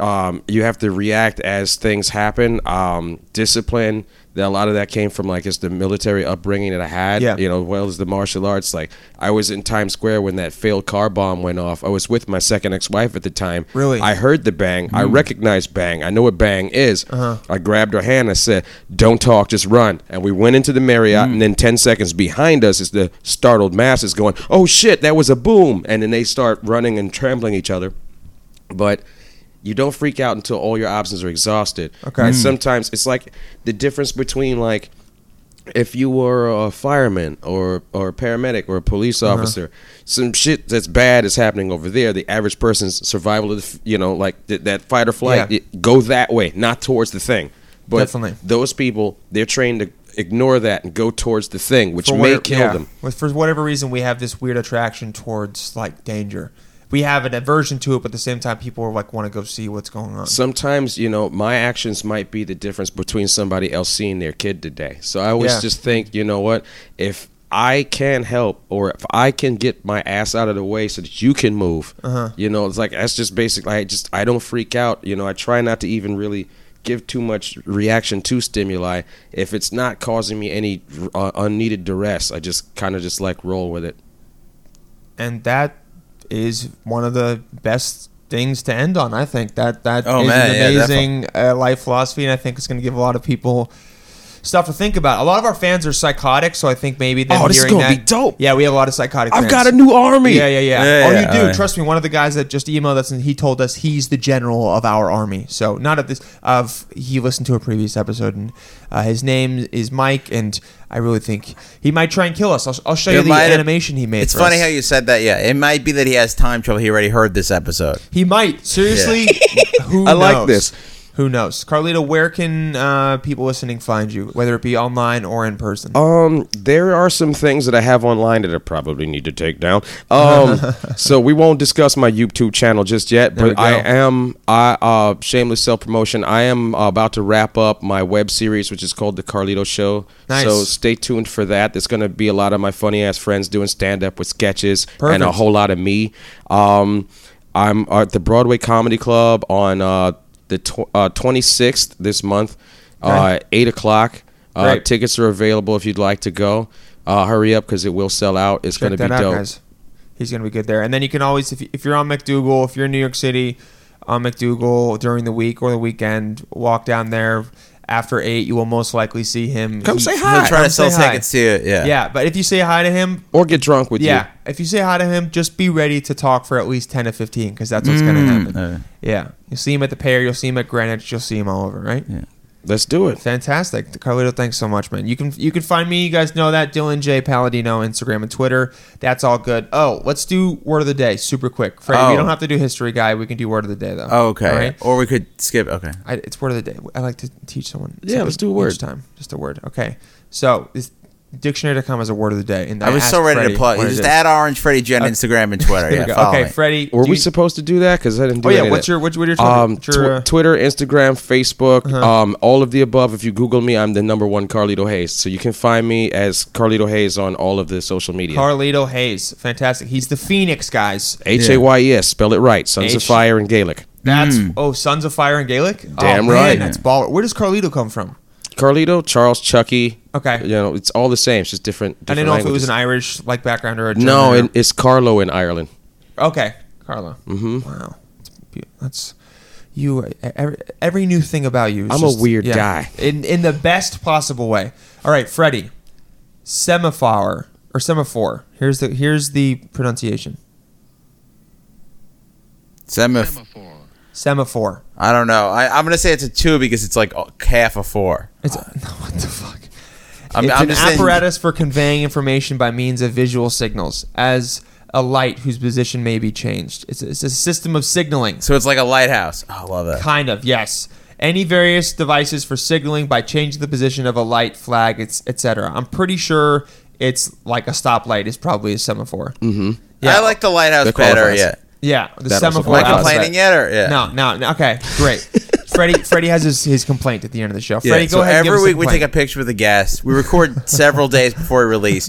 Speaker 6: Um, you have to react as things happen. Um, discipline. That a lot of that came from like just the military upbringing that I had.
Speaker 1: Yeah.
Speaker 6: You know, as well as the martial arts. Like I was in Times Square when that failed car bomb went off. I was with my second ex-wife at the time.
Speaker 1: Really? Hmm.
Speaker 6: I heard the bang. I recognized bang. I know what bang is.
Speaker 1: Uh-huh.
Speaker 6: I grabbed her hand. I said, "Don't talk, just run." And we went into the Marriott.
Speaker 1: Hmm.
Speaker 6: And then ten seconds behind us is the startled masses going, "Oh shit, that was a boom!" And then they start running and trampling each other. But you don't freak out until all your options are exhausted.
Speaker 1: Okay.
Speaker 6: And
Speaker 1: Mm.
Speaker 6: sometimes it's like the difference between like if you were a fireman or or a paramedic or a police
Speaker 1: Uh-huh.
Speaker 6: officer, some shit that's bad is happening over there. The average person's survival of the, f- you know like th- that fight or flight
Speaker 1: Yeah.
Speaker 6: it- go that way, not towards the thing. But
Speaker 1: Definitely.
Speaker 6: those people they're trained to ignore that and go towards the thing, which
Speaker 1: For
Speaker 6: may
Speaker 1: whatever-
Speaker 6: kill
Speaker 1: yeah.
Speaker 6: them.
Speaker 1: With- For whatever reason we have this weird attraction towards like danger. We have an aversion to it, but at the same time people are like want to go see what's going on.
Speaker 6: sometimes you know my actions might be the difference between somebody else seeing their kid today so i always
Speaker 1: Yeah.
Speaker 6: just think you know what if i can help or if i can get my ass out of the way so that you can move
Speaker 1: Uh-huh.
Speaker 6: you know it's like that's just basically i just i don't freak out you know i try not to even really give too much reaction to stimuli if it's not causing me any uh, unneeded duress i just kind of just like roll with it
Speaker 1: and that is one of the best things to end on. I think that that is
Speaker 3: Oh, man,
Speaker 1: an
Speaker 3: yeah,
Speaker 1: amazing uh, life philosophy, and I think it's going to give a lot of people stuff to think about. A lot of our fans are psychotic, so I think maybe them
Speaker 6: Oh, this is
Speaker 1: hearing
Speaker 6: gonna
Speaker 1: that-
Speaker 6: be dope.
Speaker 1: Yeah, we have a lot of psychotic.
Speaker 6: i've
Speaker 1: fans.
Speaker 6: got a new army
Speaker 1: Yeah, yeah, yeah.
Speaker 3: Yeah,
Speaker 1: oh,
Speaker 3: yeah,
Speaker 1: you do.
Speaker 3: all right.
Speaker 1: Trust me. One of the guys that just emailed us and he told us he's the general of our army. So not of this. Of he listened to a previous episode and uh, his name is Mike, and I really think he might try and kill us. I'll, I'll show you
Speaker 3: It
Speaker 1: the
Speaker 3: might-
Speaker 1: animation he made.
Speaker 3: It's
Speaker 1: for
Speaker 3: funny
Speaker 1: us.
Speaker 3: how you said that. Yeah, it might be that he has time trouble. He already heard this episode.
Speaker 1: He might. Seriously, who
Speaker 6: I like
Speaker 1: knows?
Speaker 6: this.
Speaker 1: Who knows? Carlito, where can uh, people listening find you, whether it be online or in person?
Speaker 6: Um, there are some things that I have online that I probably need to take down. Um, so we won't discuss my YouTube channel just yet,
Speaker 1: There we
Speaker 6: but I
Speaker 1: go.
Speaker 6: am I uh shameless self promotion. I am uh, about to wrap up my web series, which is called The Carlito Show.
Speaker 1: Nice.
Speaker 6: So stay tuned for that. There's gonna be a lot of my funny ass friends doing stand up with sketches and a
Speaker 1: Perfect.
Speaker 6: whole lot of me. Um, I'm at the Broadway Comedy Club on uh the tw- uh, 26th this month, uh, eight o'clock. Uh,
Speaker 1: Great.
Speaker 6: tickets are available if you'd like to go. Uh, hurry up because it will sell out. It's going to
Speaker 1: Check
Speaker 6: be
Speaker 1: that out,
Speaker 6: dope.
Speaker 1: guys. He's gonna be good there. And then you can always, if, you- if you're on McDougal, if you're in New York City, on McDougal during the week or the weekend, walk down there after eight. You will most likely see him.
Speaker 6: Come say hi.
Speaker 3: He'll try
Speaker 1: Come
Speaker 3: to sell
Speaker 1: say hi.
Speaker 3: tickets to you. Yeah.
Speaker 1: Yeah, but if you say hi to him,
Speaker 6: Or get drunk with
Speaker 1: yeah, if you say hi to him, just be ready to talk for at least ten to fifteen because that's what's gonna happen.
Speaker 3: uh.
Speaker 1: yeah, you see him at the pair, you'll see him at Greenwich, you'll see him all over, right?
Speaker 6: you. Let's do it.
Speaker 1: Fantastic, Carlito. Thanks so much, man. You can you can find me. You guys know that Dylan J Paladino, Instagram and Twitter. That's all good. Oh, let's do word of the day super quick. Fred, we
Speaker 3: Oh.
Speaker 1: don't have to do history guy. We can do word of the day though.
Speaker 3: Oh, okay.
Speaker 1: All right?
Speaker 3: Or we could skip. Okay.
Speaker 1: I, it's word of the day. I like to teach someone.
Speaker 6: Yeah, let's do a
Speaker 1: each
Speaker 6: word.
Speaker 1: time. Just a word. Okay. So this dictionary.com is a word of the day. And
Speaker 3: I was
Speaker 1: asked
Speaker 3: so ready
Speaker 1: Freddie
Speaker 3: to plug.
Speaker 1: what it
Speaker 3: Just
Speaker 1: is.
Speaker 3: add Orange Freddy Jen Instagram and Twitter.
Speaker 1: There
Speaker 3: yeah.
Speaker 1: we go.
Speaker 3: follow
Speaker 1: Okay,
Speaker 3: me.
Speaker 1: Freddie.
Speaker 6: Were
Speaker 1: do
Speaker 6: we
Speaker 1: you-
Speaker 6: supposed to do that? Because I didn't do
Speaker 1: Oh yeah.
Speaker 6: any of
Speaker 1: What's
Speaker 6: that.
Speaker 1: your what's, what are your Twitter?
Speaker 6: um,
Speaker 1: what's your, Uh-huh. uh,
Speaker 6: tw- Twitter, Instagram, Facebook, um, all of the above. If you Google me, I'm the number one Carlito Hayes. So you can find me as Carlito Hayes on all of the social media.
Speaker 1: Carlito Hayes. Fantastic. He's the Phoenix guys.
Speaker 6: H A Y E S, spell it right. Sons of
Speaker 1: H-
Speaker 6: Fire in Gaelic.
Speaker 1: That's
Speaker 3: Hmm.
Speaker 1: oh, Sons of Fire and Gaelic.
Speaker 6: Damn
Speaker 1: oh,
Speaker 6: right.
Speaker 1: Man, that's baller. Where does Carlito come from?
Speaker 6: Carlito, Charles, Chucky.
Speaker 1: Okay.
Speaker 6: You know, it's all the same. It's just different.
Speaker 1: I didn't
Speaker 6: different
Speaker 1: know if it was
Speaker 6: languages.
Speaker 1: an Irish like background or a German
Speaker 6: No,
Speaker 1: or-
Speaker 6: it, it's Carlo in Ireland.
Speaker 1: okay, Carlo. Mm-hmm. Wow, that's, beau- that's you. e, Every, every new thing about you. Is
Speaker 6: I'm a
Speaker 1: just-
Speaker 6: weird guy.
Speaker 1: in in the best possible way. All right, Freddie, semaphore or semaphore. Here's the here's the pronunciation.
Speaker 3: Semif-
Speaker 7: Semaphore.
Speaker 1: Semaphore.
Speaker 3: I don't know. I, I'm gonna say it's a two because it's like oh, half a four.
Speaker 1: It's what the fuck.
Speaker 3: I'm,
Speaker 1: it's
Speaker 3: I'm
Speaker 1: an
Speaker 3: just saying-
Speaker 1: apparatus for conveying information by means of visual signals, as a light whose position may be changed. It's, it's a system of signaling.
Speaker 3: So it's like a lighthouse. Oh, I love that.
Speaker 1: Kind of, yes. Any various devices for signaling by changing the position of a light, flag, it's- etc. I'm pretty sure it's like a stoplight is probably a semaphore. Mm-hmm. Yeah,
Speaker 3: I like the lighthouse
Speaker 6: That
Speaker 3: better.
Speaker 6: qualifies.
Speaker 1: yeah,
Speaker 3: Yeah.
Speaker 1: the
Speaker 6: That also
Speaker 1: semaphore.
Speaker 3: Am I
Speaker 6: qualifies.
Speaker 1: outside.
Speaker 3: complaining yet or yeah?
Speaker 1: No, no, no. Okay, great. Freddie, Freddie has his, his complaint at the end of the show.
Speaker 3: Yeah,
Speaker 1: Freddie, go
Speaker 3: so
Speaker 1: ahead. and give
Speaker 3: Every
Speaker 1: us
Speaker 3: week we take a
Speaker 1: complaint.
Speaker 3: picture with a guest. We record several days before we release.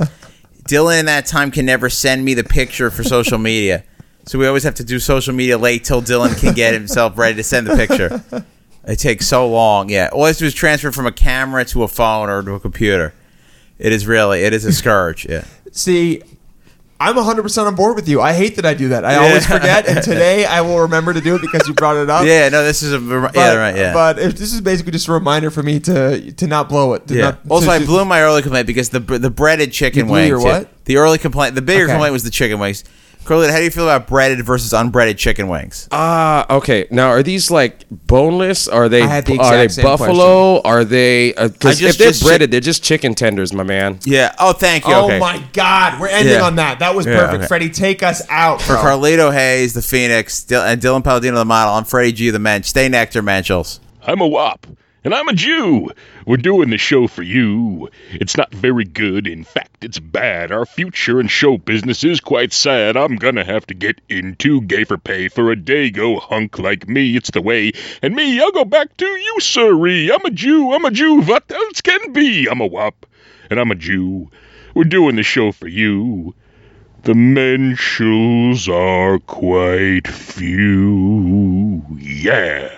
Speaker 3: Dylan in that time can never send me the picture for social media. So we always have to do social media late till Dylan can get himself ready to send the picture. It takes so long. Yeah. All I have to do is transfer from a camera to a phone or to a computer. It is really, it is a scourge. Yeah.
Speaker 1: See, I'm 100% on board with you. I hate that I do that. I always
Speaker 3: Yeah.
Speaker 1: forget, and today I will remember to do it because you brought it up.
Speaker 3: Yeah, no, this is a, remi-
Speaker 1: Uh, But,
Speaker 3: yeah, right, yeah.
Speaker 1: But if, this is basically just a reminder for me to to not blow it. to
Speaker 3: Yeah.
Speaker 1: not-
Speaker 3: also,
Speaker 1: to-
Speaker 3: I
Speaker 1: to-
Speaker 3: blew my early complaint because the br- the breaded chicken
Speaker 1: You blew
Speaker 3: wings.
Speaker 1: your
Speaker 3: yeah.
Speaker 1: what?
Speaker 3: The early complaint, the bigger
Speaker 1: Okay.
Speaker 3: complaint was the chicken wings. Carlita, how do you feel about breaded versus unbreaded chicken wings?
Speaker 1: Uh,
Speaker 6: Ah, okay. Now, are these like boneless? Are they
Speaker 1: I had the
Speaker 6: are they
Speaker 1: exact same
Speaker 6: buffalo? Are they? Uh, 'cause
Speaker 3: I just-
Speaker 6: if they're
Speaker 3: just-
Speaker 6: breaded, they're just chicken tenders, my man.
Speaker 3: yeah. Oh, thank you.
Speaker 1: Oh
Speaker 3: okay.
Speaker 1: my God, we're ending
Speaker 3: Yeah.
Speaker 1: on that. That was
Speaker 3: Yeah,
Speaker 1: perfect,
Speaker 3: okay.
Speaker 1: Freddie. Take us out.
Speaker 3: For
Speaker 1: bro.
Speaker 3: Carlito Hayes, the Phoenix, Dil- and Dylan Palladino, the model. I'm Freddie G, the mensch. Stay nectar, menschels.
Speaker 7: I'm a wop, and I'm a Jew. We're doing the show for you. It's not very good. In fact, it's bad. Our future in show business is quite sad. I'm gonna have to get into gay for pay for a dago hunk like me. It's the way. And me, I'll go back to you, sirree. I'm a Jew. I'm a Jew. What else can be? I'm a wop, and I'm a Jew. We're doing the show for you. The menschels are quite few. Yeah.